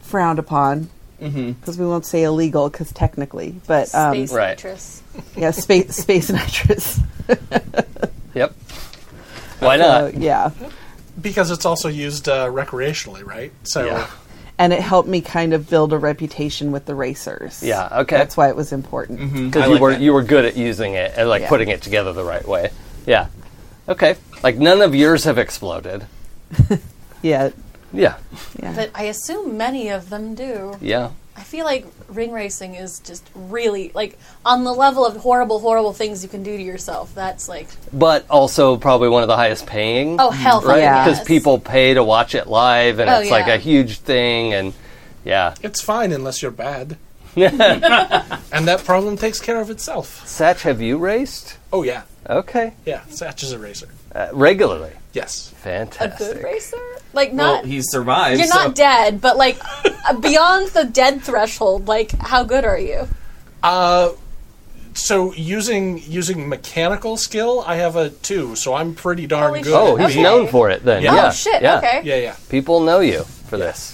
frowned upon because we won't say illegal because technically, but [laughs] um, Space Right. nitrous. yeah, space space [laughs] nitrous. Yep. Why not? So, yeah. [laughs] because it's also used uh, recreationally, right? So Yeah. And it helped me kind of build a reputation with the racers. Yeah, okay. That's why it was important. because I you like were that. you were good at using it and like Yeah. putting it together the right way. Yeah. Okay. Like none of yours have exploded. Yeah. Yeah. Yeah. But I assume many of them do. Yeah. I feel like ring racing is just really like on the level of horrible, horrible things you can do to yourself. That's like But also probably one of the highest paying. oh hell, right? yeah. Because yes. people pay to watch it live, and Oh, it's like yeah. a huge thing. And yeah, it's fine unless [laughs] you're bad. and that problem takes care of itself. Satch, have you raced? Oh yeah, Okay, yeah. Satch is a racer. uh, regularly. a Yes. good Fantastic. racer. Like well not he survived. you're so- not dead, [laughs] but like uh, beyond the dead threshold. Like how good are you? So using using mechanical skill, I have a two, so I'm pretty darn Holy good. Oh, he's Okay. known for it then. Yeah. Yeah. Oh shit. yeah. Okay. Yeah, yeah. People know you for this.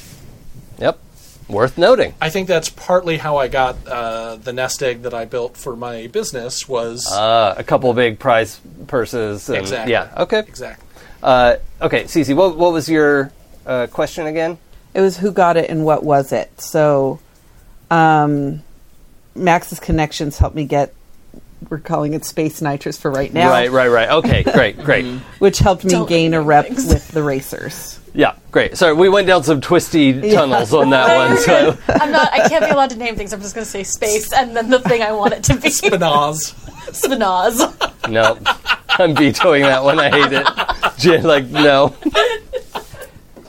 Yep. Worth noting. I think that's partly how I got uh, the nest egg that I built for my business was Uh, a couple big prize purses. And, Exactly. Yeah. Okay. exactly. Uh, okay, Cece, what, what was your uh, question again? It was who got it and what was it. So, um, Max's connections helped me get. We're calling it space nitrous for right now, Right, right, right. [laughs] Okay, great, great. which helped me Don't gain a name rep things. with the racers. yeah, great. Sorry, we went down some twisty tunnels on [laughs] that one. [laughs] So I'm not. I can't be allowed to name things. I'm just going to say space, and then the thing I want it to [laughs] be Banaz. spinaz. no, I'm vetoing that one. I [laughs] hate it. Jen, like no.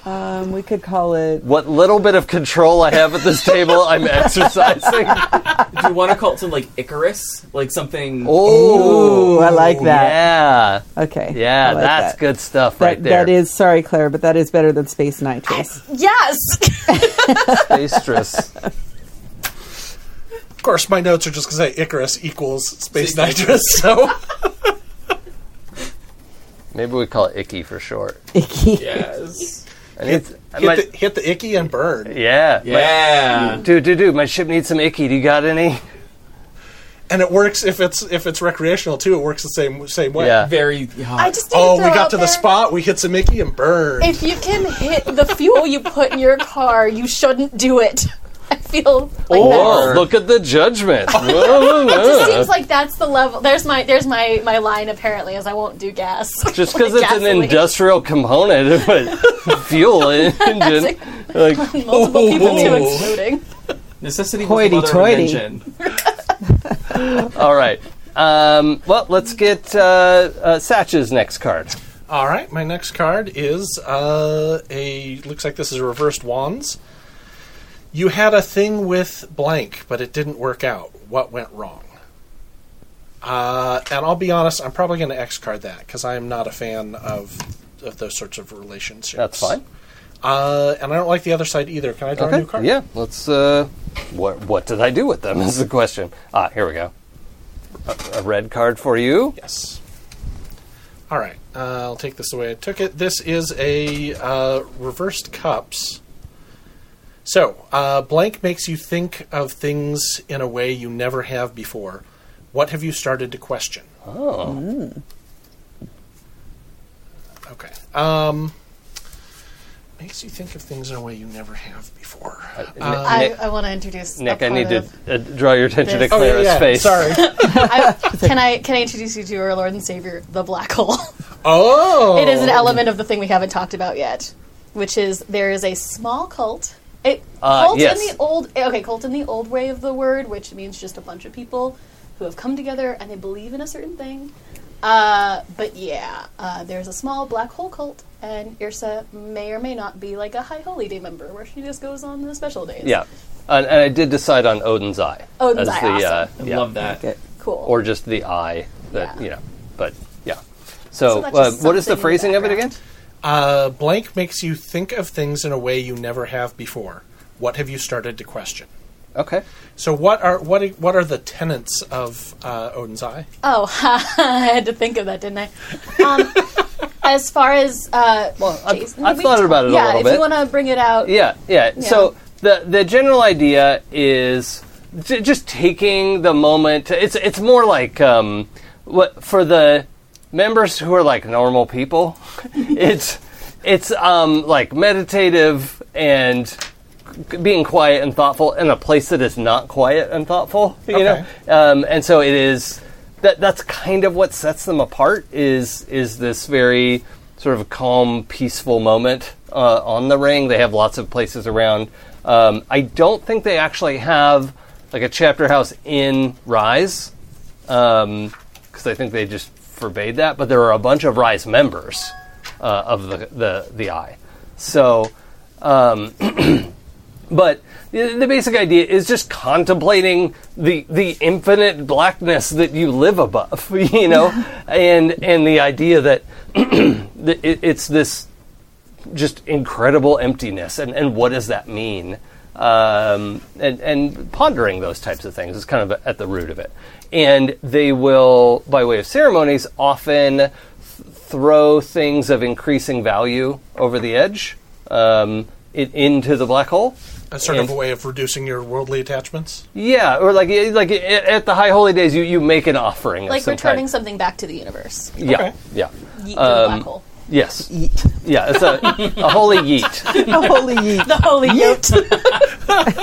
Um, we could call it. What little bit of control I have at this table, [laughs] I'm exercising. Do you want to call it something like Icarus, like something? Oh, Ooh, I like that. yeah, Okay. yeah. I like that's that. good stuff That- right there. that is sorry, Claire, but that is better than space nitrous. yes. [laughs] Pastress. Of course, my notes are just going to say Icarus equals space Space nitrous. [laughs] So Maybe we call it icky for short. Icky. [laughs] Yes. I need, I hit, might- the, hit the icky and burn. yeah, my- Yeah. dude, dude, dude. My ship needs some icky. Do you got any? And it works if it's if it's recreational too. It works the same same way. Yeah. Very. hot. I just. Need Oh, to we throw got out to the there, spot. We hit some icky and burn. If you can hit the fuel you put in your car, you shouldn't do it. [laughs] I feel like that. Oh, look at the [laughs] judgment. Whoa, It just whoa. seems like that's the level. There's my there's my my line apparently is I won't do gas. Just because [laughs] Like it's an gasoline. industrial component [laughs] of a [laughs] fuel engine, like multiple people too Oh. exploding. necessity was the mother of Hoity-toity. invention. all right. Um, well, let's get uh, uh, Satch's next card. All right, my next card is uh, a looks like this is reversed wands. You had a thing with blank, but it didn't work out. What went wrong? Uh, and I'll be honest, I'm probably going to X card that because I am not a fan of of those sorts of relationships. That's fine. Uh, and I don't like the other side either. Can I draw a new card? Yeah. Let's. Uh, what What did I do with them? [laughs] Is the question. Ah, here we go. A, a red card for you. Yes. All right. Uh, I'll take this the way I took it. This is a uh, reversed cups. So, uh, blank makes you think of things in a way you never have before. What have you started to question? Hmm. Oh, Okay. Um, makes you think of things in a way you never have before. Uh, I, Nick, I want to introduce a Nick, I part need to of- uh, draw your attention this. to Oh, Clara's face. Sorry. I, [laughs] can I can I introduce you to our Lord and Savior, the black hole? [laughs] oh. It is an element of the thing we haven't talked about yet, which is there is a small cult. It Uh, cult yes. in the old okay cult in the old way of the word, which means just a bunch of people who have come together and they believe in a certain thing. Uh, but yeah, uh, there's a small black hole cult, and Irsa may or may not be like a High Holy Day member, where she just goes on the special days. Yeah. And, and I did decide on Odin's Eye. Odin's as Eye, the, awesome. Uh, I yeah. love that. Good. cool. or just the eye that Yeah. you know but yeah so, So that's uh, just what is the something in the phrasing of it again background. Uh, blank makes you think of things in a way you never have before. What have you started to question? Okay. So what are what are, what are the tenets of uh, Odin's Eye? Oh, [laughs] I had to think of that, didn't I? [laughs] Um, as far as uh, well, I've- I've thought about it a yeah, little if bit. you want to bring it out, Yeah, yeah. So the the general idea is j- just taking the moment. It's it's more like um, what for the members who are like normal people. [laughs] it's it's um, like meditative and c- being quiet and thoughtful in a place that is not quiet and thoughtful. You Okay. know, um, and so it is. That, that's kind of what sets them apart is is this very sort of calm, peaceful moment uh, on the ring. They have lots of places around. Um, I don't think they actually have like a chapter house in Rise, because I think they just forbade that. But there are a bunch of Rise members uh, of the the the Eye, so. Um, but the, the basic idea is just contemplating the the infinite blackness that you live above, [laughs] you know, and and the idea that that it, it's this just incredible emptiness, and, and what does that mean? Um, and, and pondering those types of things is kind of at the root of it. And they will, by way of ceremonies, often th- throw things of increasing value over the edge um, it, into the black hole. A sort of And- a way of reducing your worldly attachments. Yeah, or like like at at the high holy days, you, you make an offering, of like some returning Kind. something back to the universe. Yeah, Okay. yeah, Yeet to the Um, black hole. yes, yeah. It's a, [laughs] a holy yeet. Oh, holy yeet. The holy yeet.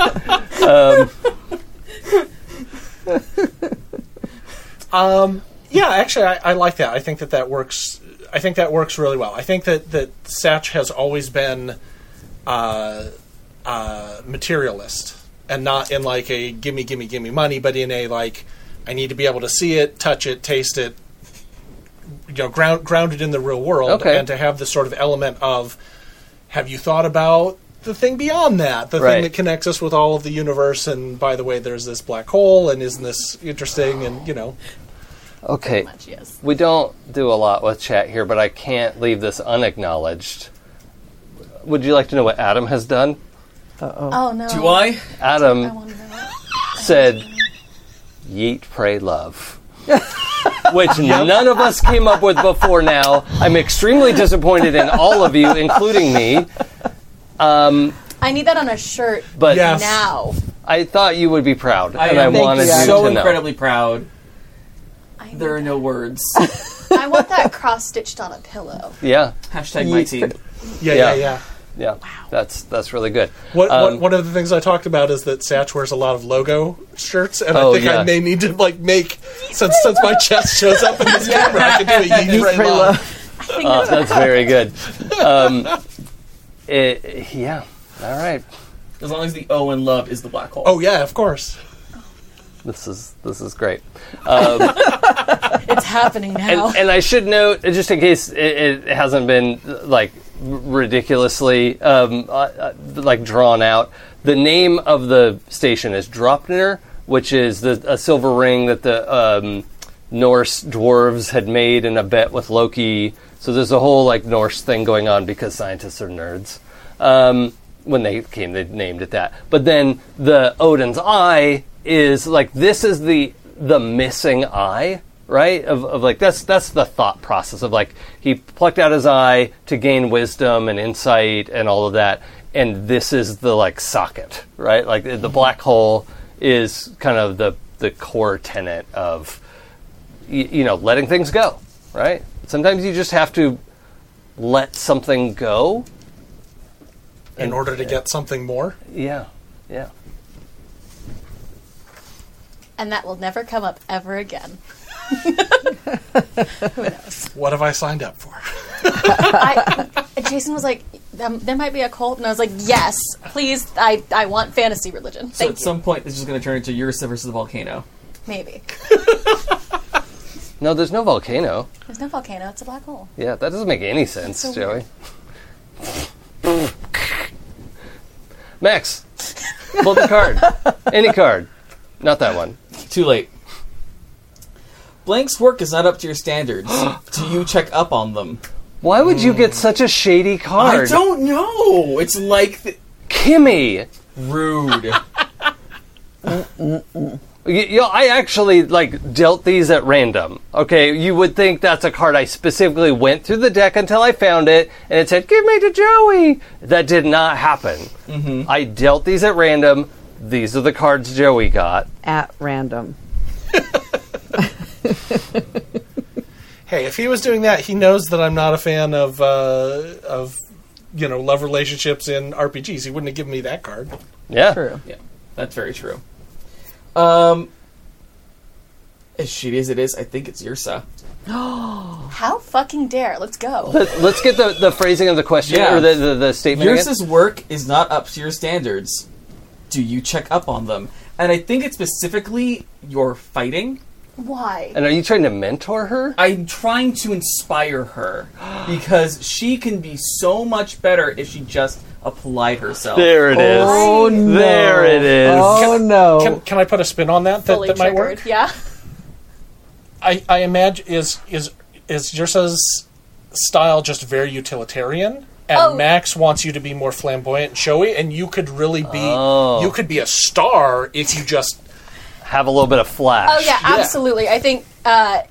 Yeah, actually, I, I like that. I think that that works. I think that works really well. I think that that Satch has always been uh, uh, materialist, and not in like a gimme, gimme, gimme money, but in a like I need to be able to see it, touch it, taste it. You know, ground, grounded in the real world, Okay. and to have this sort of element of have you thought about the thing beyond that the Right. thing that connects us with all of the universe and by the way there's this black hole and isn't this interesting and you know Okay, Much, yes. we don't do a lot with chat here, but I can't leave this unacknowledged. Would you like to know what Adam has done? Oh no. Do I? I Adam wanna know. said, "Yeet, pray, [laughs] love." Which none of us came up with before now. I'm extremely disappointed in all of you, including me. Um, I need that on a shirt but Yes. now. I thought you would be proud, I and I am wanted you so to know. incredibly proud. I, There are need [laughs] no words. that. I want that cross stitched on a pillow. Yeah, Hashtag my team. yeah Yeah. yeah yeah yeah. That's that's really good. What, Um, what, one of the things I talked about is that Satch wears a lot of logo shirts, and Oh, I think yeah. I may need to like make since since my chest shows up in [laughs] this camera, I can do a yeet pray, pray, love. [laughs] Oh, that's very good. Um, it, yeah. All right. As long as the O in love is the black hole. Oh yeah, of course. This is this is great. Um, [laughs] It's happening now. And, and I should note, uh, just in case it, it hasn't been like r- ridiculously um, uh, uh, like drawn out, the name of the station is Dropner, which is the a silver ring that the um, Norse dwarves had made in a bet with Loki. So there's a whole like Norse thing going on because scientists are nerds. Um, when they came, they named it that. But then the Odin's eye is like this is the the missing eye right? Of, of like that's that's the thought process of like he plucked out his eye to gain wisdom and insight and all of that, and this is the like socket, right? Like the, the black hole is kind of the the core tenet of y- you know letting things go, right? Sometimes you just have to let something go. In order to get something more, Yeah, yeah. and that will never come up ever again. what have I signed up for? [laughs] I, Jason was like, um, "There might be a cult," and I was like, "Yes, please. I, I want fantasy religion. so Thank at you. some point, this is going to turn into Eurus versus the volcano. Maybe No, there's no volcano. there's no volcano. It's a black hole. Yeah, that doesn't make any sense, so Joey. [laughs] Max, pull the card. Any card. Not that one. Too late. Blank's work is not up to your [gasps] standards. Do you check up on them? Why would you get such a shady card? I don't know. It's like the- [laughs] Kimmy! rude. Y- yo, I actually like dealt these at random. Okay, you would think that's a card I specifically went through the deck until I found it, and it said, "Give me to Joey." That did not happen. I dealt these at random. These are the cards Joey got. at random. Hey, if he was doing that, he knows that I'm not a fan of uh, of you know love relationships in RPGs. He wouldn't have given me that card. Yeah, True. Yeah, that's very true. Um, as shitty as it is, I think it's Yursa. How fucking dare? Let's go. Let, us get the, the phrasing of the question Yeah. or the the, the statement. again. Yursa's work is not up to your standards. Do you check up on them? And I think it's specifically your fighting. Why? And are you trying to mentor her? I'm trying to inspire her because she can be so much better if she just applied herself. it is. Oh, no. There it is. Oh no. Can, can I put a spin on that? That, Fully that might triggered. work. Yeah. I, I imagine is is is Yursa's style just very utilitarian, and Oh. Max wants you to be more flamboyant and showy, and you could really be Oh. you could be a star if you just Have a little bit of flash. Oh yeah, absolutely. I think uh,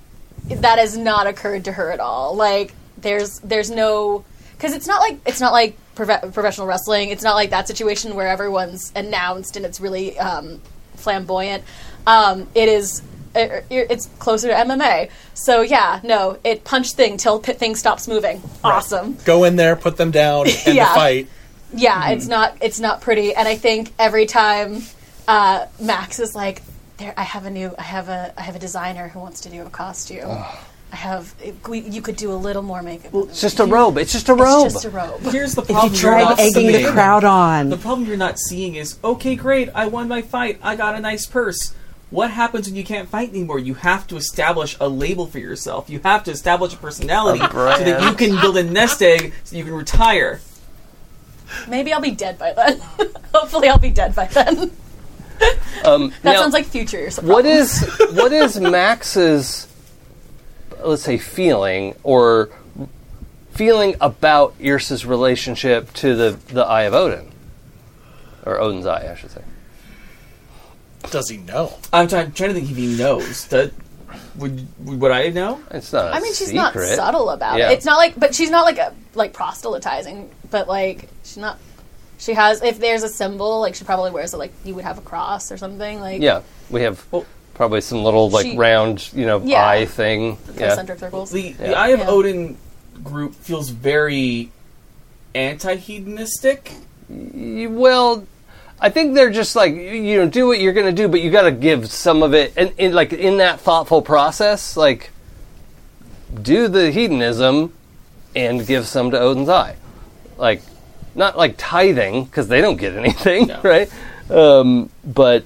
that has not occurred to her at all. Like there's there's no because it's not like it's not like prof- professional wrestling. It's not like that situation where everyone's announced and it's really um, flamboyant. Um, it is. it- It's closer to MMA, so yeah, no, it punch thing till p- thing stops moving. Awesome, go in there, put them [laughs] down, and Yeah. the fight. yeah, Mm-hmm. it's not it's not pretty, and I think every time uh, Max is like, "There, I have a new, I have a, I have a designer who wants to do a costume. I have, we, you could do a little more makeup. It's just a robe. It's just a robe. It's just a robe. Oh, Here's the problem. he you're tried not egging the seeing. crowd The on. problem you're not seeing is okay, great, I won my fight, I got a nice purse. What happens when you can't fight anymore? You have to establish a label for yourself. You have to establish a personality A so that you brand. can build a nest egg so you can retire. [laughs] Maybe I'll be dead by then. [laughs] Hopefully, I'll be dead by then. [laughs] that Um, now, sounds like future or something. what is what is Max's let's say feeling or feeling about Irsa's relationship to the the Eye of Odin or Odin's Eye, I should say. Does he know? I'm trying, trying to think if he knows. That, would, would I know? It's not. I I mean, she's secret. not subtle about Yeah. it. It's not like, but she's not like a like proselytizing. But like, she's not. She has. If there's a symbol, like she probably wears it. Like you would have a cross or something. Like Yeah, we have Well- probably some little like She- round, you know, Yeah. eye thing. Yeah. concentric circles. The, the Eye of Yeah. Odin group feels very anti hedonistic. You- Well, I think they're just like y- you know, do what you're going to do, but you got to give some of it, and, and like in that thoughtful process, like do the hedonism and give some to Odin's eye, like not like tithing because they don't get [laughs] anything, No. right? Um, but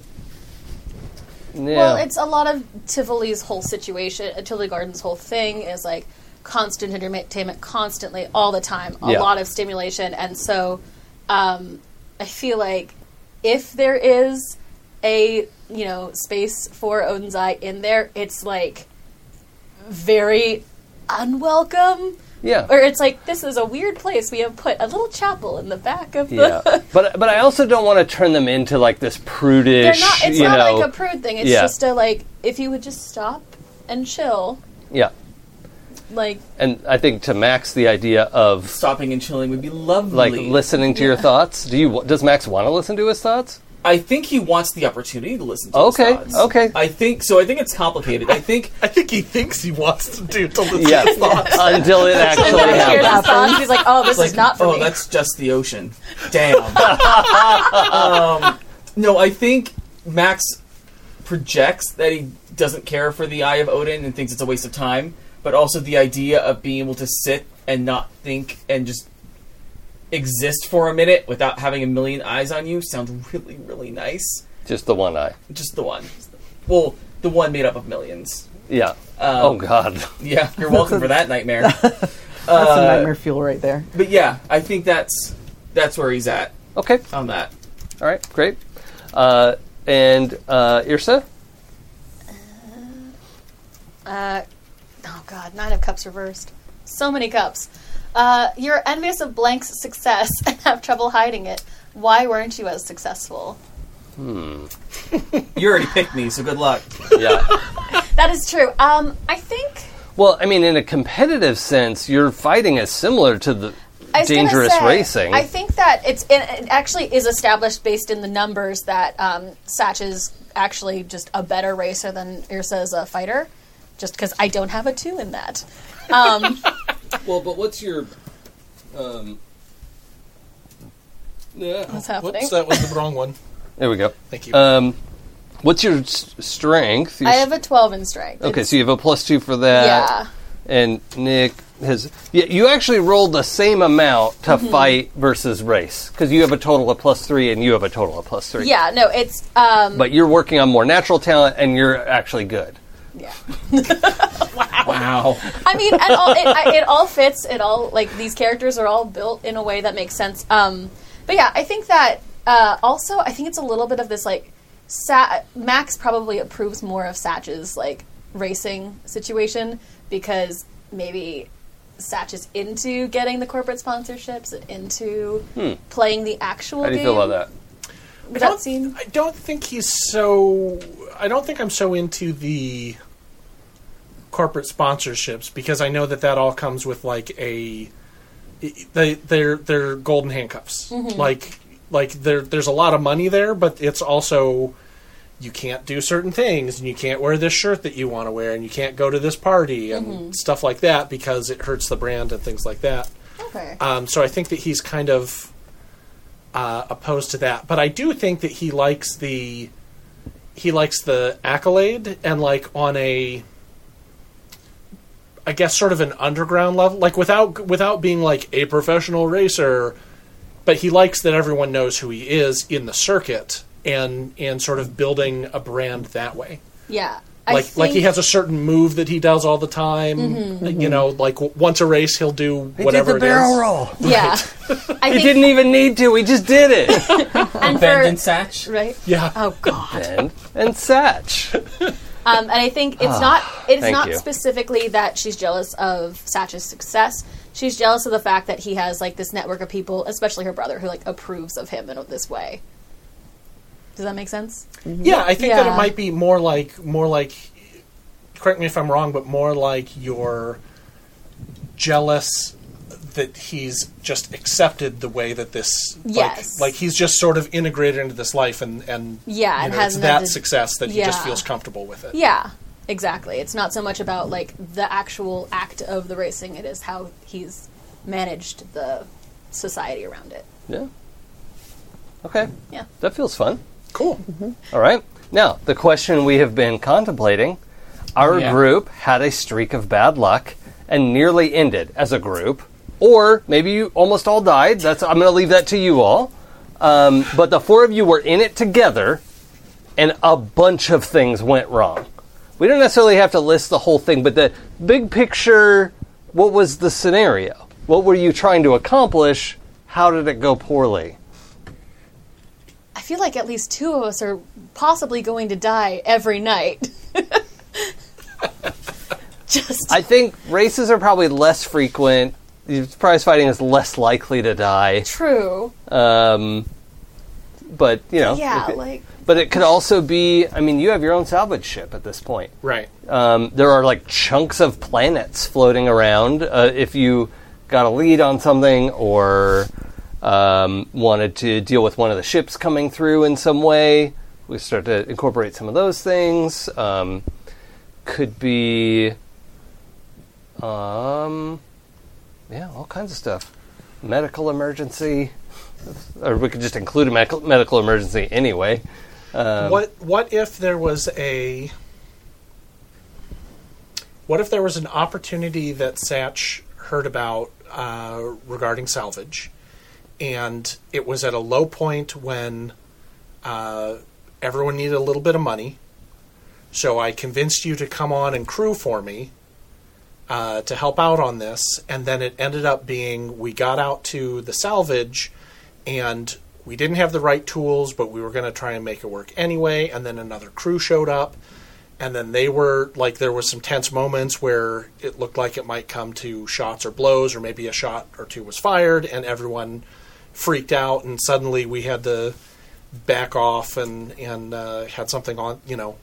yeah. Well, it's a lot of Tivoli's whole situation, uh, Tivoli Garden's whole thing is like constant entertainment, constantly, all the time, a Yeah. lot of stimulation. And so um, I feel like if there is a, you know, space for Odin's Eye in there, it's like very unwelcome. yeah. Or it's like, this is a weird place. We have put a little chapel in the back of the. [laughs] yeah, [laughs] but but I also don't want to turn them into like this prudish. They're not. It's you not know, like a prude thing. It's yeah. just a like if you would just stop and chill, Yeah, like and I think to Max the idea of Stopping and chilling would be lovely. like listening to your thoughts. Do you does Max want to listen to his thoughts? I think he wants the opportunity to listen to Okay, his thoughts. okay. I think so. I think it's complicated. I think I think he thinks he wants to do to listen Yeah. [laughs] to his thoughts. Until it and actually then he hears happens. his thoughts. He's like, oh, this like, is not for oh, me. that's just the ocean. Damn. um, no, I think Max projects that he doesn't care for the Eye of Odin and thinks it's a waste of time, but also the idea of being able to sit and not think and just exist for a minute without having a million eyes on you sounds really, really nice. Just the one eye. Just the one. Well, the one made up of millions. Yeah. Um, oh God. Yeah, you're welcome for that nightmare. That's Uh, some nightmare fuel right there. But yeah, I think that's that's where he's at Okay. on that. All right. Great. Uh, and uh, Irsa. Uh, oh god, nine of cups reversed. So many cups. Uh, you're [laughs] envious of blank's success and have trouble hiding it. Why weren't you as successful? You already picked me, so good luck. Yeah. That is true. Um, I think well, I mean, in a competitive sense, your fighting is similar to the I was gonna dangerous say, racing. I think that it's it, it actually is established based in the numbers that um, Satch is actually just a better racer than Irsa is a fighter. Just because I don't have a two in that. Um, Well, but what's your. Um, yeah. what's happening? Whoops, that was the wrong one. there we go. Thank you. Um, what's your s- strength? Your I have a twelve in strength. Okay, It's- so you have a plus two for that. Yeah. And Nick has. Yeah, you actually rolled the same amount to Mm-hmm. fight versus race because you have a total of plus three and you have a total of plus three. yeah, no, it's um, But you're working on more natural talent and you're actually good. [laughs] yeah. Wow. I mean, and all, it, I- it all fits. It all like these characters are all built in a way that makes sense. Um, but yeah, I think that uh, also I think it's a little bit of this like Sa- Max probably approves more of Satch's like racing situation because maybe Satch is into getting the corporate sponsorships and into playing the actual. Hmm. How do you feel about that? that? I don't- That scene. I don't think he's so. I don't think I'm so into the corporate sponsorships because I know that that all comes with like a they they're they're golden handcuffs. Mm-hmm. Like like there there's a lot of money there, but it's also you can't do certain things and you can't wear this shirt that you want to wear and you can't go to this party and Mm-hmm. stuff like that because it hurts the brand and things like that. Okay. Um, so I think that he's kind of uh, opposed to that, but I do think that he likes the he likes the accolade and like on a I guess sort of an underground level, like without without being like a professional racer, but he likes that everyone knows who he is in the circuit and and sort of building a brand that way yeah. I like like he think- Mm-hmm. has a certain move that he does all the time. You know, like w- once a race he'll do whatever he did the barrel it is. roll. Yeah. [laughs] I He think, didn't even need to. He just did [laughs] it. and Bend and for, Satch. right? Yeah, Oh God. and, and Satch. Um, and I think it's not it is Ah, thank not you. specifically that she's jealous of Satch's success. She's jealous of the fact that he has like this network of people, especially her brother, who like approves of him in this way. Does that make sense? yeah. I think that Yeah. it might be more like more like. Correct me if I'm wrong, but more like you're jealous that he's just accepted the way that this. like- Yes. Like, he's just sort of integrated into this life, and and Yeah, you and know, has it's no that dis- success that he just Yeah. feels comfortable with it. Yeah, exactly. It's not so much about like the actual act of the racing; it is how he's managed the society around it. Yeah. Okay. Yeah. That feels fun. Cool. All right. Now, the question we have been contemplating our Yeah. group had a streak of bad luck and nearly ended as a group. Or maybe you almost all died. That's I'm going to leave that to you all. Um, but the four of you were in it together, and a bunch of things went wrong. We don't necessarily have to list the whole thing, but the big picture what was the scenario? What were you trying to accomplish? How did it go poorly? I feel like at least two of us are possibly going to die every night. [laughs] Just I think races are probably less frequent. Prize fighting is less likely to die. true. Um, but you know, Yeah, if it- like- But it could also be. I mean, you have your own salvage ship at this point. Right. Um, there are like chunks of planets floating around. Uh, if you got a lead on something or um, wanted to deal with one of the ships coming through in some way, we start to incorporate some of those things. Um, could be, um, yeah, all kinds of stuff. Medical emergency, or we could just include a medical, medical emergency anyway. what what if there was a what if there was an opportunity that Satch heard about uh, regarding salvage, and it was at a low point when uh, everyone needed a little bit of money, so I convinced you to come on and crew for me uh, to help out on this, and then it ended up being we got out to the salvage and we didn't have the right tools, but we were going to try and make it work anyway. And then another crew showed up, and then they were like, there was some tense moments where it looked like it might come to shots or blows, or maybe a shot or two was fired, and everyone freaked out, and suddenly we had to back off and and uh, had something on you know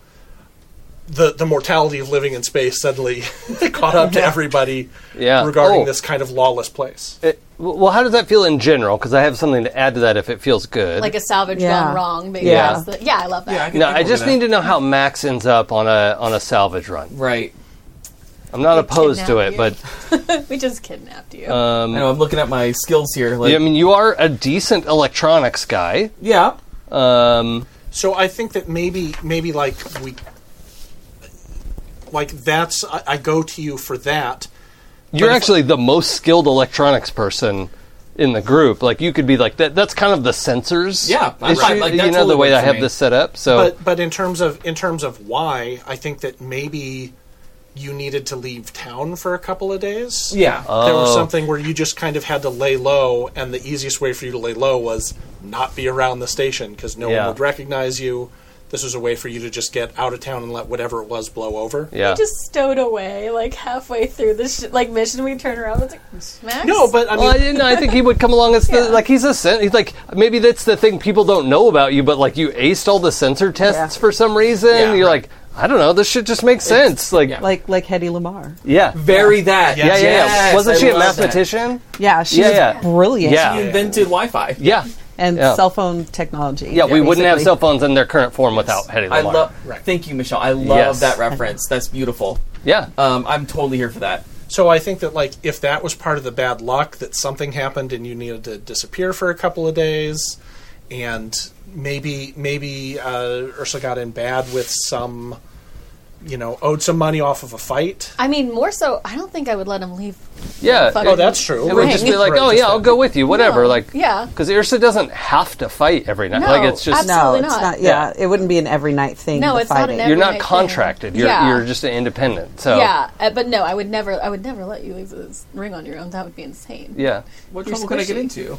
the the mortality of living in space suddenly [laughs] caught up to everybody Yeah. regarding Oh. this kind of lawless place. It, well, how does that feel in general? Because I have something to add to that if it feels good. Like a salvage Yeah. gone wrong. Maybe Yeah. that's the- yeah, I love that. Yeah, I can no, think I over just that. need to know how Max ends up on a on a salvage run. Right. I'm not opposed to it, kidnap but we just kidnapped you. Uh, I know I'm looking at my skills here. Like, I mean, you are a decent electronics guy. yeah. Um, So I think that maybe maybe like we like that's I, I go to you for that. you're if- actually the most skilled electronics person in the group. Like you could be like that. That's kind of the sensors. Yeah, I'm issue, right. Like, that you know totally the way works I for have me. this set up. So But but in terms of in terms of why, I think that maybe you needed to leave town for a couple of days. Yeah. Uh, There was Oh. something where you just kind of had to lay low, and the easiest way for you to lay low was not be around the station because no Yeah. one would recognize you. This was a way for you to just get out of town and let whatever it was blow over. yeah, just stowed away like halfway through this sh- like mission. We turn around. It's like Max. No, but I mean, Well, I didn't. I think he would come along as the, like he's a sen- he's like maybe that's the thing people don't know about you, but like you aced all the sensor tests Yeah. for some reason. Yeah, You're right. like, I don't know, this shit just makes sense. Like, yeah, like like Hedy Lamar. yeah, Very that. yeah, yeah. Yes, Wasn't I she a love that. mathematician? Yeah, she's Yeah, yeah. brilliant. Yeah. Invented Wi-Fi. Yeah, and Yeah. cell phone technology. yeah. we wouldn't have basically. cell phones in their current form without Hedy I Lamarr. love. Right. Thank you, Michelle. I love Yes. that reference. That's beautiful. yeah, Um, I'm totally here for that. so I think that like if that was part of the bad luck that something happened and you needed to disappear for a couple of days, and maybe maybe uh, Ursula got in bad with some, you know, owed some money off of a fight. I mean more so. I don't think I would let him leave. yeah. Fuck. Oh, that's true. It would just be like, Right, oh just yeah, I'll that. go with you, whatever. No. Like, Yeah. because Ursa doesn't have to fight every night. No, like, it's just No, Absolutely it's not. not. yeah, it wouldn't be an every night thing. No, the it's not an fighting. every- you're not night thing. contracted. You're Yeah. you're just an independent. So Yeah, uh, but no, I would never. I would never let you leave this ring on your own. That would be insane. yeah. What You're trouble could I get squishy. into?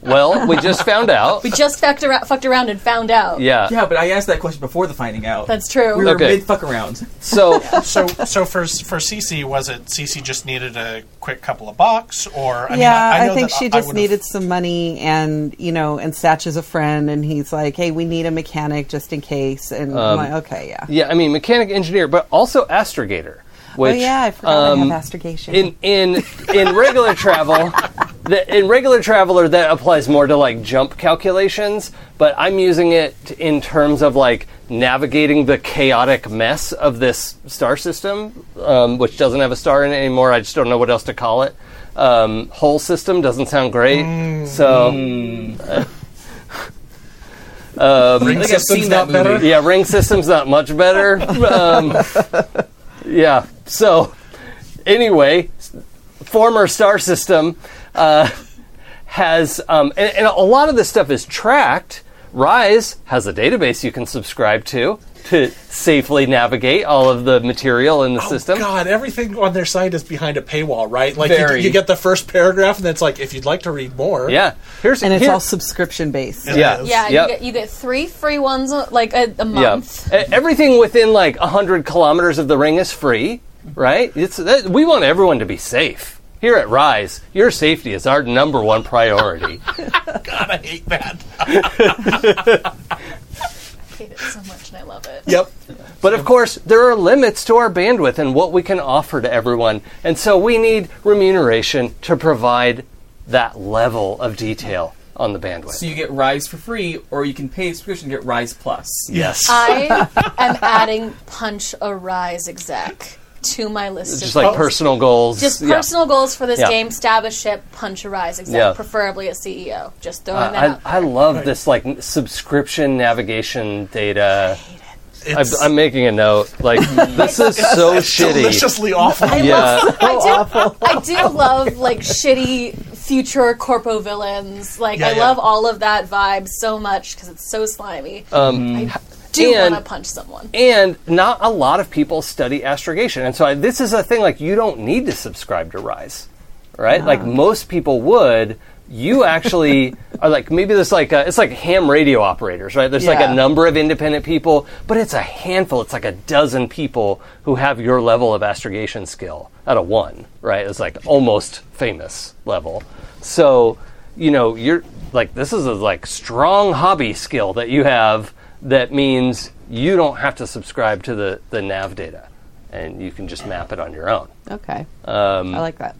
Well, we just found out. We just fucked around, fucked around and found out. Yeah. Yeah, but I asked that question before the finding out. That's true. We were Okay. mid fuck around. So So, [laughs] so for for Cece, was it Cece just needed a quick couple of bucks, or I mean, yeah, I, I, know think that she I just would've- needed some money, and you know, and Satch is a friend, and he's like, "Hey, we need a mechanic just in case." And I'm like, "Okay, yeah, Um, Yeah, I mean mechanic engineer, but also astrogator. Which, oh yeah, I forgot um, I have astrogation." in in in regular travel, the, in regular traveler that applies more to like jump calculations, but I'm using it in terms of like navigating the chaotic mess of this star system, um, which doesn't have a star in it anymore. I just don't know what else to call it. Um, whole system doesn't sound great, so. I think I've seen that movie. Yeah, ring system's not much better. Um, yeah. So, anyway, s- former star system uh, has, um, and, and a lot of this stuff is tracked. Rise has a database you can subscribe to to safely navigate all of the material in the system. Oh, God, everything on their site is behind a paywall, right? Like you, Very. you get the first paragraph, and then it's like, if you'd like to read more, Yeah. Here's and it's here- all subscription based. yeah. Yeah, Yep. you, get, you get three free ones uh, like a, Yeah. a month. E- Everything within like 100 kilometers of the ring is free, right? It's that, we want everyone to be safe. Here at Rise, your safety is our number one priority. God, I hate that. I hate it so much and I love it. Yep. but of course, there are limits to our bandwidth and what we can offer to everyone. And so we need remuneration to provide that level of detail on the bandwidth. So you get Rise for free, or you can pay a subscription to get Rise Plus. Yes. Uh, I am adding punch a rise exec to my list. of just like goals. personal goals. Oh, just yeah. personal goals for this Yeah. game. Stab a ship, punch a rise exec, Yeah. Uh, preferably a CEO. Just throwing that I, [laughs] out. I love this like n- subscription navigation data. I It's- I'm making a note. Like this is so shitty. Deliciously awful. I Yeah. love, I do, I do love like shitty future corpo villains. Like Yeah, I yeah. love all of that vibe so much because it's so slimy. I do Um, and- want to punch someone. And not a lot of people study astrogation, and so I, this is a thing. Like you don't need to subscribe to Rise, right? Like most people would. You actually are like maybe there's like a, it's like ham radio operators, right? There's like Yeah. a number of independent people, but it's a handful. It's like a dozen people who have your level of astrogation skill out of one, right? It's like almost famous level. So you know, you're like this is a like strong hobby skill that you have that means you don't have to subscribe to the the nav data, and you can just map it on your own. Okay. Um, I like that.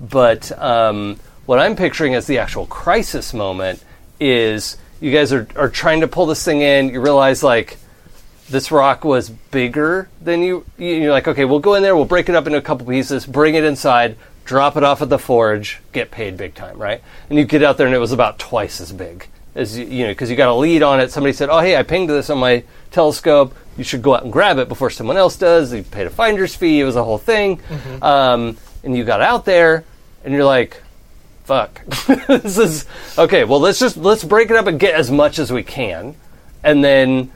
But um, what I'm picturing as the actual crisis moment is you guys are, are trying to pull this thing in. You realize like this rock was bigger than you. you- You're like, okay, we'll go in there. We'll break it up into a couple pieces. Bring it inside. Drop it off at the forge. Get paid big time, right? And you get out there, and it was about twice as big as you, you know because you got a lead on it. Somebody said, oh hey, I pinged this on my telescope. You should go out and grab it before someone else does. You paid a finder's fee. It was a whole thing. Um, and you got out there, and you're like, fuck [laughs] this is okay well let's just let's break it up and get as much as we can and then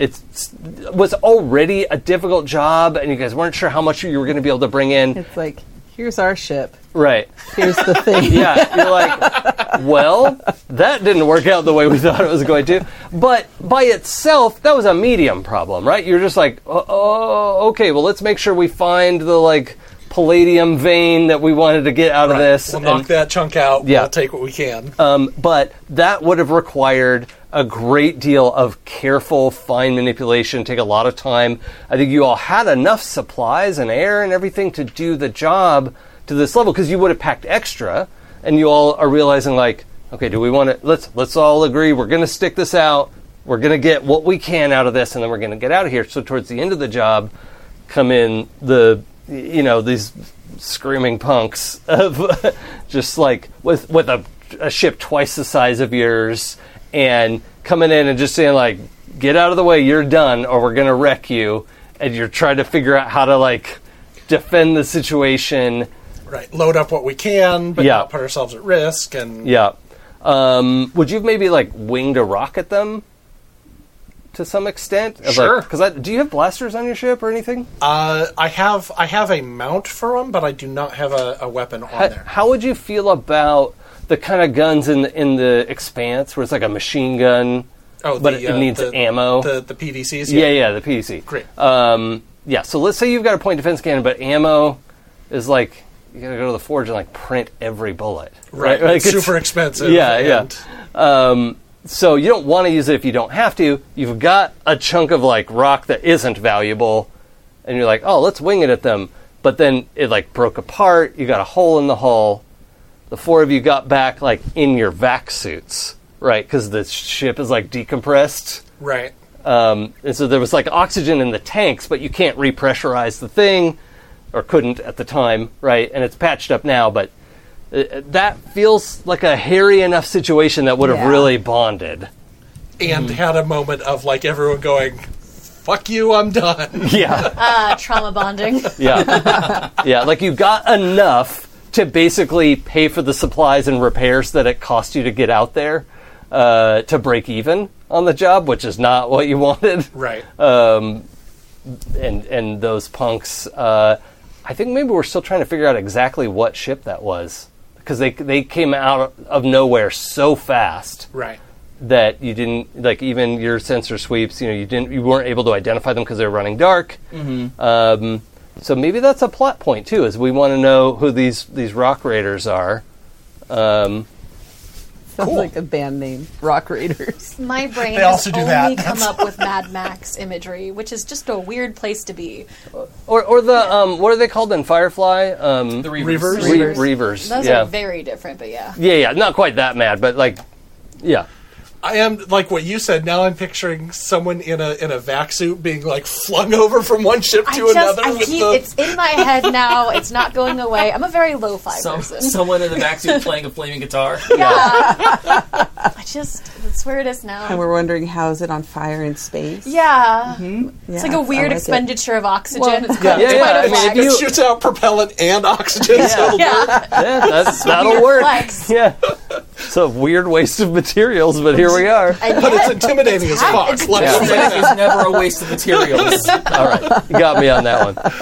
it's was already a difficult job and you guys weren't sure how much you were going to be able to bring in [laughs] It's like, here's our ship. right Here's [laughs] the thing. [laughs] yeah you're like well that didn't work out the way we thought it was going to but by itself that was a medium problem right you're just like oh, oh okay well let's make sure we find the like palladium vein that we wanted to get out of this We'll and- knock that chunk out. Yeah. We'll take what we can. Um, but that would have required a great deal of careful, fine manipulation, take a lot of time. I think you all had enough supplies and air and everything to do the job to this level because you would have packed extra, and you all are realizing like, okay, do we want to? Let's let's all agree we're going to stick this out. We're going to get what we can out of this, and then we're going to get out of here. So towards the end of the job, come in the you know these screaming punks [laughs] of just like with with a, a ship twice the size of yours and coming in and just saying like get out of the way you're done or we're gonna wreck you and you're trying to figure out how to like defend the situation Right. Load up what we can, but Yeah. not put ourselves at risk. And yeah um, would you have maybe like winged a rock at them to some extent Sure. because do you have blasters on your ship or anything uh, I have I have a mount for them, but I do not have a, a weapon on How- there. How would you feel about the kind of guns in the, in the expanse where it's like a machine gun, Oh, but the, it uh, needs the- ammo? The the PDCs. yeah, yeah, the PC. Great. Um, yeah, so let's say you've got a point defense cannon, but ammo is like you gotta go to the forge and like print every bullet. Right. Like, it's it's- super expensive. Yeah, and- yeah. Um, so you don't want to use it if you don't have to. You've got a chunk of like rock that isn't valuable, and you're like, oh, let's wing it at them. But then it like broke apart. You got a hole in the hull. The four of you got back like in your vac suits, right? Because the ship is like decompressed. Right. Um, and so there was like oxygen in the tanks, but you can't repressurize the thing, or couldn't at the time, right? And it's patched up now, but uh, uh, that feels like a hairy enough situation that would have Yeah. really bonded. [laughs] And had a moment of like everyone going, "Fuck you, I'm done." Yeah, Uh, trauma bonding. [laughs] yeah, [laughs] yeah. Like you got enough to basically pay for the supplies and repairs that it cost you to get out there uh, to break even on the job, which is not what you wanted. right. um, and and those punks. Uh, I think maybe we're still trying to figure out exactly what ship that was because they they came out of nowhere so fast [laughs] right. that you didn't like even your sensor sweeps. You know, you didn't you weren't able to identify them because they were running dark. Um, so maybe that's a plot point too, is we want to know who these these rock raiders are. Um, Sounds like a band name, Rock Raiders. My brain They has also do only that. come up with Mad Max imagery, which is just a weird place to be. or or the um, what are they called in Firefly? Um, The Reavers. Re- Reavers. Those yeah. are very different, but yeah. Yeah, yeah, not quite that mad, but like, [laughs] yeah, I am like what you said. Now I'm picturing someone in a in a vac suit being like flung over from one ship to I just, another. I with keep, the, it's in my head now. It's not going away. I'm a very lo-fi Some, person. someone in the backseat playing a flaming guitar. I just, that's where it is And now. we're wondering how is it on fire in space? Yeah. It's like Yeah, a I weird like it. expenditure of oxygen. yeah, it's called yeah, quite a I mean, flex. if you- it shoots out propellant and oxygen. So [laughs] yeah. yeah that's, that'll Weird work. [laughs] flex. Yeah, it's a weird waste of materials, but here we are. And but it's yet, intimidating as hap- fuck. it's- Let's Yeah. say that. That is never a waste of materials. All right, you got me on that one.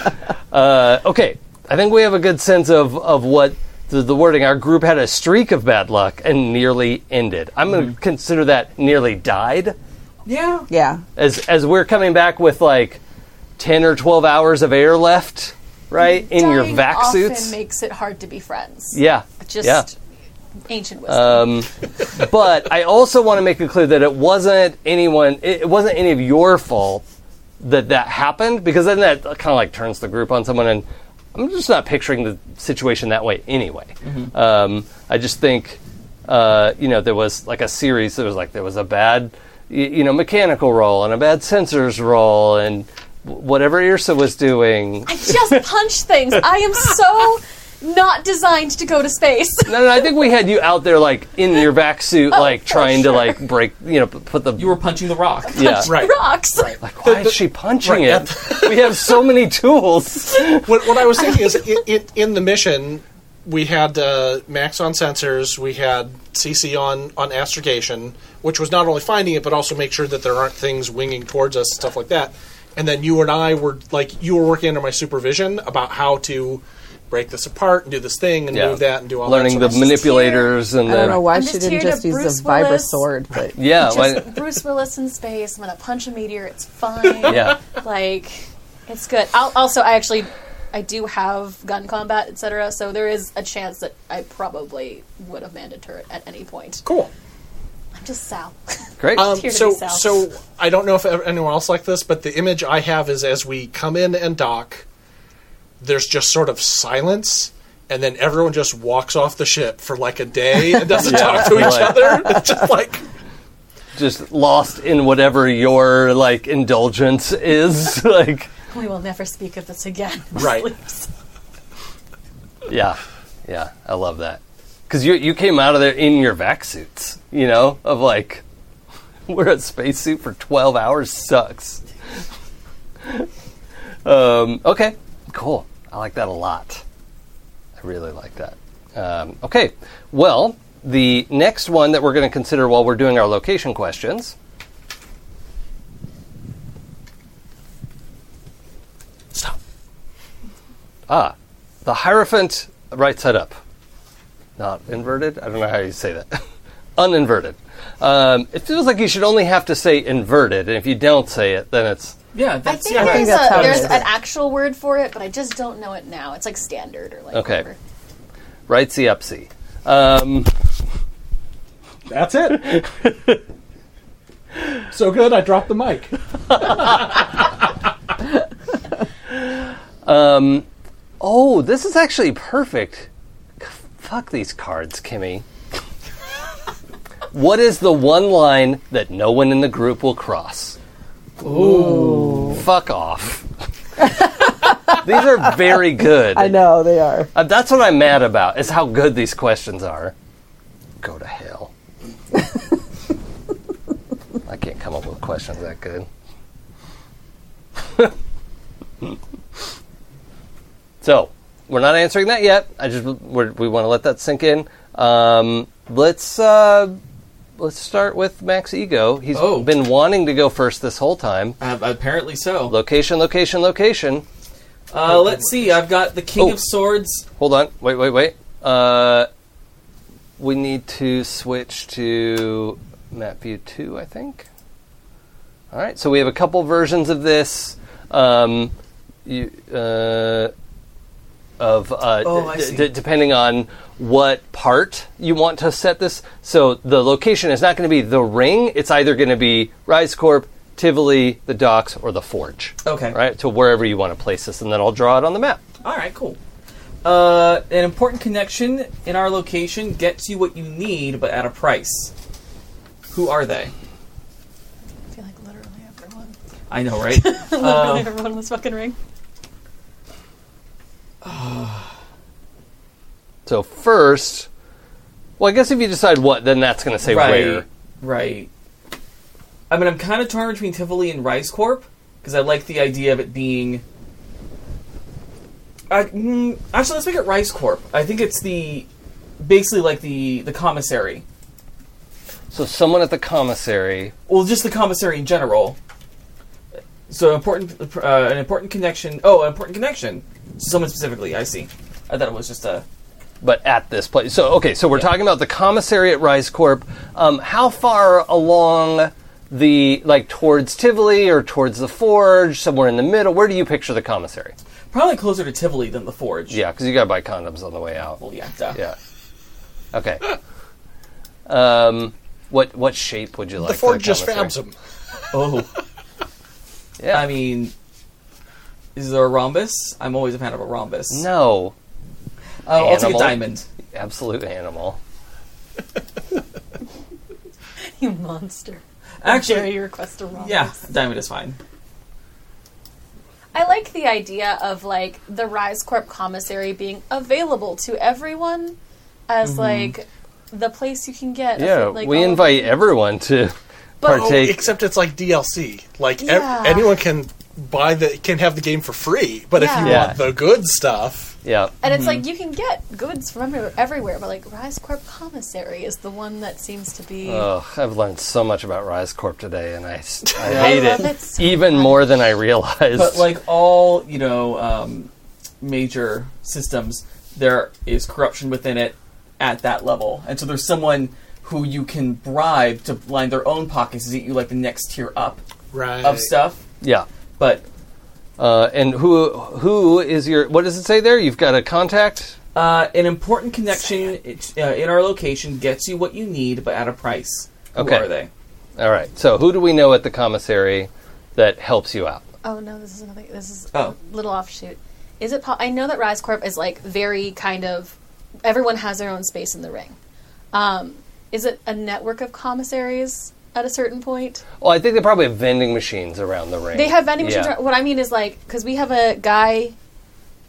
Uh, okay, I think we have a good sense of of what the, the wording. Our group had a streak of bad luck and nearly ended. I'm going to consider that nearly died. Yeah. Yeah. as as we're coming back with like 10 or 12 hours of air left right in your dying vac often suits makes it hard to be friends. yeah Just yeah Um, Ancient wisdom. but I also want to make it clear that it wasn't anyone. It it wasn't any of your fault that that happened because then that kind of like turns the group on someone, and I'm just not picturing the situation that way anyway. Mm-hmm. Um, I just think uh, you know there was like a series. There was like there was a bad y- you know mechanical roll and a bad sensors roll and w- whatever Irsa was doing. I just punch things. I am so not designed to go to space. No, no, I think we had you out there like in your [laughs] vac suit, like Oh, for trying sure. to like break you know p- put the You were punching the rock. yeah. [laughs] Right. Rocks. Why is she punching [laughs] it? we have so many tools. What, what I was thinking is, it, it, in the mission, we had uh, Max on sensors, we had CC on on astrogation, which was not only finding it but also make sure that there aren't things winging towards us and stuff like that. And then you and I were like, you were working under my supervision about how to break this apart and do this thing and move that and do all Learning that. the sort of stuff. manipulators and I don't know the why I'm she just didn't here to just use Bruce the vibra Willis. sword, but Uh, [laughs] yeah, Just why- Bruce Willis in space. I'm gonna punch a meteor. It's [laughs] fine. yeah. Like, it's good. I'll, also, I actually, I do have gun combat, etc. So there is a chance that I probably would have manned a turret at any point. Cool. I'm just Sal. [laughs] Great. Um, Here to so, be south. so I don't know if ever- anyone else like this, but the image I have is as we come in and dock, there's just sort of silence, and then everyone just walks off the ship for like a day and doesn't talk to each like- other. [laughs] It's just like Just lost in whatever your like indulgence is. [laughs] like we will never speak of this again. Right. [laughs] Sleeps. yeah. Yeah, I love that. Cuz you you came out of there in your vac suits, you know, of like [laughs] we're a spacesuit for 12 hours sucks. [laughs] um, okay. Cool. I like that a lot. I really like that. Um, okay, well, the next one that we're going to consider while we're doing our location questions. Stop. Ah, the Hierophant right side up. Not inverted? I don't know how you say that. [laughs] Uninverted. Um, it feels like you should only have to say inverted, and if you don't say it, then it's. Yeah, I that's think yeah, there's, right. that's a, how it there's is. an actual word for it, but I just don't know it now. It's like standard or like Okay. whatever. Rightsy upsy. Um, That's it. [laughs] so good, I dropped the mic. oh, this is actually perfect. C- Fuck these cards, Kimmy. what is the one line that no one in the group will cross? Ooh. Fuck off. [laughs] these are very good. I know they are. Uh, that's what I'm mad about, is how good these questions are. Go to hell. I can't come up with questions that good. [laughs] so, we're not answering that yet. I just we're, we want to let that sink in. Um, let's uh, let's start with Max Ego. He's Oh. been wanting to go first this whole time. Uh, apparently so. Location, location, location. Uh, let's see. I've got the King Oh. of Swords. Hold on. Wait, wait, wait. Uh, we need to switch to map view 2, I think. All right. So we have a couple versions of this. Um, you, uh, of uh, Oh, I d- see. d- depending on what part you want to set this. So the location is not going to be the ring. It's either going to be Rise Corp, Tivoli, the docks, or the forge. Okay. Right. To wherever you want to place this, and then I'll draw it on the map. All right, cool. Uh, an important connection in our location gets you what you need, but at a price. Who are they? I feel like literally everyone. I know, right? [laughs] Literally everyone was fucking ring. So first, well, I guess if you decide what, then that's going to say right, where. right. I mean, I'm kind of torn between Tivoli and Rice Corp because I like the idea of it being. I, mm, actually, let's make it Rice Corp. I think it's the basically like the the commissary. So someone at the commissary. Well, just the commissary in general. So important, uh, an important connection. Oh, an important connection. Someone specifically. I see. I thought it was just a. But at this place, so okay, so we're talking about the commissary at Rise Corp. Um, how far along the like towards Tivoli or towards the Forge, somewhere in the middle? Where do you picture the commissary? Probably closer to Tivoli than the Forge. Yeah, because you got to buy condoms on the way out. Well, yeah. Duh. Yeah, Okay. Um, what what shape would you like? the Ford just fabs them. them. Oh. Yeah. I mean, is there a rhombus? I'm always a fan of a rhombus. No, Oh, I'll take a Animal. diamond. absolute animal. [laughs] You monster. Jerry, Actually, you request a wrong. yeah, diamond is fine. I like the idea of like the Rise Corp commissary being available to everyone as like the place you can get. I Yeah, feel like we all of- invite everyone to But- Oh, partake. except it's like DLC. Like ev- Yeah. anyone can buy the can have the game for free, but if you Yeah. want the good stuff, yeah, And it's like you can get goods from everywhere, everywhere, but like Rise Corp commissary is the one that seems to be. Ugh, I've learned so much about Rise Corp today, and I, s- [laughs] I I hate love it, it so even more than I realized. But like all you know, um, major systems, there is corruption within it at that level, and so there's someone who you can bribe to line their own pockets to get you like the next tier up right? of stuff. yeah. But Uh, and who who is your? What does it say there? You've got a contact. uh, an important connection it, uh, in our location gets you what you need, but at a price. Who Okay. are they? All right. So who do we know at the commissary that helps you out? Oh no, this is another. This is Oh. a little offshoot. Is it? Po- I know that Rise Corp is like very kind of. Everyone has their own space in the ring. Um, is it a network of commissaries at a certain point? Well, I think they probably have vending machines around the ring. They have vending machines. Yeah. around- What I mean is like because we have a guy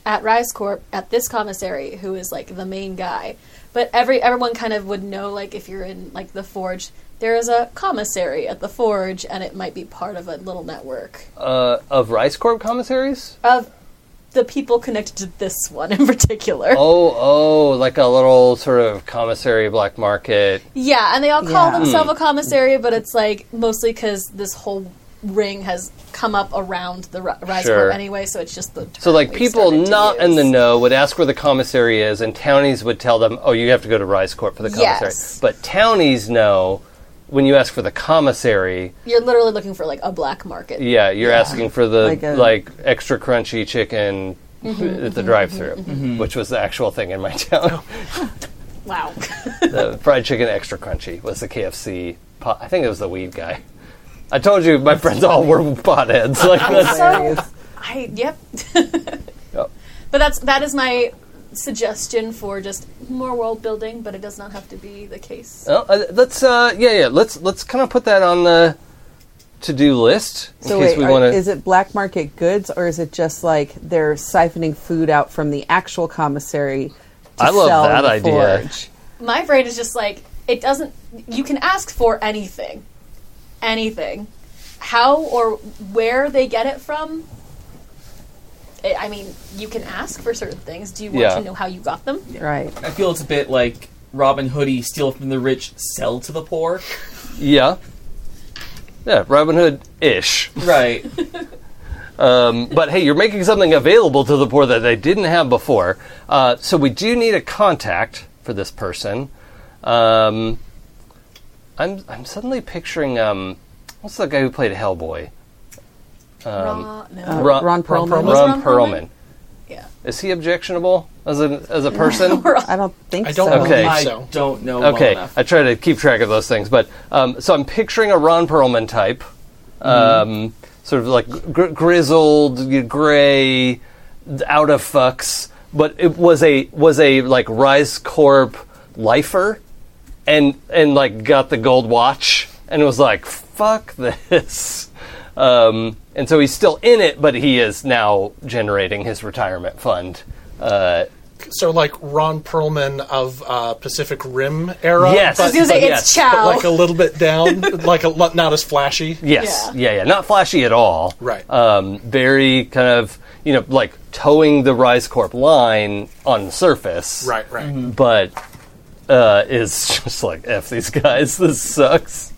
at Rise Corp at this commissary who is like the main guy, but every everyone kind of would know like if you're in like the Forge, there is a commissary at the Forge, and it might be part of a little network uh, of Rice Corp commissaries. of the people connected to this one in [laughs] particular. Oh, oh, like a little sort of commissary black market. Yeah, and they all call Yeah. themselves Hmm. a commissary, but it's like mostly because this whole ring has come up around the ri- Rise Sure. Corp anyway, so it's just the So, term like, we've people started to not in the use. know would ask where the commissary is, and townies would tell them, oh, you have to go to Rice Corp for the commissary. Yes. But townies know when you ask for the commissary, You're literally looking for like a black market. yeah, you're asking for the, like, Like a- extra crunchy chicken at the drive thru, which was the actual thing in my [laughs] town. [laughs] Wow. the fried chicken extra crunchy was the KFC. Pot. I think it was the weed guy. I told you my friends all were potheads. [laughs] Like that's, so, I yep. Yep. [laughs] But that's that is my suggestion for just more world building, but it does not have to be the case. Oh, uh, let's uh, yeah yeah let's let's kind of put that on the to do list in So case wait, we are- want is it black market goods or is it just like they're siphoning food out from the actual commissary? To I love sell in that the idea. Forge? My brain is just like it doesn't. You can ask for anything, anything. How or where they get it from. I I mean, you can ask for certain things. Do you want Yeah. to know how you got them? Right. I feel it's a bit like Robin Hoodie steal from the rich, sell to [laughs] the poor. yeah yeah Robin Hood ish. Right. Um, but hey, you're making something available to the poor that they didn't have before. Uh, so we do need a contact for this person. Um, I'm I'm suddenly picturing um, what's the guy who played Hellboy? Um, Ra- no. Uh, Ron- Ron, Perlman. Ron, Was Perlman. Ron Perlman? Yeah. Is he objectionable as a as a [laughs] person? I don't think I don't so. Okay. I So. don't know. Well okay, enough. I try to keep track of those things. But um, so I'm picturing a Ron Perlman type, um, Mm-hmm. sort of like gr- grizzled, y- gray, out of fucks. But it was a was a like Rise Corp lifer, and and like got the gold watch and was like fuck this. Um, and so he's still in it, but he is now generating his retirement fund. Uh, So like Ron Perlman of uh, Pacific Rim era. Yes. but, I was gonna say But it's yes, but Chow. like a little [laughs] bit down, like a lot not as flashy. Yes. Yeah. Yeah. yeah, Not flashy at all. Right. Um, very kind of, you know, like towing the Rise Corp line on the surface. Right, right. But uh, is [laughs] just like, F these guys, this sucks.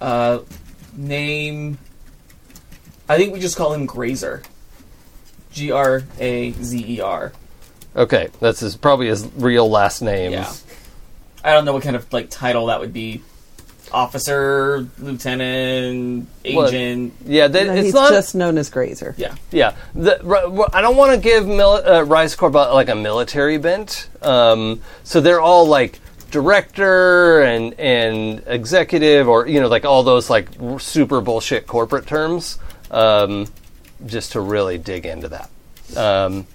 Uh, name. I think we just call him Grazer. G R A Z E R. Okay. That's his, probably his real last name. Yeah. I don't know what kind of like title that would be. officer, lieutenant, Well, agent. Yeah, that, No, it's he's not. just known as Grazer. yeah. yeah, the, r- r- I don't want to give mil- uh, Rise Corp a, like a military bent. Um, so they're all like director and and executive, or you know, like all those like r- super bullshit corporate terms. Um, just to really dig into that. Um,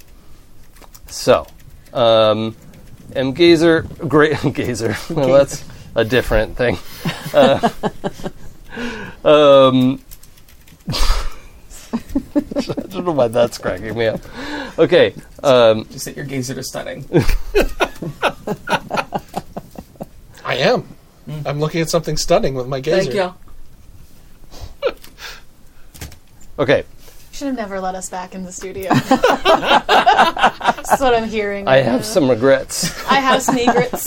so, um, M. Gazer, great Gazer. [laughs] well, that's a different thing. Uh, [laughs] um, I don't know why that's cracking me up. Okay, um, Just sit your gazer to [laughs] stunning. I am. Mm-hmm. I'm looking at something stunning with my gazer. Thank you. okay. Should have never let us back in the studio. That's what I'm hearing. I have some regrets. I have [laughs] sneagrets.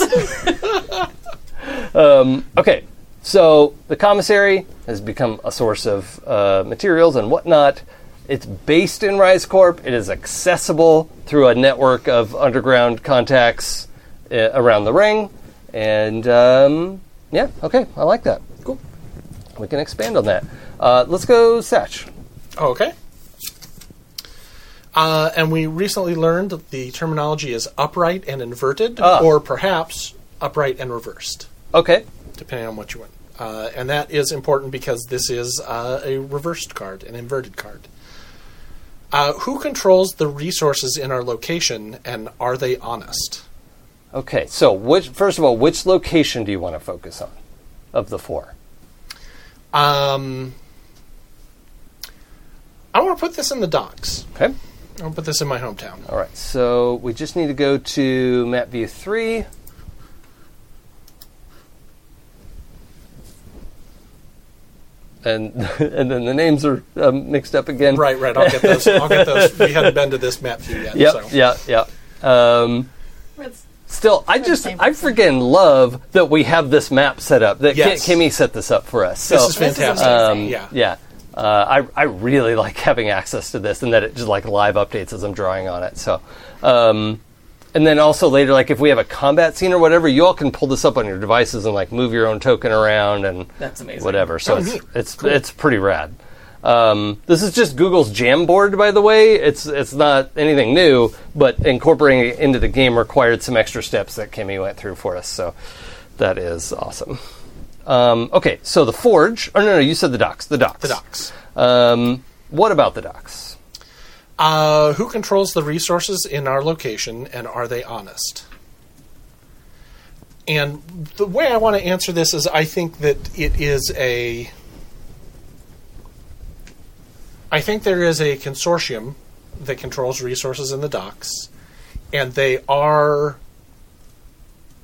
Okay, so the commissary has become a source of uh, materials and whatnot. It's based in Rise Corp. It is accessible through a network of underground contacts uh, around the ring, and um, yeah, okay, I like that. Cool. We can expand on that. Uh, let's go, Satch. Oh, okay. Uh, and we recently learned that the terminology is upright and inverted, Ah. or perhaps upright and reversed, Okay. depending on what you want. Uh, and that is important because this is uh, a reversed card, an inverted card. Uh, who controls the resources in our location, and are they honest? Okay, so which first of all, which location do you want to focus on of the four? Um, I want to put this in the docks. Okay. I want to put this in my hometown. All right. So we just need to go to map view 3. And [laughs] and then the names are um, mixed up again. Right, right. I'll get those. I'll get those. We haven't been to this map view yet. Yep. so. Yeah, yeah. Um [laughs] It's- Still, I the just same I person. freaking love that we have this map set up. That Ki- Yes. Kimmy set this up for us. So um, This is This is fantastic. amazing. yeah. yeah. Uh, I I really [laughs] like having access to this, and that it just like live updates as I'm drawing on it. So, um, and then also later, like if we have a combat scene or whatever, you all can pull this up on your devices and like move your own token around and That's amazing. whatever. So Oh, it's neat. it's, it's pretty rad. Um, this is just Google's Jamboard, by the way. It's it's not anything new, but incorporating it into the game required some extra steps that Kimmy went through for us. So that is awesome. Um, okay, so the forge. Oh no, no, you said the docks. The docks. The docks. Um, what about the docks? Uh, who controls the resources in our location, and are they honest? And the way I want to answer this is, I think that it is a. I think there is a consortium that controls resources in the docks, and they are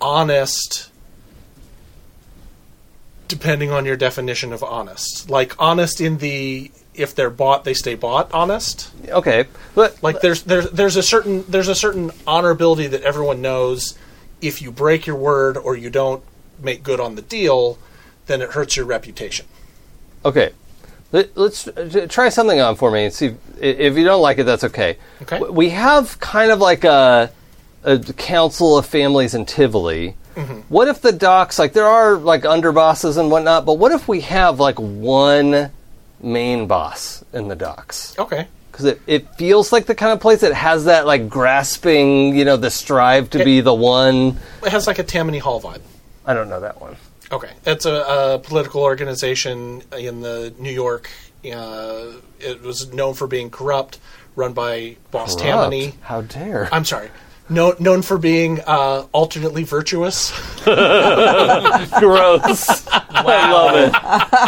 honest depending on your definition of honest. Like honest in the if they're bought they stay bought honest. Okay, but Like there's there's there's a certain there's a certain honorability that everyone knows if you break your word or you don't make good on the deal, then it hurts your reputation. Okay. Let, let's uh, try something on for me and see if, if you don't like it. That's okay. Okay. W- We have kind of like a, a council of families in Tivoli. Mm-hmm. What if the docs like there are like underbosses and whatnot, but what if we have like one main boss in the docs? Okay. Because it, it feels like the kind of place that has that like grasping, you know, the strive to It- be the one. It has like a Tammany Hall vibe. I don't know that one. Okay, that's a, a political organization in the New York. Uh, it was known for being corrupt, run by Boss Tammany. Corrupt. How dare? I'm sorry, no, known for being uh, alternately virtuous. [laughs] gross. [laughs] I love it.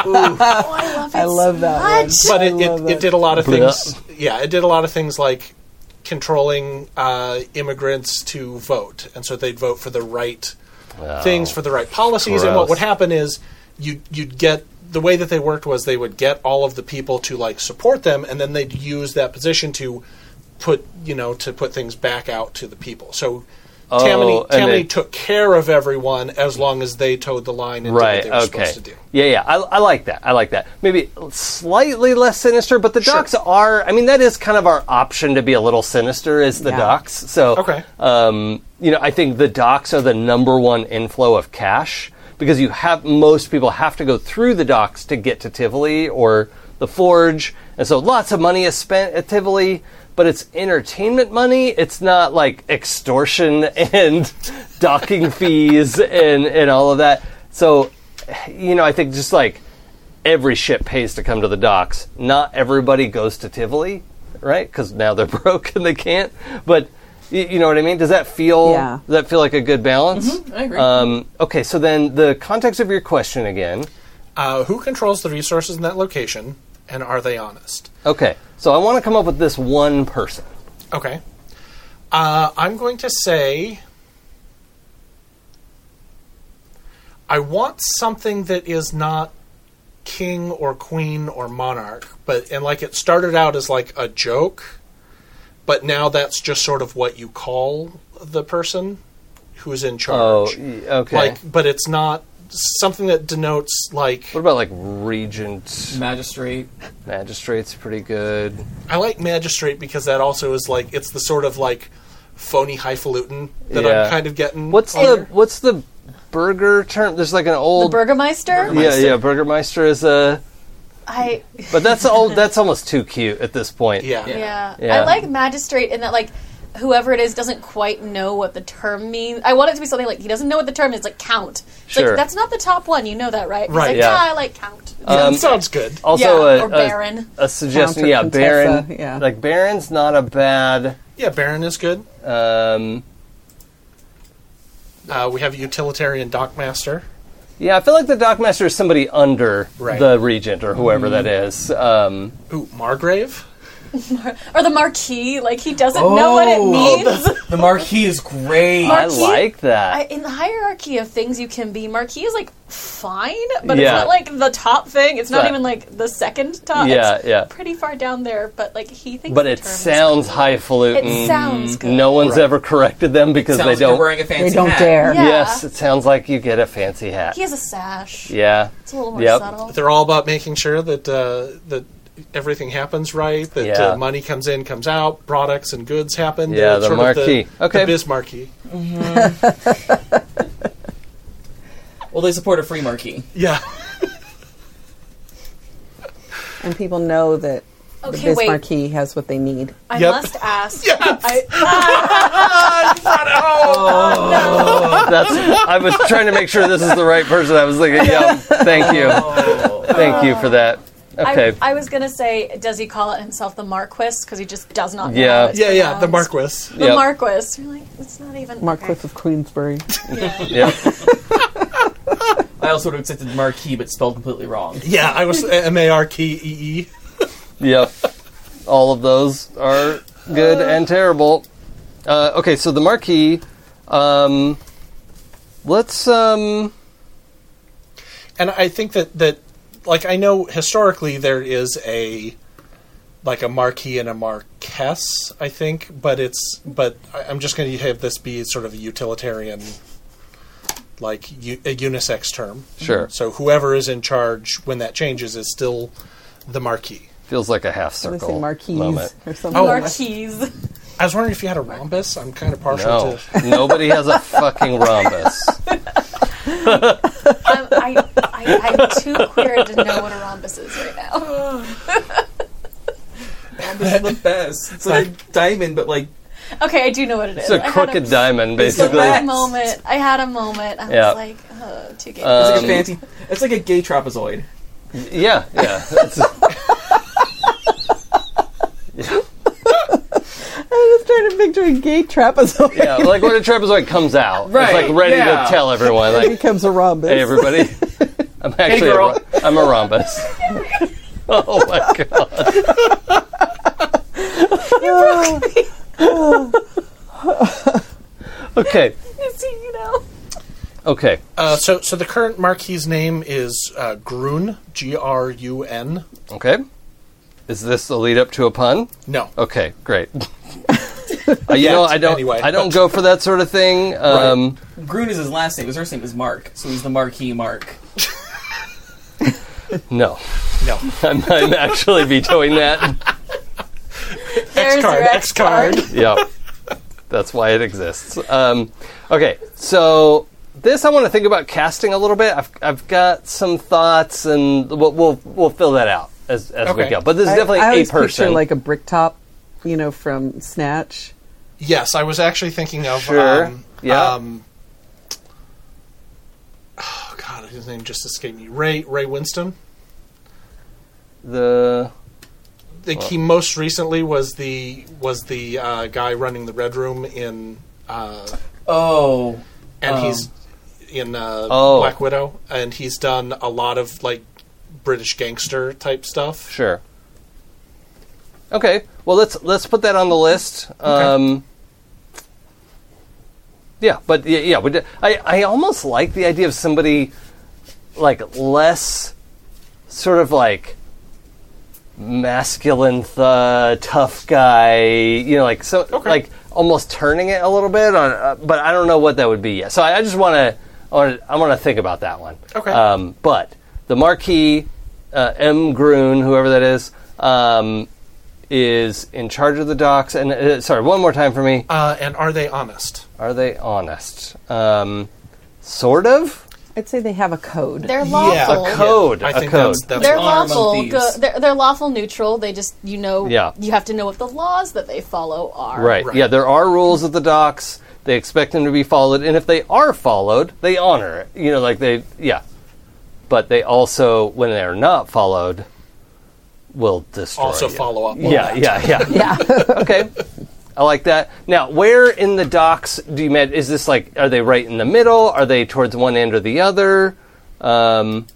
Oh, I love it. I love so that one. Much. [laughs] but it, love it, that. it did a lot of Blah. things. Yeah, it did a lot of things like controlling uh, immigrants to vote, and so they'd vote for the right things, for the right policies. And what gross. would happen is you you'd get the way that they worked was they would get all of the people to like support them, and then they'd use that position to put you know to put things back out to the people. So. Tammany, Oh, and Tammany they- took care of everyone as long as they towed the line and right did what they were okay supposed to do. yeah yeah I, I like that i like that maybe slightly less sinister but the Sure. docs are i mean that is kind of our option to be a little sinister is the Yeah. docs so Okay. um, you know i think the docs are the number one inflow of cash because you have most people have to go through the docks to get to Tivoli or the Forge, and so lots of money is spent at Tivoli. But it's entertainment money. It's not like extortion [laughs] and docking fees and and all of that. So, you know, I think just like every ship pays to come to the docks. Not everybody goes to Tivoli, right? Because now they're [laughs] broke and they can't. But y- you know what I mean? Does that feel Yeah. does that feel like a good balance? Mm-hmm. I agree. Um, okay, so then the context of your question again. Uh, who controls the resources in that location, and are they honest? Okay, so I want to come up with this one person. Okay. Uh, I'm going to say. I want something that is not king or queen or monarch, but and like it started out as like a joke, but now that's just sort of what you call the person who's in Oh, charge. y- okay. Like, but it's not something that denotes like what about like regent, Magistrate. magistrate's pretty good. I like magistrate because that also is like it's the sort of like phony highfalutin that Yeah. I'm kind of getting. What's on the there. what's the burger term? There's like an The old Burgermeister? yeah yeah Burgermeister is a I but that's all that's almost too cute at this point. Yeah. Yeah. yeah. Yeah. I like magistrate in that like whoever it is doesn't quite know what the term means. I want it to be something like he doesn't know what the term is, like count. It's Sure. Like that's not the top one, you know that, right? He's like, Right, yeah. Uh, yeah. I like count. Um, That sounds good. Also, uh, Yeah, a, or Baron. A, a suggestion, Count or yeah, Contessa, Baron. yeah. Like Baron's not a bad. Yeah, Baron is good. Um, Uh, we have utilitarian dockmaster. yeah, I feel like the Dockmaster is somebody under Right. the Regent or whoever that Mm-hmm. is. Um, Ooh, Margrave. Or the Marquis, like he doesn't know what Oh. it Oh, means. The Marquis is great. I Marquis? like that. I, in the hierarchy of things you can be, Marquis is like fine, but Yeah. it's not like the top thing. It's not Right. even like the second top. Yeah, it's yeah. Pretty far down there, but like he thinks. but the it term is- sounds highfalutin. It sounds good. No one's ever corrected them because Sounds they like you're don't. wearing a fancy They don't hat. dare. Yeah. Yes, it sounds like you get a fancy hat. He has a sash. yeah. It's a little more Yep. subtle. They're all about making sure that uh, that everything happens right. That Yeah. uh, money comes in, comes out, products and goods happen. Yeah, They're the sort of marquee. The, Okay. the Bismarcky. Well, they support a free Marquis. Yeah. [laughs] And people know that the Okay, wait. Bismarcky has what they need. I Yep. must [laughs] ask. I, That's. I was trying to make sure this is the right person. I was thinking. Yeah. Thank you. Thank you for that. Okay. I, I was gonna say, does he call it himself the Marquis? Because he just does not. know Yeah. how it's yeah, yeah. The pronounced. Marquis. The Yep. Marquis. You're like, it's not even Marquis okay. of Queensbury. Yeah. yeah. I also would have accepted Marquis, but spelled completely [laughs] wrong. Yeah, I was M A R K E E. Yep. All of those are good and terrible. Uh, okay, so the marquee. Um, let's. Um, and I think that that like I know historically there is a like a marquis and a marquess, I think, but it's but I- I'm just going to have this be sort of a utilitarian, like u- a unisex term. sure. So whoever is in charge when that changes is still the marquis. Feels like a half They circle. say Marquis moment. or something. Oh. Marquise. I was wondering if you had a rhombus. I'm kind of partial No, to. [laughs] nobody has a fucking rhombus. I'm, I, I, I'm too queer to know what a rhombus is right now. It's the best. It's [laughs] like a diamond, but like Okay, I do know what it is. It's a I had crooked diamond, basically. I had a moment. I had a moment. I Yeah. was like, oh, too gay. it's like Um, a fancy. It's like a gay trapezoid. Yeah, yeah. It's- I was trying to picture a gay trapezoid [laughs] yeah, like when a trapezoid comes out, Right, it's like ready yeah. to tell everyone, like, becomes a rhombus. hey, [laughs] everybody, I'm actually a girl. rho- I'm a rhombus. oh my god. Oh, [laughs] Okay, It's, you know. okay. Uh, so so the current marquis's name is uh, Grun G R U N. Okay. Is this the lead up to a pun? No. Okay, [laughs] great. Uh, you know, I don't. anyway, I don't but- go for that sort of thing. Um, Grun is his last name. His first name is Mark, so he's the Marquis Mark. No, [laughs] No. I'm, I'm actually vetoing that. There's card. your X card. yeah, that's why it exists. Um, okay, so this I want to think about casting a little bit. I've, I've got some thoughts, and we'll we'll, we'll fill that out as, as we Okay. go. But this is I- definitely I, a always person. Picture like a brick top, you know, from Snatch. Yes, I was actually thinking of. Sure. Um, Yeah. Um, oh God, his name just escaped me. Ray Ray Winston. the I think he most recently was the was the uh, guy running the Red Room in, uh, Oh, and Um, he's in uh, Oh. Black Widow, and he's done a lot of like British gangster type stuff. sure. Okay. Well, let's let's put that on the list. Um, Yeah, but yeah, yeah but I I almost like the idea of somebody like less sort of like masculine th- tough guy, you know, like so like almost turning it a little bit on uh, but I don't know what that would be yet. So I, I just want to I want to think about that one. Okay. Um, but the marquee uh, M Groon, whoever that is, um, is in charge of the docks and uh, sorry, one more time for me. Uh, and are they honest? Are they honest? Um, sort of. I'd say they have a code. They're Yeah. lawful. A code. I a think code. that's that's They're what- honor among lawful. thieves. Go, they're, they're lawful neutral. They just you know Yeah. you have to know what the laws that they follow are. right. Right. Yeah, there are rules at the docks. They expect them to be followed, and if they are followed, they honor it. You know, like they, yeah. But they also, when they are not followed, will destroy. also you. follow up. on Yeah, that. yeah, [laughs] yeah, yeah. okay. I like that. Now, where in the docks do you met? Is this like, are they right in the middle? Are they towards one end or the other? Um,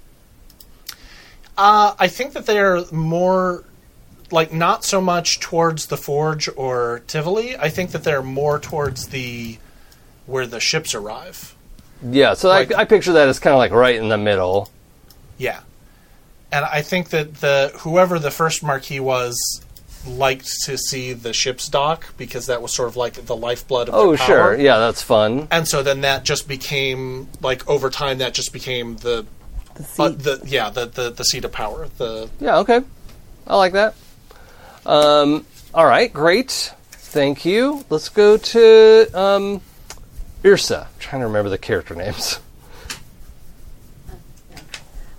I think that they are more like not so much towards the forge or Tivoli. I think that they're more towards the where the ships arrive. yeah, so Like- I, I picture that as kind of like right in the middle. Yeah. And I think that the whoever the first marquee was liked to see the ship's dock because that was sort of like the lifeblood of Oh, their power. sure. Yeah, that's fun. And so then that just became like over time that just became the The uh, seat. the yeah, the, the the seat of power. The Yeah, okay. I like that. Um, all right, great. Thank you. Let's go to um, Irsa. I'm trying to remember the character names.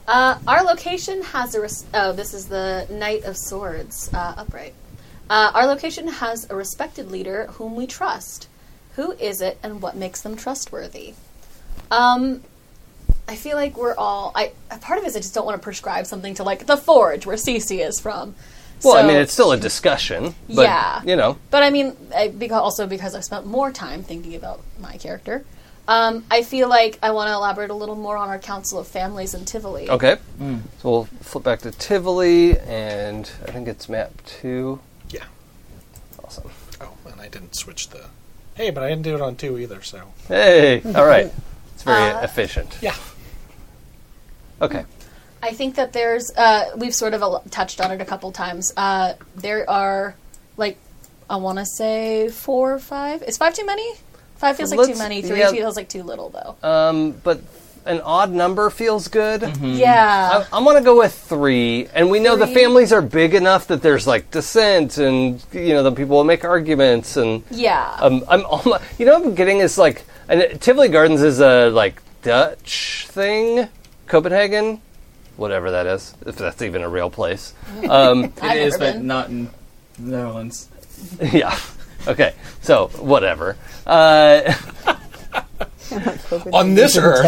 Uh, our location has a res- oh, this is the Knight of Swords uh, upright. Uh, our location has a respected leader whom we trust. Who is it, and what makes them trustworthy? Um, I feel like we're all. I a part of it is I just don't want to prescribe something to like the Forge where Cece is from. Well, I So- mean, it's still a discussion. But, Yeah. You know. But I mean, I, because also because I spent more time thinking about my character, um, I feel like I want to elaborate a little more on our Council of Families in Tivoli. Okay. So we'll flip back to Tivoli, and I think it's map two. yeah. Awesome. Oh, and I didn't switch the Hey, but I didn't do it on two either, so Hey, all right. It's very efficient. yeah. Okay. I think that there's uh, we've sort of a, touched on it a couple times. Uh, there are like I want to say four or five. Is five too many? Five feels like too Let's- many. Three yeah. feels like too little, though. Um, but an odd number feels good. yeah, I, I'm gonna go with three, and we know the Three. families are big enough that there's like dissent, and you know the people will make arguments, and yeah. um, I'm [laughs] almost, you know, what I'm getting is like, and Tivoli Gardens is a like Dutch thing, Copenhagen, whatever that is, if that's even a real place. Um, I've it is, never but been. not in the Netherlands. [laughs] yeah, okay, so whatever. Uh, On this earth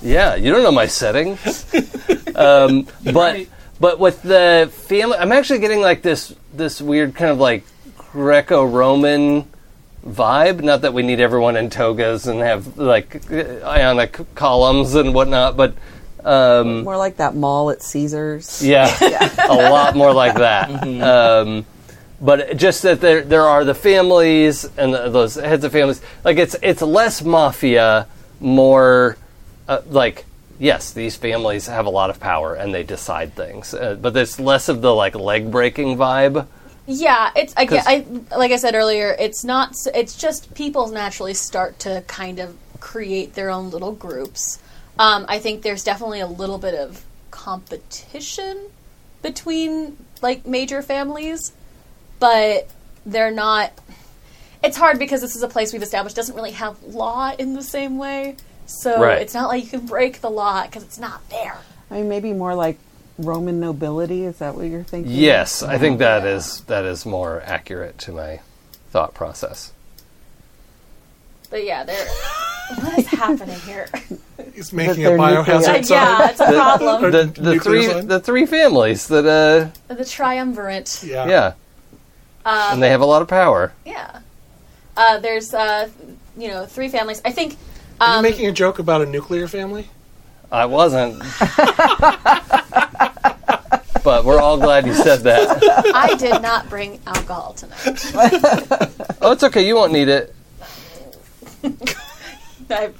[laughs] Yeah, you don't know my setting. um, but but with the family, I'm actually getting like this this weird kind of like Greco-Roman vibe. Not that we need everyone in togas and have like uh, ionic columns and whatnot, but um, More like that mall at Caesars. yeah, [laughs] a lot more like that. Um, but just that there there are the families and the, those heads of families. Like it's it's less mafia, more uh, like yes, these families have a lot of power and they decide things. Uh, but there's less of the like leg breaking vibe. Yeah, it's I, get- 'Cause- I like I said earlier, it's not s- it's just people naturally start to kind of create their own little groups. Um, I think there's definitely a little bit of competition between like major families, but they're not it's hard because this is a place we've established doesn't really have law in the same way. So Right. it's not like you can break the law because it's not there. I mean, maybe more like Roman nobility. Is that what you're thinking? Yes, I think that is that is more accurate to my thought process. But yeah, there. what is happening here? He's making a they're biohazard nuclear. zone. [laughs] yeah, it's a problem. The, the Nuclear three sign? the three families that uh The triumvirate. Yeah. yeah, and they have a lot of power. Yeah. Uh, there's, uh, you know, three families. I think. Are you Um, making a joke about a nuclear family? I wasn't, but we're all glad you said that. I did not bring alcohol tonight. Oh, it's okay. You won't need it. I,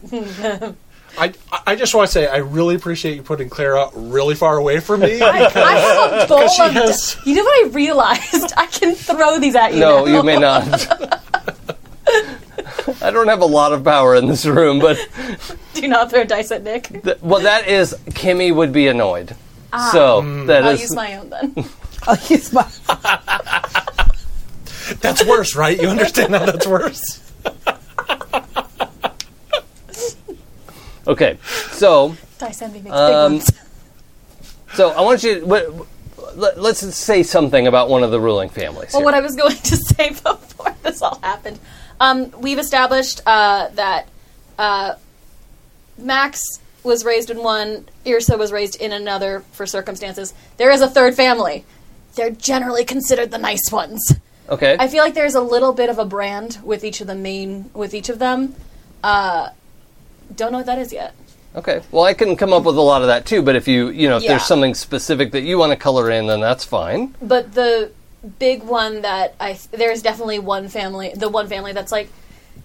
I, I just want to say I really appreciate you putting Clara really far away from [laughs] me. I have a bowl of. she has- you know what I realized? I can throw these at you. No, now. you may not. I don't have a lot of power in this room, but [laughs] Do not throw dice at Nick. th- well, that is Kimmy would be annoyed. so that Ah. I'll is- use my own then. I'll use my that's worse, right? You understand how that's worse? okay. So Dice envy makes Um, big ones. So I want you. To, what- let, let's say something about one of the ruling families. Well, here. what I was going to [laughs] say before this all happened, um, we've established uh, that uh, Max was raised in one, Irsa was raised in another for circumstances. There is a third family. They're generally considered the nice ones. okay. I feel like there's a little bit of a brand with each of the main, with each of them. Uh, don't know what that is yet. okay. Well, I can come up with a lot of that too. But if you, you know, if Yeah. there's something specific that you want to color in, then that's fine. but the big one that I there's definitely one family, the one family that's like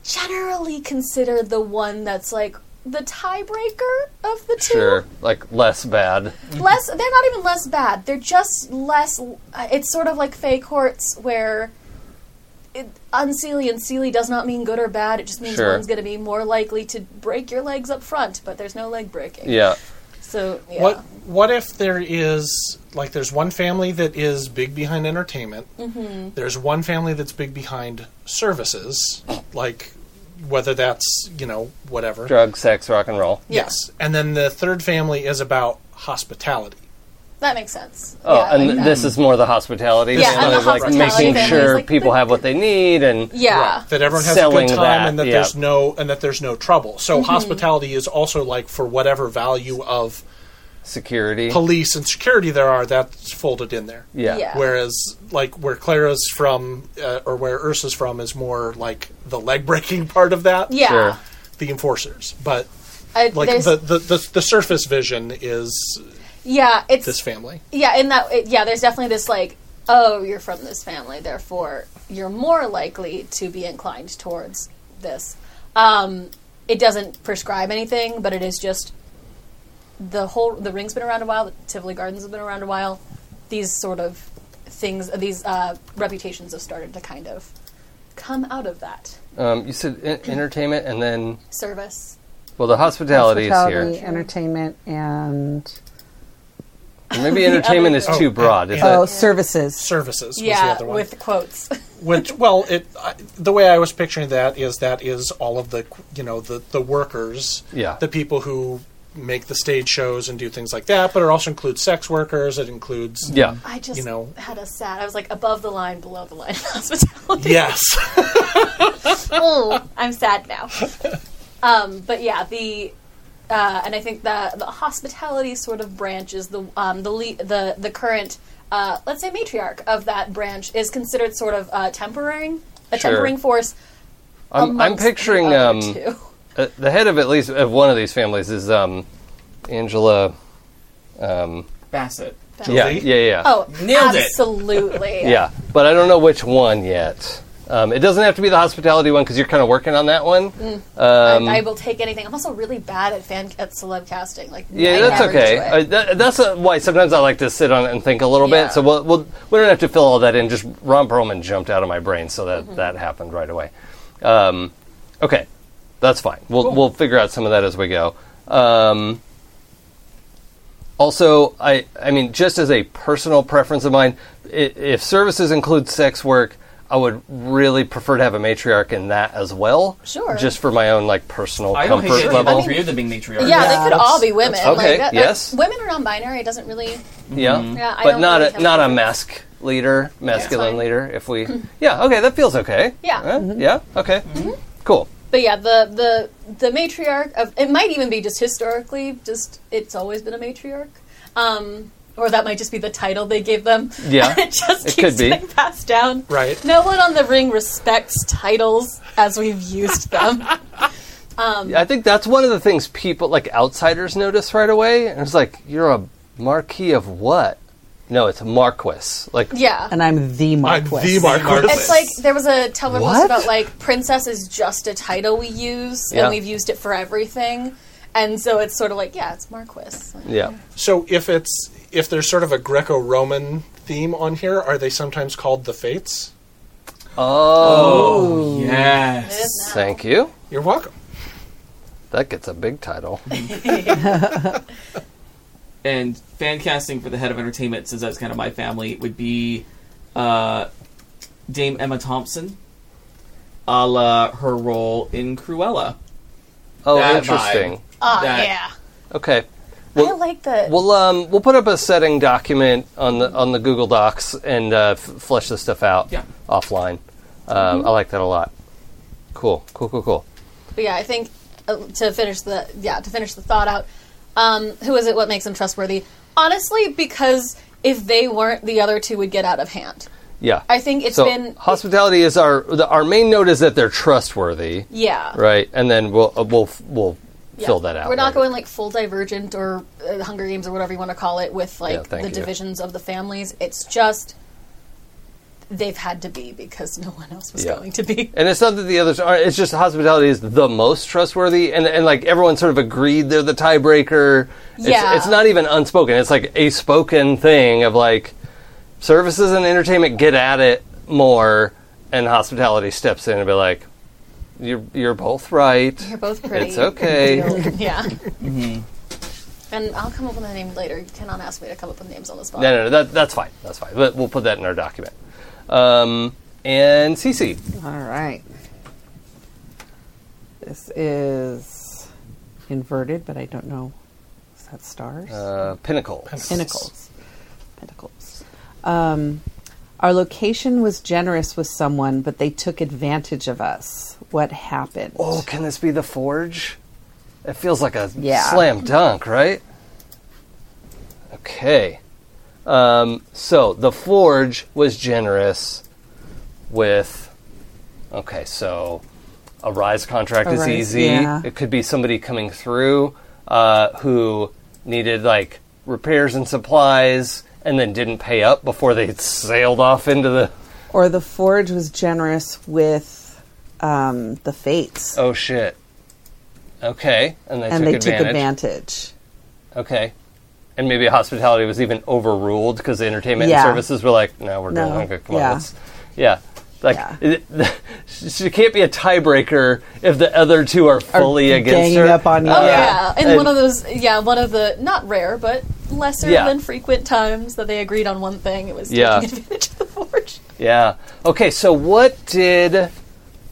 generally considered the one that's like the tiebreaker of the two. Sure. Like less bad. Less, they're not even less bad. They're just less. uh, It's sort of like Fey courts where. It, unseelie and seelie does not mean good or bad. It just means Sure. one's going to be more likely to break your legs up front, but there's no leg breaking. Yeah. So yeah, What What if there is like there's one family that is big behind entertainment. Mm-hmm. There's one family that's big behind services, like whether that's you know whatever. Drug, sex, rock and roll. Yes, and then the third family is about hospitality. that makes sense. Oh, yeah, I and like that. this is more the hospitality. Yeah, kind and the of like hospitality making families, sure like, people the- have what they need and yeah, Right, that everyone has a Selling good time that, and that yeah. there's no and that there's no trouble. So Mm-hmm. hospitality is also like for whatever value of security. police and security there are that's folded in there. yeah. Yeah. Whereas like where Clara's from uh, or where Ursa's from is more like the leg breaking [laughs] part of that. yeah. Sure. The enforcers, but I- like there's- the, the, the, the surface vision is yeah, it's this family. yeah in that it, yeah there's definitely this like oh you're from this family therefore you're more likely to be inclined towards this um, it doesn't prescribe anything but it is just the whole the ring's been around a while the tivoli gardens have been around a while these sort of things these uh, reputations have started to kind of come out of that Um, you said en- entertainment and then service well, the hospitality, Hospitality, is here. entertainment, and [laughs] Maybe entertainment is Oh, too broad. Is oh that services. Services was the yeah other one. with quotes Which, well, it I, the way I was picturing that is that is all of the you know the the workers, Yeah. the people who make the stage shows and do things like that, but it also includes sex workers. It includes yeah. [laughs] i just You know. had a sad i was like above the line below the line [laughs] hospitality yes, [laughs] oh, I'm [laughs] sad now. Um, but yeah, the uh, and I think the the hospitality sort of branch is the um, the le- the the current uh, let's say matriarch of that branch is considered sort of uh, tempering a Sure. tempering force. I'm, I'm amongst the picturing other um, [laughs] two. Uh, the head of at least of one of these families is um, Angela. Um, Bassett. yeah, Jolie? yeah, yeah, oh, Nailed it. absolutely, [laughs] yeah. But I don't know which one yet. Um, it doesn't have to be the hospitality one because you're kind of working on that one. Um, Mm. I, I will take anything. I'm also really bad at fan at celeb casting. Like yeah, I that's never do okay. it. Uh, that, that's uh why sometimes I like to sit on it and think a little Yeah. bit. So we'll, we'll, we don't have to fill all that in. Just Ron Perlman jumped out of my brain, so that Mm-hmm. that happened right away. Um, okay, that's fine. We'll we'll figure out some of that as we go. Um, also, I I mean, just as a personal preference of mine, i- if services include sex work, I would really prefer to have a matriarch in that as well. Sure. Just for my own like personal I don't hate comfort it. level. All three of them being matriarchs. Yeah, they could all be women. that's- okay, Like, that- that- yes. women are non-binary. It doesn't really. Mm-hmm. Yeah, Yeah, I but don't not really a have not a preference. mask leader, masculine fine. leader. If [laughs] we, yeah, okay, that feels okay. Yeah. Mm-hmm. Huh? yeah, okay, cool. But yeah, the the the matriarch of it might even be just historically just it's always been a matriarch. Um, or that might just be the title they gave them. Yeah, [laughs] it just it keeps could be. getting passed down. Right. No one on the ring respects titles as we've used them. Um, I think that's one of the things people like outsiders notice right away, and it's like you're a marquis of what? No, it's marquis. Like, yeah. And I'm the I'm Marquis. the Marquis. It's like there was a television post What? about like princess is just a title we use Yeah. and we've used it for everything. And so it's sort of like, yeah, it's Marquis. yeah, So if it's if there's sort of a Greco-Roman theme on here, are they sometimes called the Fates? Oh. It Yes. is now. Oh, thank you. You're welcome. That gets a big title. And fan casting for the head of entertainment, since that's kind of my family, would be uh, Dame Emma Thompson, a la her role in Cruella. Oh, That interesting. Ah, That- yeah. Okay, I like the We'll um we'll put up a setting document on the on the Google Docs and uh, f- flesh this stuff out Yeah. offline. Um, I like that a lot. Cool, cool, cool, cool. But yeah, I think uh, to finish the yeah to finish the thought out, um, who is it? What makes them trustworthy? Honestly, because if they weren't, the other two would get out of hand. Yeah, I think it's so been hospitality is our the, our main note is that they're trustworthy, yeah right? And then we'll uh, we'll f- we'll yeah. fill that out. We're not later. going like full Divergent or uh, Hunger Games or whatever you want to call it with Yeah, like thank the you. divisions of the families. It's just they've had to be because no one else was Yeah. going to be. And it's not that the others aren't. It's just hospitality is the most trustworthy, and and like everyone sort of agreed they're the tiebreaker. It's, Yeah. it's not even unspoken. It's like a spoken thing of like services and entertainment get at it more, and hospitality steps in and be like, you're you're both right. You're both pretty. It's [laughs] okay. yeah. And I'll come up with a name later. You cannot ask me to come up with names on the spot. No, no, no that, that's fine. That's fine. But we'll put that in our document. Um, and Cece, All right. This is inverted, but I don't know. Is that stars? uh, pinnacle. Pinnacles. Pinnacles. Um, our location was generous with someone, but they took advantage of us. What happened? Oh, can this be the forge? It feels like a Yeah. slam dunk, right? Okay. Um, so the forge was generous with. Okay, so a rise contract A is rise, easy. yeah. It could be somebody coming through uh, who needed like repairs and supplies, and then didn't pay up before they sailed off into the Or the forge was generous with um, the fates, oh shit. Okay, and they and took they advantage. took advantage. Okay. And maybe hospitality was even overruled because the entertainment Yeah. and services were like, no, we're No. going to Come Yeah. on, let's. Yeah. Like, Yeah. it- [laughs] she can't be a tiebreaker if the other two are fully against ganging her. up on you. Oh Yeah. yeah, in Uh, And- one of those yeah one of the not rare but lesser Yeah. than frequent times that they agreed on one thing. It was Yeah. taking advantage of the forge. Yeah. Okay, so what did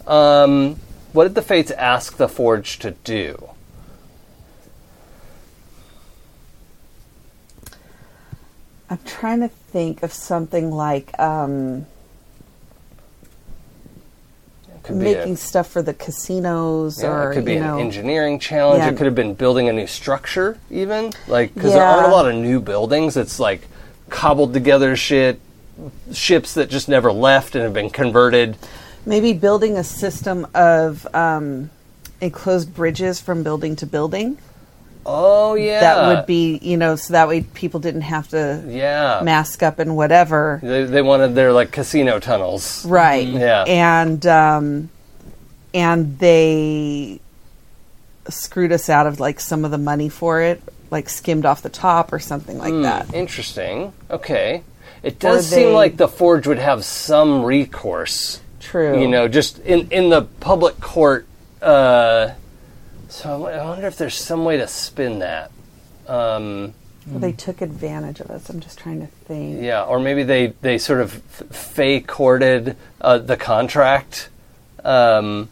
um, what did the Fates ask the Forge to do? I'm trying to think of something like um, It could be a- making stuff for the casinos, yeah, or it could be you an know, engineering challenge. Yeah. It could have been building a new structure, even like because there Yeah. aren't a lot of new buildings. It's like cobbled together shit, ships that just never left and have been converted. maybe building a system of um, enclosed bridges from building to building. Oh yeah, That would be, you know, so that way people didn't have to yeah. mask up and whatever. They, they wanted their like casino tunnels. Right. Mm-hmm. Yeah. And um and they screwed us out of like some of the money for it, like skimmed off the top or something like Mm. that. Hmm, Interesting. Okay, it does seem they- like the forge would have some recourse. True. you know, just in in the public court. Uh, so I wo- I wonder if there's some way to spin that. Um, They took advantage of us. I'm just trying to think. Yeah, or maybe they, they sort of f- fey courted uh, the contract, um,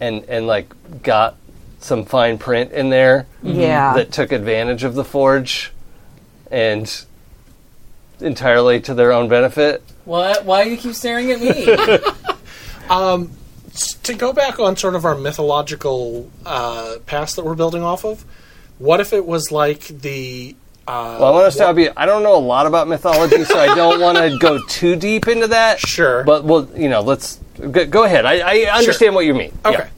and and like got some fine print in there Yeah. that took advantage of the forge, and entirely to their own benefit. What? Why do you keep staring at [laughs] me? to go back on sort of our mythological uh, past that we're building off of, what if it was like the uh, Well, I want to stop you. I don't know a lot about mythology, so I [laughs] don't want to go too deep into that. Sure. but well, you know, let's go, go ahead. I, I understand what you mean. Yeah. okay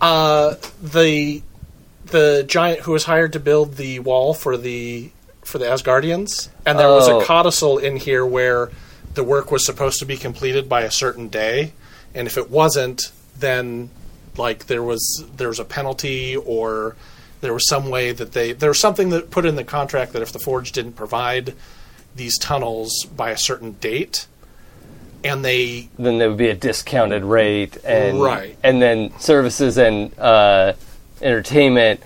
uh, the the giant who was hired to build the wall for the for the Asgardians, and there was Oh. a codicil in here where the work was supposed to be completed by a certain day, and if it wasn't, then like there was there was a penalty or there was some way that they there was something that put in the contract that if the forge didn't provide these tunnels by a certain date and they then there would be a discounted rate and Right. and then services and uh, entertainment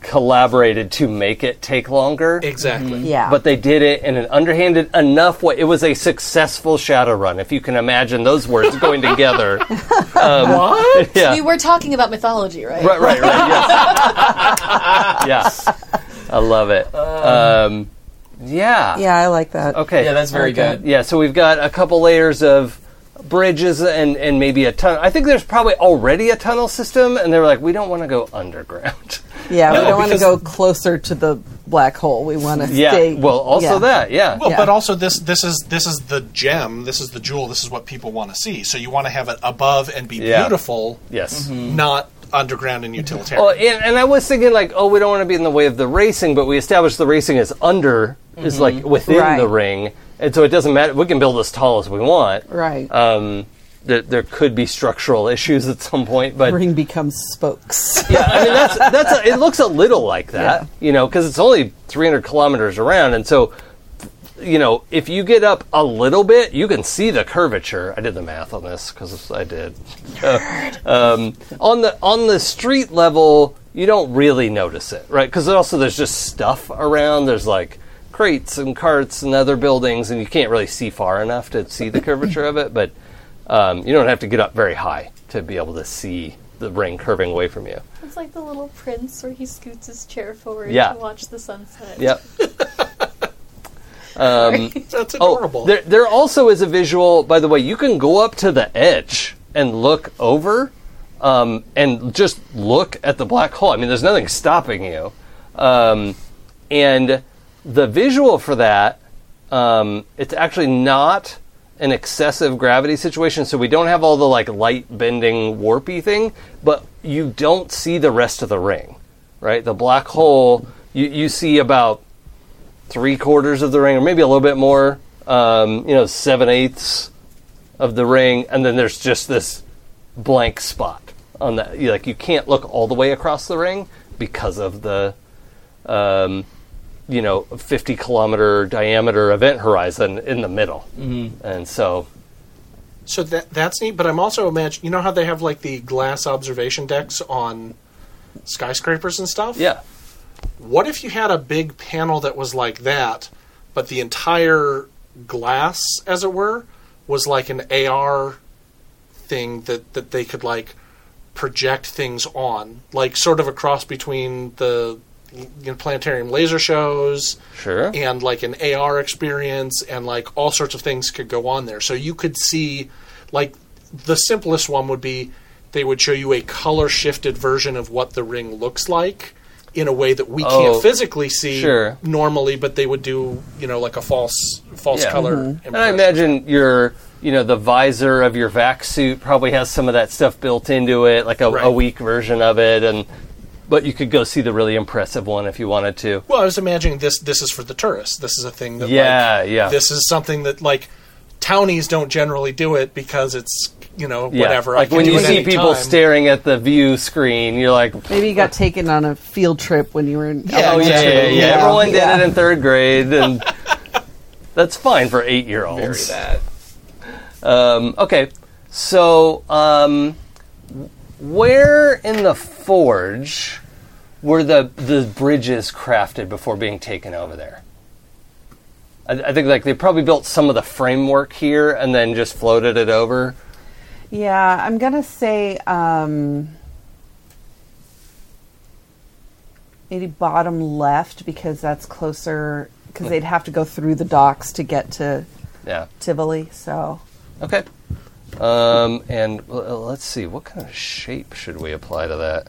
collaborated to make it take longer exactly Yeah. but they did it in an underhanded enough way it was a successful shadow run if you can imagine those words going together [laughs] Um, what [laughs] [laughs] yeah We were talking about mythology, right? right right right [laughs] yes yes i love it um, yeah yeah, I like that. okay yeah, that's very Okay. good. Yeah, so we've got a couple layers of bridges and, and maybe a tunnel. I think there's probably already a tunnel system, and they were like, we don't want to go underground. [laughs] Yeah, we No, don't want to because- go closer to the black hole. We want to yeah, stay. well, also yeah. that, yeah. Well, Yeah. Oh, but also this this is this is the gem. This is the jewel. This is what people want to see. So you want to have it above and be Yeah. beautiful, Yes. not underground and utilitarian. Well, and, and I was thinking, like, oh, we don't want to be in the way of the racing, but we established the racing is under, is like within Right. the ring, and so it doesn't matter. We can build as tall as we want. Right. Um, there, there could be structural [laughs] issues at some point, but Ring becomes spokes. yeah, I mean that's that's a, it looks a little like that, you know, because it's only 300 kilometers around, and so you know if you get up a little bit, you can see the curvature. I did the math on this because I did. Uh, um, on the on the street level, you don't really notice it, right? Because also there's just stuff around. There's like crates and carts and other buildings, and you can't really see far enough to see the curvature of it, but. Um, you don't have to get up very high to be able to see the ring curving away from you. It's like the little prince where he scoots his chair forward Yeah. to watch the sunset. Yep. That's adorable. Oh, there, there also is a visual. By the way, you can go up to the edge and look over, um, and just look at the black hole. I mean, there's nothing stopping you, um, and the visual for that. Um, it's actually not an excessive gravity situation, so we don't have all the like light bending warpy thing, but you don't see the rest of the ring, right? The black hole. You, you see about three quarters of the ring, or maybe a little bit more. Um, you know, seven eighths of the ring, and then there's just this blank spot on that. You, like you can't look all the way across the ring because of the, um, you know, fifty kilometer diameter event horizon in the middle, and so so that that's neat. But I'm also imagine you know how they have like the glass observation decks on skyscrapers and stuff. yeah, What if you had a big panel that was like that, but the entire glass, as it were, was like an AR thing that, that they could like project things on, like sort of a cross between the you know, planetarium laser shows sure, and like an AR experience, and like all sorts of things could go on there. So you could see, like, the simplest one would be they would show you a color shifted version of what the ring looks like in a way that we Oh, can't physically see sure. normally, but they would do, you know, like a false false Yeah. color. And I impression. imagine your, you know, the visor of your vac suit probably has some of that stuff built into it, like a, a Right. weak version of it, and but you could go see the really impressive one if you wanted to. Well, I was imagining this. This is for the tourists. This is a thing that, Yeah, like, yeah. This is something that like townies don't generally do it because it's you know whatever. I Like can when do you it see any people time. staring at the view screen, you're like, Maybe you got taken on a field trip when you were in. oh yeah, yeah, yeah, yeah. Yeah, Everyone did yeah. it in third grade, [laughs] and that's fine for eight year Very olds. that. Um, okay, so um, where in the forge were the the bridges crafted before being taken over there? I, I think like they probably built some of the framework here and then just floated it over. Yeah, I'm gonna say um, maybe bottom left because that's closer. Because they'd have to go through the docks to get to Yeah. Tivoli. So Okay. Um, and uh, let's see, what kind of shape should we apply to that?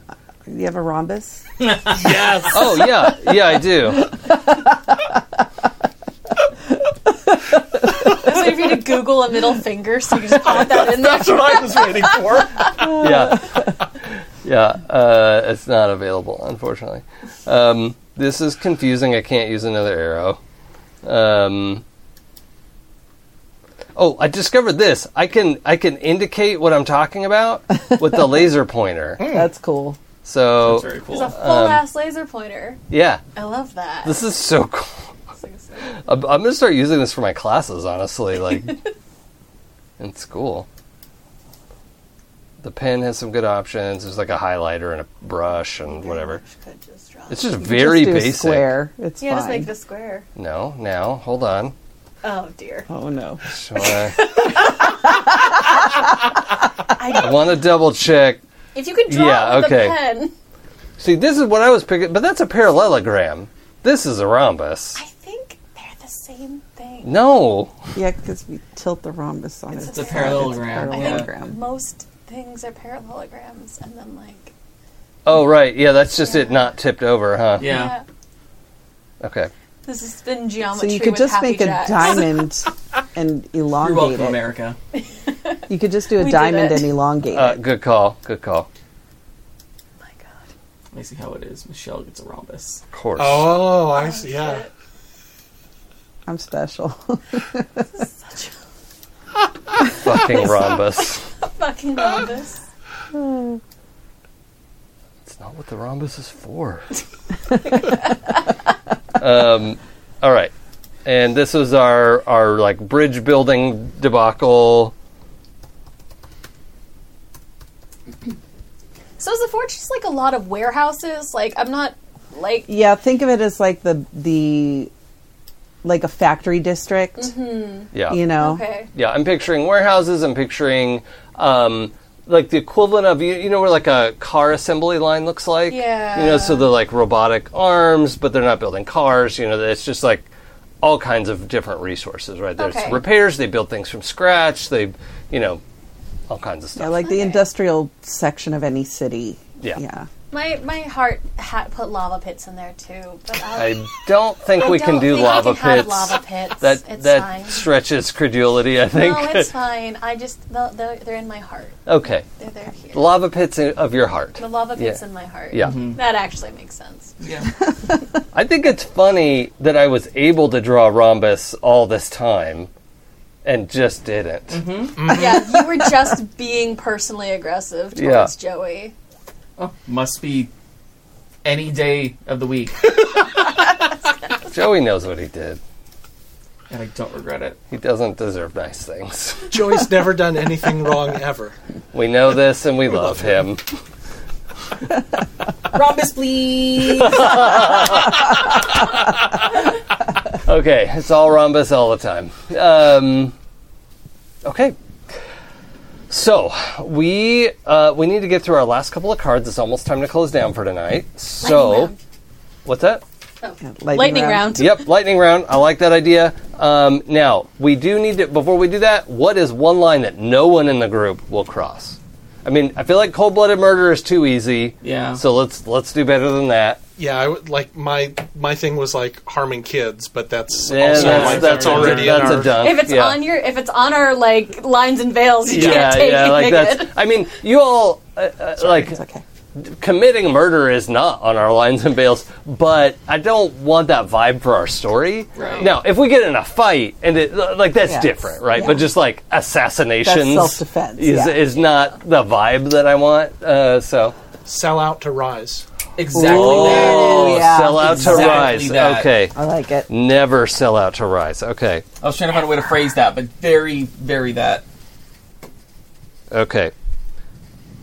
you have a rhombus. Oh yeah, yeah, I do. That's why if you to Google [laughs] a middle finger, so you just pop that in there. That's what I was waiting for. yeah, yeah. Uh, it's not available, unfortunately. Um, this is confusing. I can't use another arrow. Um, oh, I discovered this. I can I can indicate what I'm talking about with the laser pointer. That's cool. So Very It's a cool. full ass laser pointer. yeah, I love that. Um, this is so [laughs] cool. I'm, I'm gonna start using this for my classes. Honestly, like in school. The pen has some good options. There's like a highlighter and a brush and whatever. Could just draw. It's just very Just do a basic. Square. It's Yeah, fine. just make the square. No, now hold on. Oh dear. oh no. So uh, [laughs] I, want to double check. If you could draw Yeah, it with okay. a pen, See, this is what I was picking, but that's a parallelogram. This is a rhombus. I think they're the same thing. No, Yeah, because we tilt the rhombus on its, It's a parallelogram. parallel. yeah. I Parallelogram. think most things are parallelograms, and then like Oh right, yeah, that's just it not tipped over, huh? Yeah. yeah. Okay. This has been So geometry. you could with just Happy make Jacks. [laughs] a diamond [laughs] and You're elongate welcome, it. America. You could just do a We did diamond it. and elongate Uh, it. good call. Good call. Oh my god. Let me see how it is. Michelle gets a rhombus. Of course. Oh, I see. Yeah. I'm special. [laughs] Such a Fucking rhombus. [laughs] fucking rhombus. It's not what the rhombus is for. [laughs] um, all right, and this was our our like bridge building debacle. So is the forge just like a lot of warehouses? Like I'm not like yeah, think of it as like the the like a factory district. Yeah. You know. okay. Yeah, I'm picturing warehouses. I'm picturing um, like the equivalent of you, you know where like a car assembly line looks like. Yeah. You know, so they're like robotic arms, but they're not building cars. You know, it's just like all kinds of different resources, right? There's Okay. repairs. They build things from scratch. They, you know, all kinds of Yeah, stuff. like the industrial section of any city. Yeah. Yeah. My my heart hat put lava pits in there too, but I, I don't think I we don't can do think I lava can have pits. [laughs] lava pits. That It's that [laughs] fine. stretches credulity. I think. no, it's fine. I just they're, they're, they're in my heart. [laughs] okay, They're they're here. lava pits in- of your heart. the lava pits Yeah. in my heart. Yeah. that actually makes sense. Yeah. I think it's funny that I was able to draw rhombus all this time and just didn't. Mm-hmm. yeah, you were just being personally aggressive towards Yeah. Joey. Oh, must be any day of the week, Joey knows what he did. and I don't regret it. He doesn't deserve nice things. Joey's never done anything wrong ever. We know this and we love him. Rhombus, please. [laughs] Okay, it's all rhombus all the time. Um, okay. So we uh, we need to get through our last couple of cards. It's almost time to close down for tonight. So, round. what's that? yeah, Lightning [laughs] round. Yep, lightning round. I like that idea. Um, now we do need to. Before we do that, what is one line that no one in the group will cross? I mean, I feel like cold-blooded murder is too easy. Yeah. So let's let's do better than that. Yeah, I would, like my my thing was like harming kids, but that's Yeah, also that's, like, that's that's already in that's our- a dunk. If it's yeah. on your, if it's on our like lines and veils, you yeah, can't take yeah, it. like Nick. that's. I mean, you all uh, uh, like It's okay. committing murder is not on our lines and bails, but I don't want that vibe for our story. Right. Now, if we get in a fight and it like that's Yes. different, right? But just like assassinations, That's self-defense, is yeah. is not the vibe that I want. Uh, so sell out to rise. exactly. Oh, that. yeah. sell out Exactly to rise. that. Okay, I like it. never sell out to rise. Okay, I was trying to find a way to phrase that, but very, very that. okay,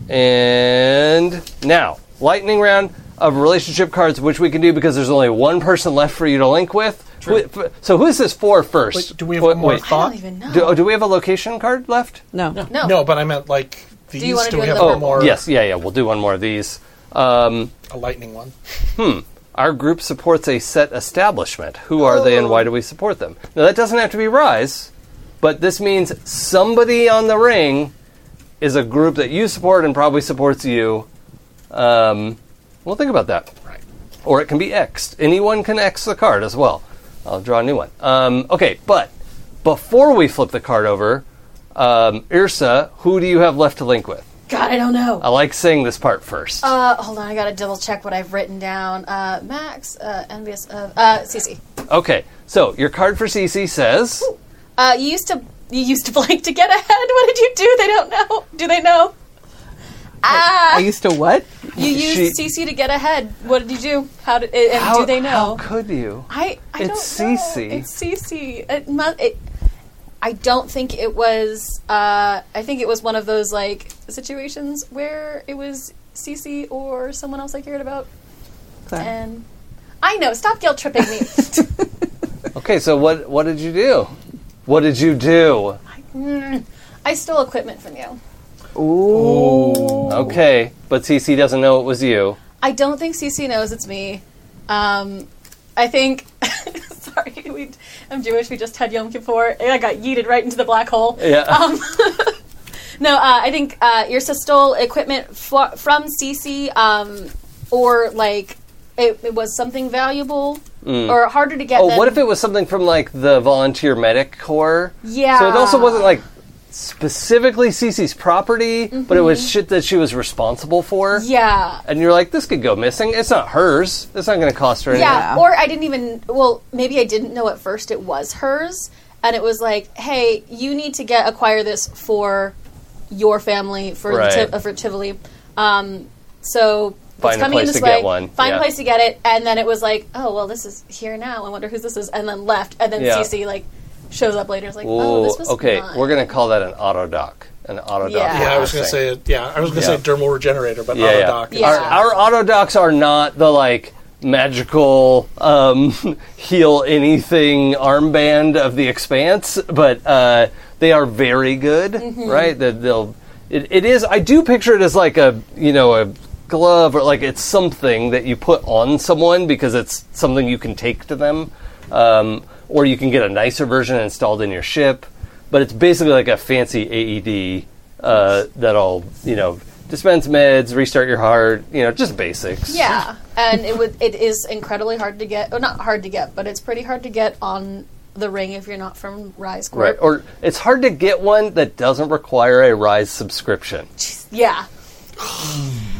and now lightning round. of relationship cards, which we can do because there's only one person left for you to link with. Wh- f- So who is this for first? Wait, do we have Wh- one more wait. I thought? don't even know. Do, oh, do we have a location card left? No. no. No, but I meant like these. you wanna do we it have in the one purple? more? Yes, yeah, yeah. We'll do one more of these. Um, a lightning one. our group supports a set establishment. Who are they and why do we support them? Now, that doesn't have to be Rise, but this means somebody on the ring is a group that you support and probably supports you. Um, well, think about that. Right. Or it can be Xed. Anyone can X the card as well. I'll draw a new one. Um, okay, but before we flip the card over, um, Irsa, who do you have left to link with? God, I don't know. I like saying this part first. Uh, hold on, I gotta double check what I've written down. Uh, Max, uh, envious of, uh, Cece. okay, so your card for CC says. Uh, you used to, you used to [laughs] blank to get ahead. What did you do? They don't know. Do they know? I Ah, used to what? you used she- CC to get ahead. What did you do? How did? And How- do they How know? could you? I, I It's don't know. Cece. It's Cece. It, mu- it, I don't think it was. Uh, I think it was one of those like situations where it was Cece or someone else I cared about. Clara. And I know. Stop guilt tripping me. [laughs] Okay, so what what did you do? What did you do? Mm, I stole equipment from you. Okay, but CC doesn't know it was you. I don't think Cece knows it's me. Um, I think. [laughs] sorry, we, I'm Jewish. We just had Yom Kippur, and I got yeeted right into the black hole. Um, Yeah. [laughs] No, uh, I think uh, Irsa stole equipment fro- from Cece, um, or like it, it was something valuable or harder to get. oh, than- what if it was something from like the volunteer medic corps? Yeah. So it also wasn't like specifically CC's property, but it Mm-hmm. was shit that she was responsible for. Yeah. And you're like, this could go missing. It's not hers. It's not going to cost her anything. Yeah, or I didn't even. Well, maybe I didn't know at first it was hers, and it was like, "Hey, you need to get acquire this for your family for the Right. Tiv- uh, for Tivoli." Um, so Find a it's coming in place this to way. get one, Find yeah. a place to get it, and then it was like, "Oh, well, this is here now. I wonder who this is," and then left, and then Yeah. Cece like shows up later. It's like, Ooh, "Oh, this was okay, mine." we're going to call that an auto doc. An auto doc. Yeah. Yeah, I was gonna thing. say. Yeah, I was gonna Yeah. say dermal regenerator, but not yeah, a yeah. doc. Yeah. Our, our auto docs are not the like magical um, [laughs] heal anything armband of the expanse, but uh, they are very good, right? That they'll it, it is. I do picture it as like a you know a glove or like it's something that you put on someone because it's something you can take to them, um, or you can get a nicer version installed in your ship. But it's basically like a fancy AED uh, that'll you know dispense meds, restart your heart, you know, just basics. [laughs] Yeah, and it would it is incredibly hard to get. Or not hard to get, but it's pretty hard to get on the ring if you're not from Rise Corp. Right. Or it's hard to get one that doesn't require a Rise subscription. Yeah.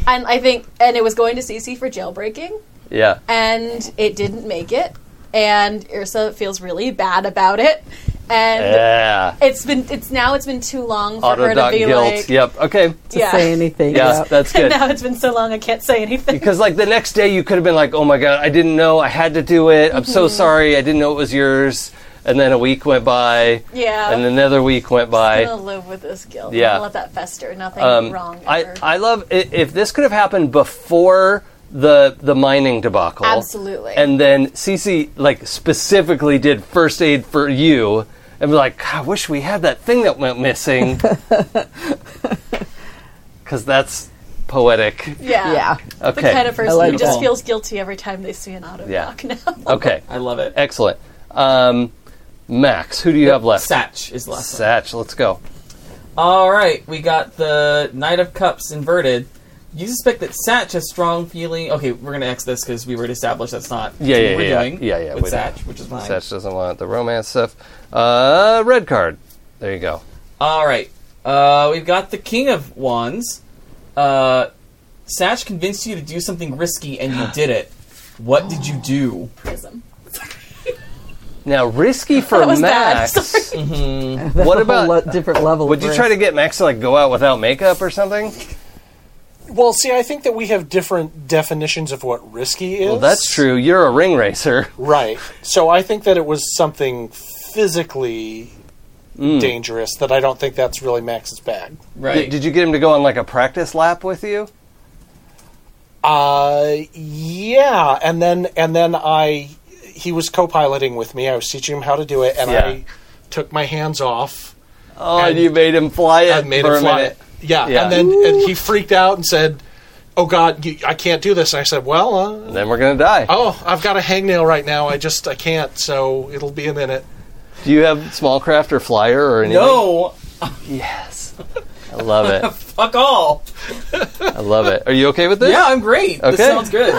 and I think, and it was going to CC for jailbreaking, Yeah. and it didn't make it, and Irsa feels really bad about it, and Eh. Yeah. it's been, it's now it's been too long for her Auto to doc be guilt. like, yep. Okay. to [laughs] yeah. say anything. Yeah, about- that's [laughs] good. now it's been so long I can't say [laughs] anything. Because like the next day you could have been like, "Oh my god, I didn't know. I had to do it. I'm so Mm-hmm. sorry. I didn't know it was yours." And then a week went by. Yeah. And another week went by. I'm gonna live with this guilt. Yeah. I'm gonna let that fester. Nothing Um, wrong. I, ever. I love i- if this could have happened before the the mining debacle. Absolutely. And then Cece like specifically did first aid for you and be like, "God, I wish we had that thing that went [laughs] missing. Cause that's poetic. yeah. yeah. The Okay. kind of person like who just that. feels guilty every time they see an auto Yeah. doc now. [laughs] okay. I love it. Excellent. Um, Max, who do you have left? Satch is the last. one. Satch, let's go. All right, we got the Knight of Cups inverted. You suspect that Satch has strong feeling. Okay, we're gonna X this because we already established that's not Yeah, what yeah, we're yeah, doing yeah, yeah, with we don't. Satch, which is fine. Satch doesn't want the romance stuff. Uh, red card. There you go. All right, uh, we've got the King of Wands. Uh, Satch convinced you to do something risky, and [gasps] you did it. What did you do? Prism. Now, risky [laughs] for was bad. Max. Mm-hmm. That's What a about- whole lot different level? Would of you try to risk. get Max to like go out without makeup or [laughs] something? Well, see, I think that we have different definitions of what risky is. Well, that's true. You're a ring racer. Right. So I think that it was something physically Mm. dangerous that I don't think that's really Max's bag. Right. Did, did you get him to go on like a practice lap with you? Uh, yeah, and then and then I he was co-piloting with me. I was teaching him how to do it, and Yeah. I took my hands off Oh, and you made him fly it and made for him a fly minute. it. Yeah, Yeah. and then and he freaked out and said, "Oh God, you, I can't do this." And I said, "Well, uh, Then we're gonna die. oh, I've got a hangnail right now. I just I can't. So it'll be a minute." Do you have small craft or flyer or anything? No, Yes. I love it. [laughs] fuck all. I love it. Are you okay with this? Yeah, I'm great. This Okay. [laughs] sounds good.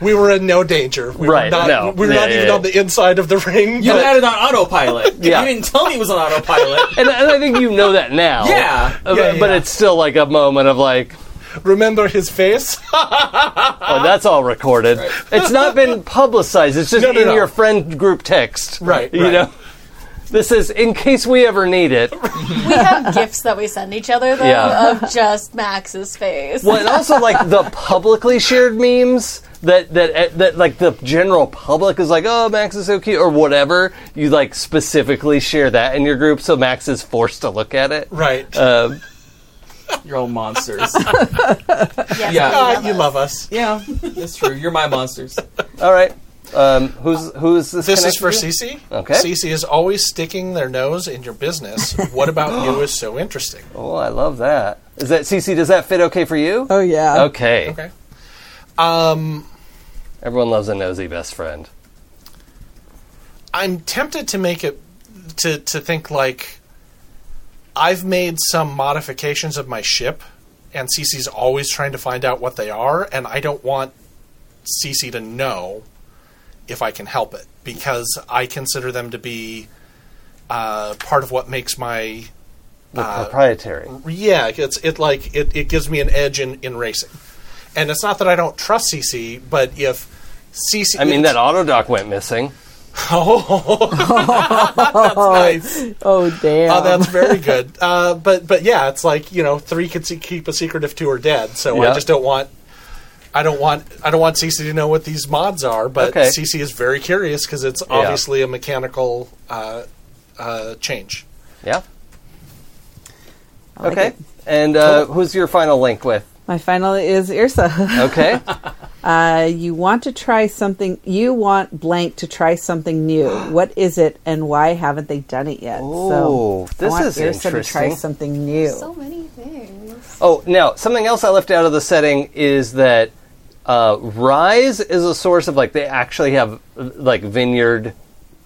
We were in no danger. We Right, Were not, no. We were Yeah, not yeah, even yeah. on the inside of the ring. You but- had it on autopilot. [laughs] Yeah. You didn't tell me it was on [laughs] autopilot. And, and I think you know that now. yeah. Uh, [laughs] Yeah, But yeah. it's still like a moment of like, remember his face? [laughs] oh, that's all recorded. [laughs] It's not been publicized. It's just No, no, in no. your friend group text. Right, You right. know? This is in case we ever need [laughs] it. We have gifts that we send each other though Yeah. of just Max's face. Well, and also like the publicly shared memes that that that like the general public is like, oh, Max is so cute or whatever. You like specifically share that in your group, so Max is forced to look at it. right. Um, You're all monsters. [laughs] Yes, yeah. we Ah, love you us. love us. yeah, that's true. You're my monsters. all right. Um, who's who's this? This is for connected to? Cece. Okay. Cece is always sticking their nose in your business. What about you is so interesting? Oh, I love that. Is that CC? Does that fit okay for you? Oh yeah. Okay. Okay. Um, Everyone loves a nosy best friend. I'm tempted to make it to to think like I've made some modifications of my ship, and Cece's always trying to find out what they are, and I don't want Cece to know if I can help it because I consider them to be uh, part of what makes my The proprietary. yeah, it's it like it, it gives me an edge in, in racing, and it's not that I don't trust CC, but if CC, I mean, that auto dock went missing. oh, that's nice. Oh damn. [laughs] Oh, that's very good. Uh, but but yeah, it's like you know, three can se- keep a secret if two are dead. So Yeah. I just don't want. I don't want I don't want CC to know what these mods are, but Okay. CC is very curious because it's obviously a mechanical uh, uh, change. Yeah. like okay. it. And uh, who's your final link with? My final is [laughs] Irsa. [laughs] Okay. Uh, you want to try something. You want blank to try something [gasps] new. What is it, and why haven't they done it yet? Oh, so this I want is Irsa to try interesting. something new. So many things. Oh, now something else I left out of the setting is that uh, Rise is a source of like they actually have like vineyard,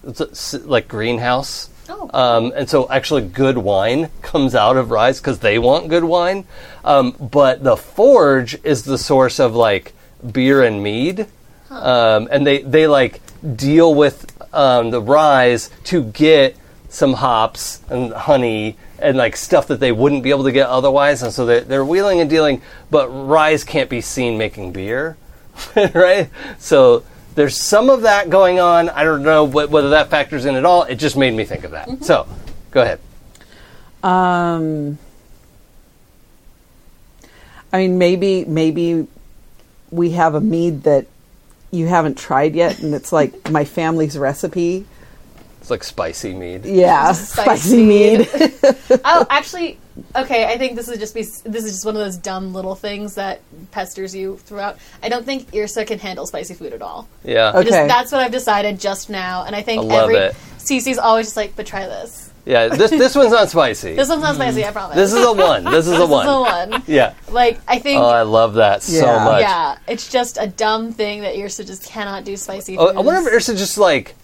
s- s- like greenhouse, Oh. um, and so actually good wine [laughs] comes out of Rise because they want good wine. Um, but the Forge is the source of like beer and mead, um, and they they like deal with um, the Rise to get some hops and honey and like stuff that they wouldn't be able to get otherwise. And so they're, they're wheeling and dealing, but Rise can't be seen making beer, [laughs] right? So there's some of that going on. I don't know wh- whether that factors in at all. It just made me think of that. Mm-hmm. So go ahead. Um, I mean, maybe maybe we have a mead that you haven't tried yet, and it's like my family's recipe. It's like spicy mead. Yeah, [laughs] Spicy spicy, mead. Oh, actually, okay. I think this is just be this is just one of those dumb little things that pesters you throughout. I don't think Irsa can handle spicy food at all. Yeah. Just- Okay. that's what I've decided just now, and I think I love every it. Cece's always just like, but try this. Yeah. This, this one's not spicy. This one's not spicy, I promise. Mm. This is a one. This is a [laughs] This one. is the one. Yeah. Like I think, Oh, I love that so Yeah. much. yeah, it's just a dumb thing that Irsa just cannot do spicy. Oh, I foods. wonder if Ursa just like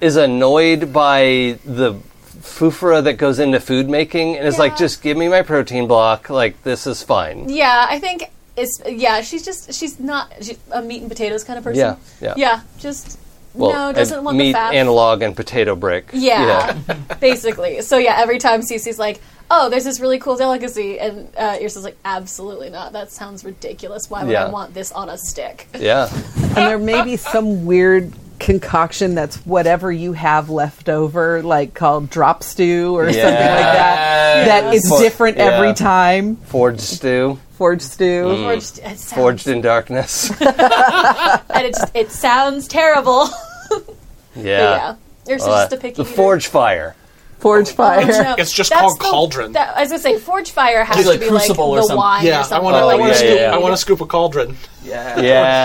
is annoyed by the fufra that goes into food making and is like, Yeah. just give me my protein block. Like this is fine. Yeah, I think it's yeah. She's just she's not she's a meat and potatoes kind of person. Yeah, yeah. just Well, no, and doesn't want meat the fat. analog and potato brick. yeah, [laughs] basically. So yeah, every time Cece's like, "Oh, there's this really cool delicacy," and uh, Irsa's like, "Absolutely not. That sounds ridiculous. Why would Yeah. Mm. I want this on a stick?" [laughs] yeah. Yeah. and there may be some weird concoction that's whatever you have left over, like called drop stew or something like that. That is For- different yeah. Mm. every time. Forged stew, Forge stew. Forged, it sounds, forged in [laughs] darkness. and it just it sounds terrible. [laughs] yeah. But yeah, Irsa's Uh, just a picky the eater. forge fire. Forge fire. No, It's just that's called the- Cauldron. that- I was gonna say, forge fire has Like to be like the crucible or something. wine. Yeah, or I something. want to. I like want to that. Oh, yeah, scoop. yeah. I want to scoop a cauldron. Yeah. Yeah,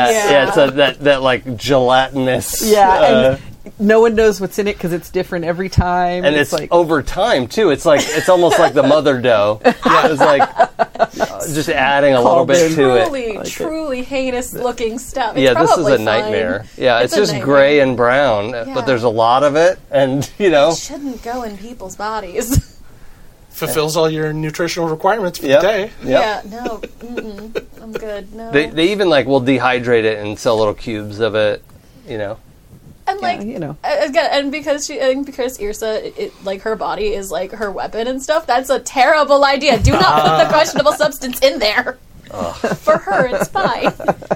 Yeah. yeah. It's a, that that like gelatinous. [laughs] Yeah, uh, and no one knows what's in it because it's different every time. and, it's, oh, over time too. It's like it's almost like the mother dough. [laughs] Yeah, it's like uh, just adding a little Called bit in. to it. Truly, truly heinous looking stuff. It's yeah, this is probably a fine. nightmare. Yeah, it's, It's a just nightmare. gray and brown, uh, Yeah. but there's a lot of it, and [laughs] you know, It shouldn't go in people's bodies. [laughs] Fulfills all your nutritional requirements for Yep. the day. yeah. Yeah, no, mm-mm, I'm good. No, They they even like will dehydrate it and sell little cubes of it. You know, and like you know. a- again, and because she and because Irsa, it, it- like her body is like her weapon and stuff. That's a terrible idea. Do [laughs] not put the questionable substance in there. For her, [laughs] it's fine.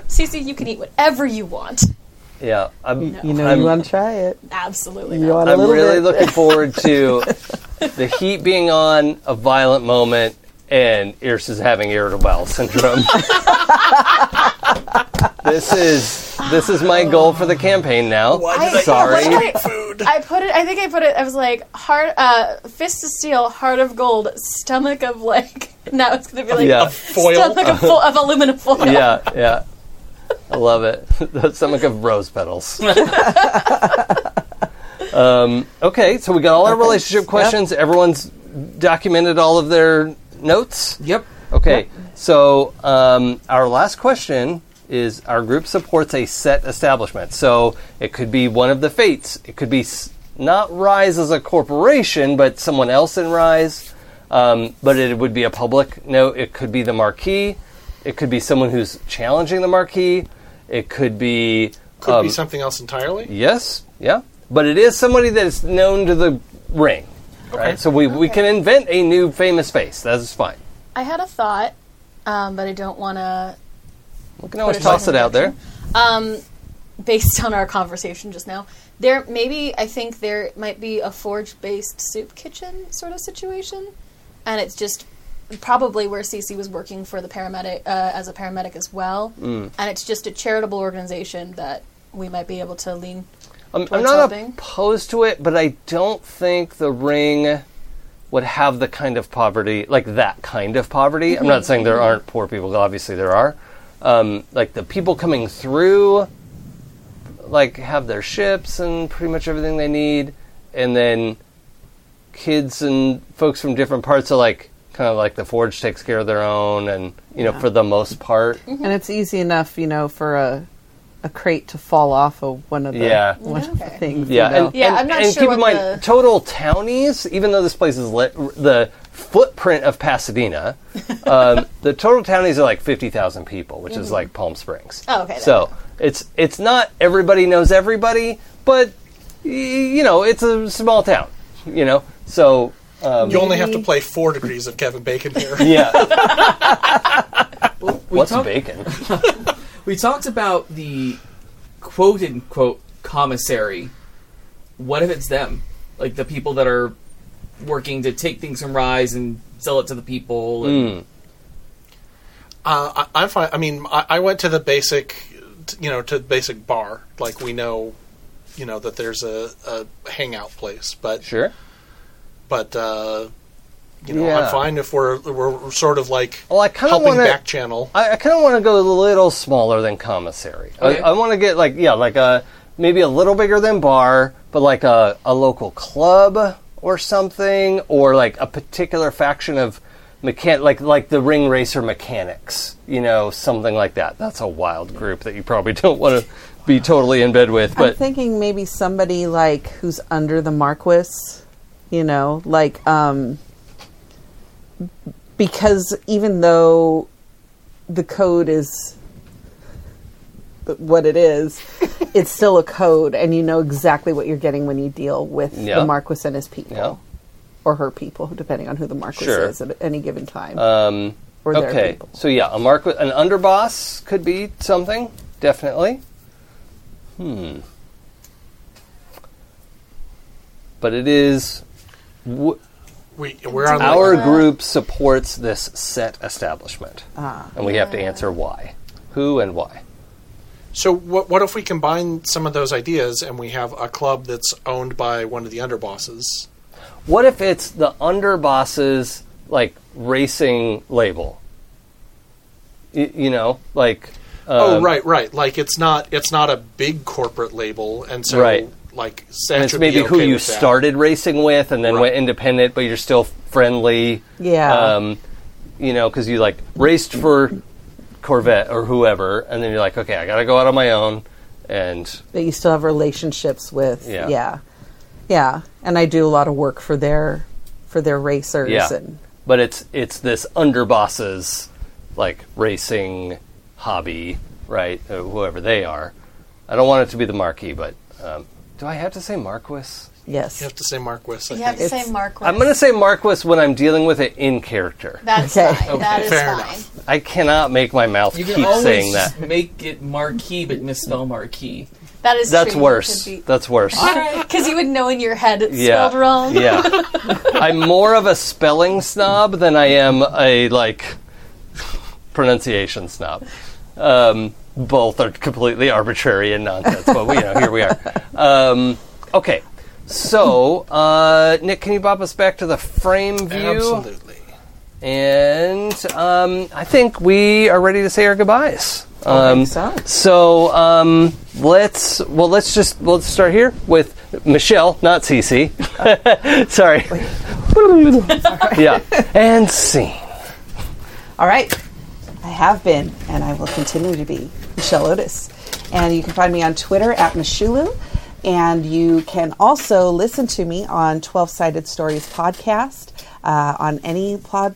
Cece, you can eat whatever you want. yeah. I'm, you know I'm- you want to try it. Absolutely You not. want a I'm little really bit. [laughs] looking forward to the heat being on, a violent moment, and Irse is having irritable [laughs] bowel syndrome. this is this is my goal for the campaign now. I- Sorry. what did I- I put it. I think I put it. I was like heart, uh, fist of steel, heart of gold, stomach of like. [laughs] Now it's gonna be like Yeah. Foil. stomach of, fo- of aluminum [laughs] foil. Yeah, yeah. I love it. [laughs] the stomach of rose petals. um, okay, so we got all our relationship questions. Everyone's documented all of their notes. Yep. Okay, so um, our last question is: Our group supports a set establishment, so it could be one of the fates. It could be s- not Rise as a corporation, but someone else in Rise. Um, but it would be a public note. It could be the Marquis. It could be someone who's challenging the Marquis. It could be Could um, be something else entirely. Yes, yeah. But it is somebody that is known to the ring. Right? So we, we can invent a new famous face. That is fine. I had a thought, um, but I don't want to. We can always it toss in it out there. Um, based on our conversation just now, there maybe I think there might be a forge-based soup kitchen sort of situation, and it's just probably where Cece was working for the paramedic uh, as a paramedic as well, Mm. and it's just a charitable organization that we might be able to lean. I'm, I'm towards not helping. opposed to it, but I don't think the ring would have the kind of poverty, like that kind of poverty. I'm not saying there aren't poor people. Obviously, there are. Um, like the people coming through, like have their ships and pretty much everything they need, and then kids and folks from different parts are like kind of like the forge takes care of their own, and you know for the most part, And it's easy enough, you know, for a a crate to fall off of one of the Yeah. one of the Okay. things. Yeah, you know. and, Yeah, and- I'm not and sure keep in what mind, the- total townies. Even though this place is lit, r- the footprint of [laughs] Pasadena, um, the total townies are like fifty thousand people, which is like Palm Springs. Mm-hmm. Oh, okay, So it's it's not everybody knows everybody, but y- you know it's a small town. You know, so um, You only have to play four degrees of Kevin Bacon here. [laughs] yeah. We What's talked- bacon? We talked about the quote unquote commissary. What if it's them? Like the people that are working to take things from Rise and sell it to the people. Mm, And Uh, I, I, find, I mean, I, I went to the basic, t- you know, to the basic bar. Like we know, you know, that there's a, a hangout place, but Sure. but uh, you know, Yeah. I'm fine if we're we're sort of like Well, I kinda helping wanna- back channel. I, I kind of want to go a little smaller than commissary. Okay. I, I want to get like yeah, like a maybe a little bigger than bar, but like a, a local club or something, or like a particular faction of mechan like like the ring racer mechanics, you know, something like that. That's a wild group that you probably [laughs] don't want to be totally in bed with, I'm but thinking maybe somebody like who's under the Marquis, you know, like um because even though the code is th- what it [laughs] is, it's still a code and you know exactly what you're getting when you deal with Yeah. the Marquis and his people. Yeah. Or her people, depending on who the Marquis Sure. is at any given time. um, Or their okay. people. So yeah, a mark an underboss could be something definitely. Hmm. But it is w- We we're on our like, group supports this set establishment, Ah. and we have to answer why, who, and why. so what what if we combine some of those ideas and we have a club that's owned by one of the underbosses? What if it's the underboss's like racing label? Y- you know, like Uh, oh, right, right. Like it's not it's not a big corporate label, and so Right. like and Satch it's would be maybe who okay you with that. started racing with and then Right. went independent, but you're still friendly. Yeah. Um, you know, because you like raced for Corvette or whoever, and then you're like, okay, I got to go out on my own. And that you still have relationships with. Yeah. yeah, Yeah. And I do a lot of work for their for their racers. yeah, And but it's it's this underboss's like racing hobby, right? Uh, whoever they are. I don't want it to be the marquee, but um, do I have to say Marquis? yes, You have to say Marquis. I You have think. to say Marquis. I'm going to say Marquis when I'm dealing with it in character. That's Okay. fine. That is fair fine. enough. I cannot make my mouth You keep can always saying that. just make it marquee, but misspell marquee. That is That's true. worse. That's worse. [laughs] Because you would know in your head it's Yeah. spelled wrong. Yeah. [laughs] I'm more of a spelling snob than I am a like pronunciation snob. Um, both are completely arbitrary and nonsense, but we, you know, here we are. Um, okay. So, uh, Nick, can you bop us back to the frame view? Absolutely. And um, I think we are ready to say our goodbyes. Um, so. so, um, let's well let's just let's start here with Michelle, not Cece. [laughs] Sorry. yeah. And scene. All right. I have been, and I will continue to be, Michelle Otis. And you can find me on Twitter at Michulu. And you can also listen to me on 12 Sided Stories Podcast uh, on any pod.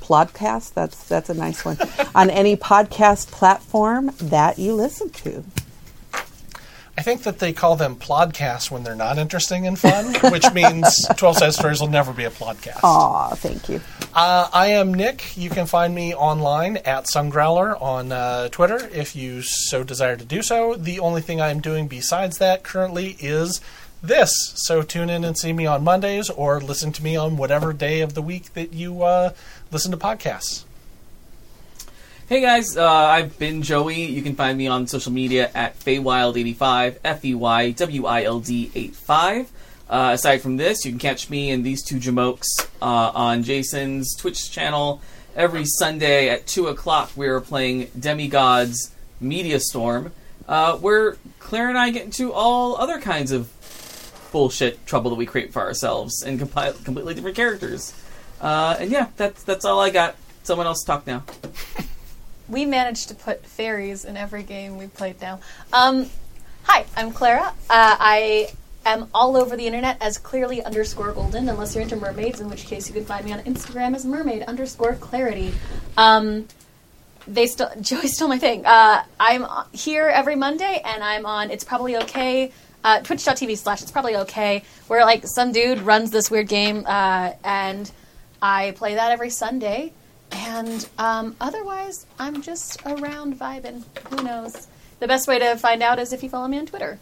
Podcast, that's that's a nice [laughs] one. on any podcast platform that you listen to. I think that they call them plodcasts when they're not interesting and fun, [laughs] which means 12 Side Stories will never be a plodcast. Aw, thank you. Uh, I am Nick. You can find me online at Sungrowler on uh, Twitter if you so desire to do so. The only thing I'm doing besides that currently is this. So tune in and see me on Mondays or listen to me on whatever day of the week that you uh, listen to podcasts. Hey guys, uh, I've been Joey. You can find me on social media at Feywild85, F E Y W I L D 85. Uh, aside from this, you can catch me and these two jamokes uh, on Jason's Twitch channel every Sunday at 2 o'clock. We are playing Demigods Media Storm, uh, where Claire and I get into all other kinds of bullshit trouble that we create for ourselves and compile completely different characters. Uh, and yeah, that's, that's all I got. Someone else talk now. We managed to put fairies in every game we played now. Um, Hi, I'm Clara. Uh, I am all over the internet as clearly underscore golden, unless you're into mermaids, in which case you can find me on Instagram as mermaid underscore clarity. Um, they still [laughs] Joey stole my thing. Uh, I'm here every Monday, and I'm on. It's probably okay. Uh, Twitch.tv slash It's probably okay. Where like some dude runs this weird game, uh, and I play that every Sunday. And um, otherwise, I'm just around vibing. Who knows? The best way to find out is if you follow me on Twitter.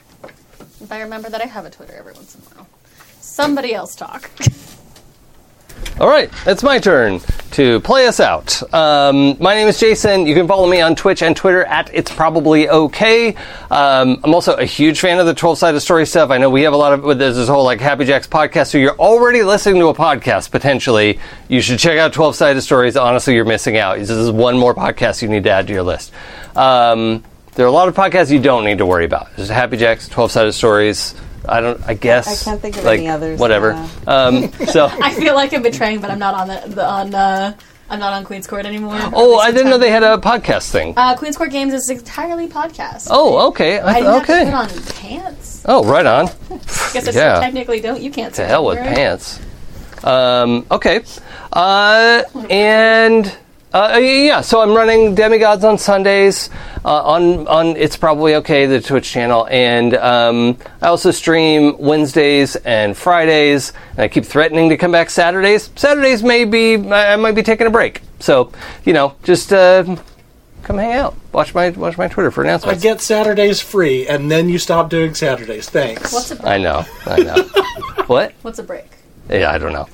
If I remember that I have a Twitter every once in a while. Somebody else talk. [laughs] All right, it's my turn to play us out. Um, my name is Jason. You can follow me on Twitch and Twitter at It's Probably Okay. Um, I'm also a huge fan of the 12 Sided Story stuff. I know we have a lot of, there's this whole like Happy Jacks podcast, so you're already listening to a podcast potentially. You should check out 12 Sided Stories. Honestly, you're missing out. This is one more podcast you need to add to your list. Um, there are a lot of podcasts you don't need to worry about. There's Happy Jacks, 12 Sided Stories. I don't, I guess. I can't think of like, any others, Whatever. [laughs] Um, so. I feel like I'm betraying, but I'm not on the, the on. Uh, I'm not on Queen's Court anymore. Oh, I didn't know they had a podcast thing. Uh, Queen's Court Games is entirely podcast. Oh, okay. I, I didn't okay. have to put on pants. Oh, right on. Guess Yeah. I still technically don't. You can't. To hell with pants. Um, okay. Uh, and uh, yeah, so I'm running Demigods on Sundays uh, on on it's probably okay the Twitch channel, and um, I also stream Wednesdays and Fridays, and I keep threatening to come back Saturdays. Saturdays may be I I might be taking a break, so you know just. Uh, Come hang out. Watch my watch my Twitter for I announcements. get Saturdays free, and then you stop doing Saturdays. Thanks. What's a break? I know. I know. what? What's a break? Yeah, I don't know.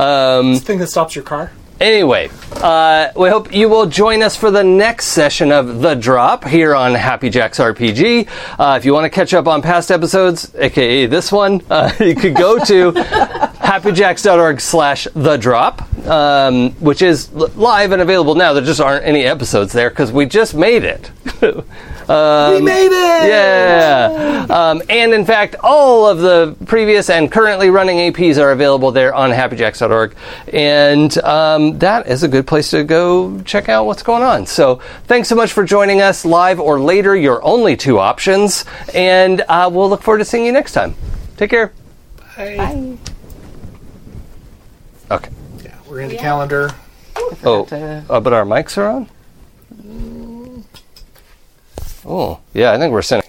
Um, the thing that stops your car? Anyway, uh, we hope you will join us for the next session of The Drop here on Happy Jacks RPG. Uh, if you want to catch up on past episodes, aka this one, uh, [laughs] you could go to happyjacks.org slash The Drop, um, which is li- live and available now. There just aren't any episodes there because we just made it. [laughs] we made it! Yeah. Um, and in fact, all of the previous and currently running APs are available there on happyjacks.org. And um, that is a good place to go check out what's going on. So thanks so much for joining us live or later, your only two options. And uh, we'll look forward to seeing you next time. Take care. Okay. Yeah, we're into calendar. Oh, uh, but our mics are on? Oh, yeah, I think we're sending.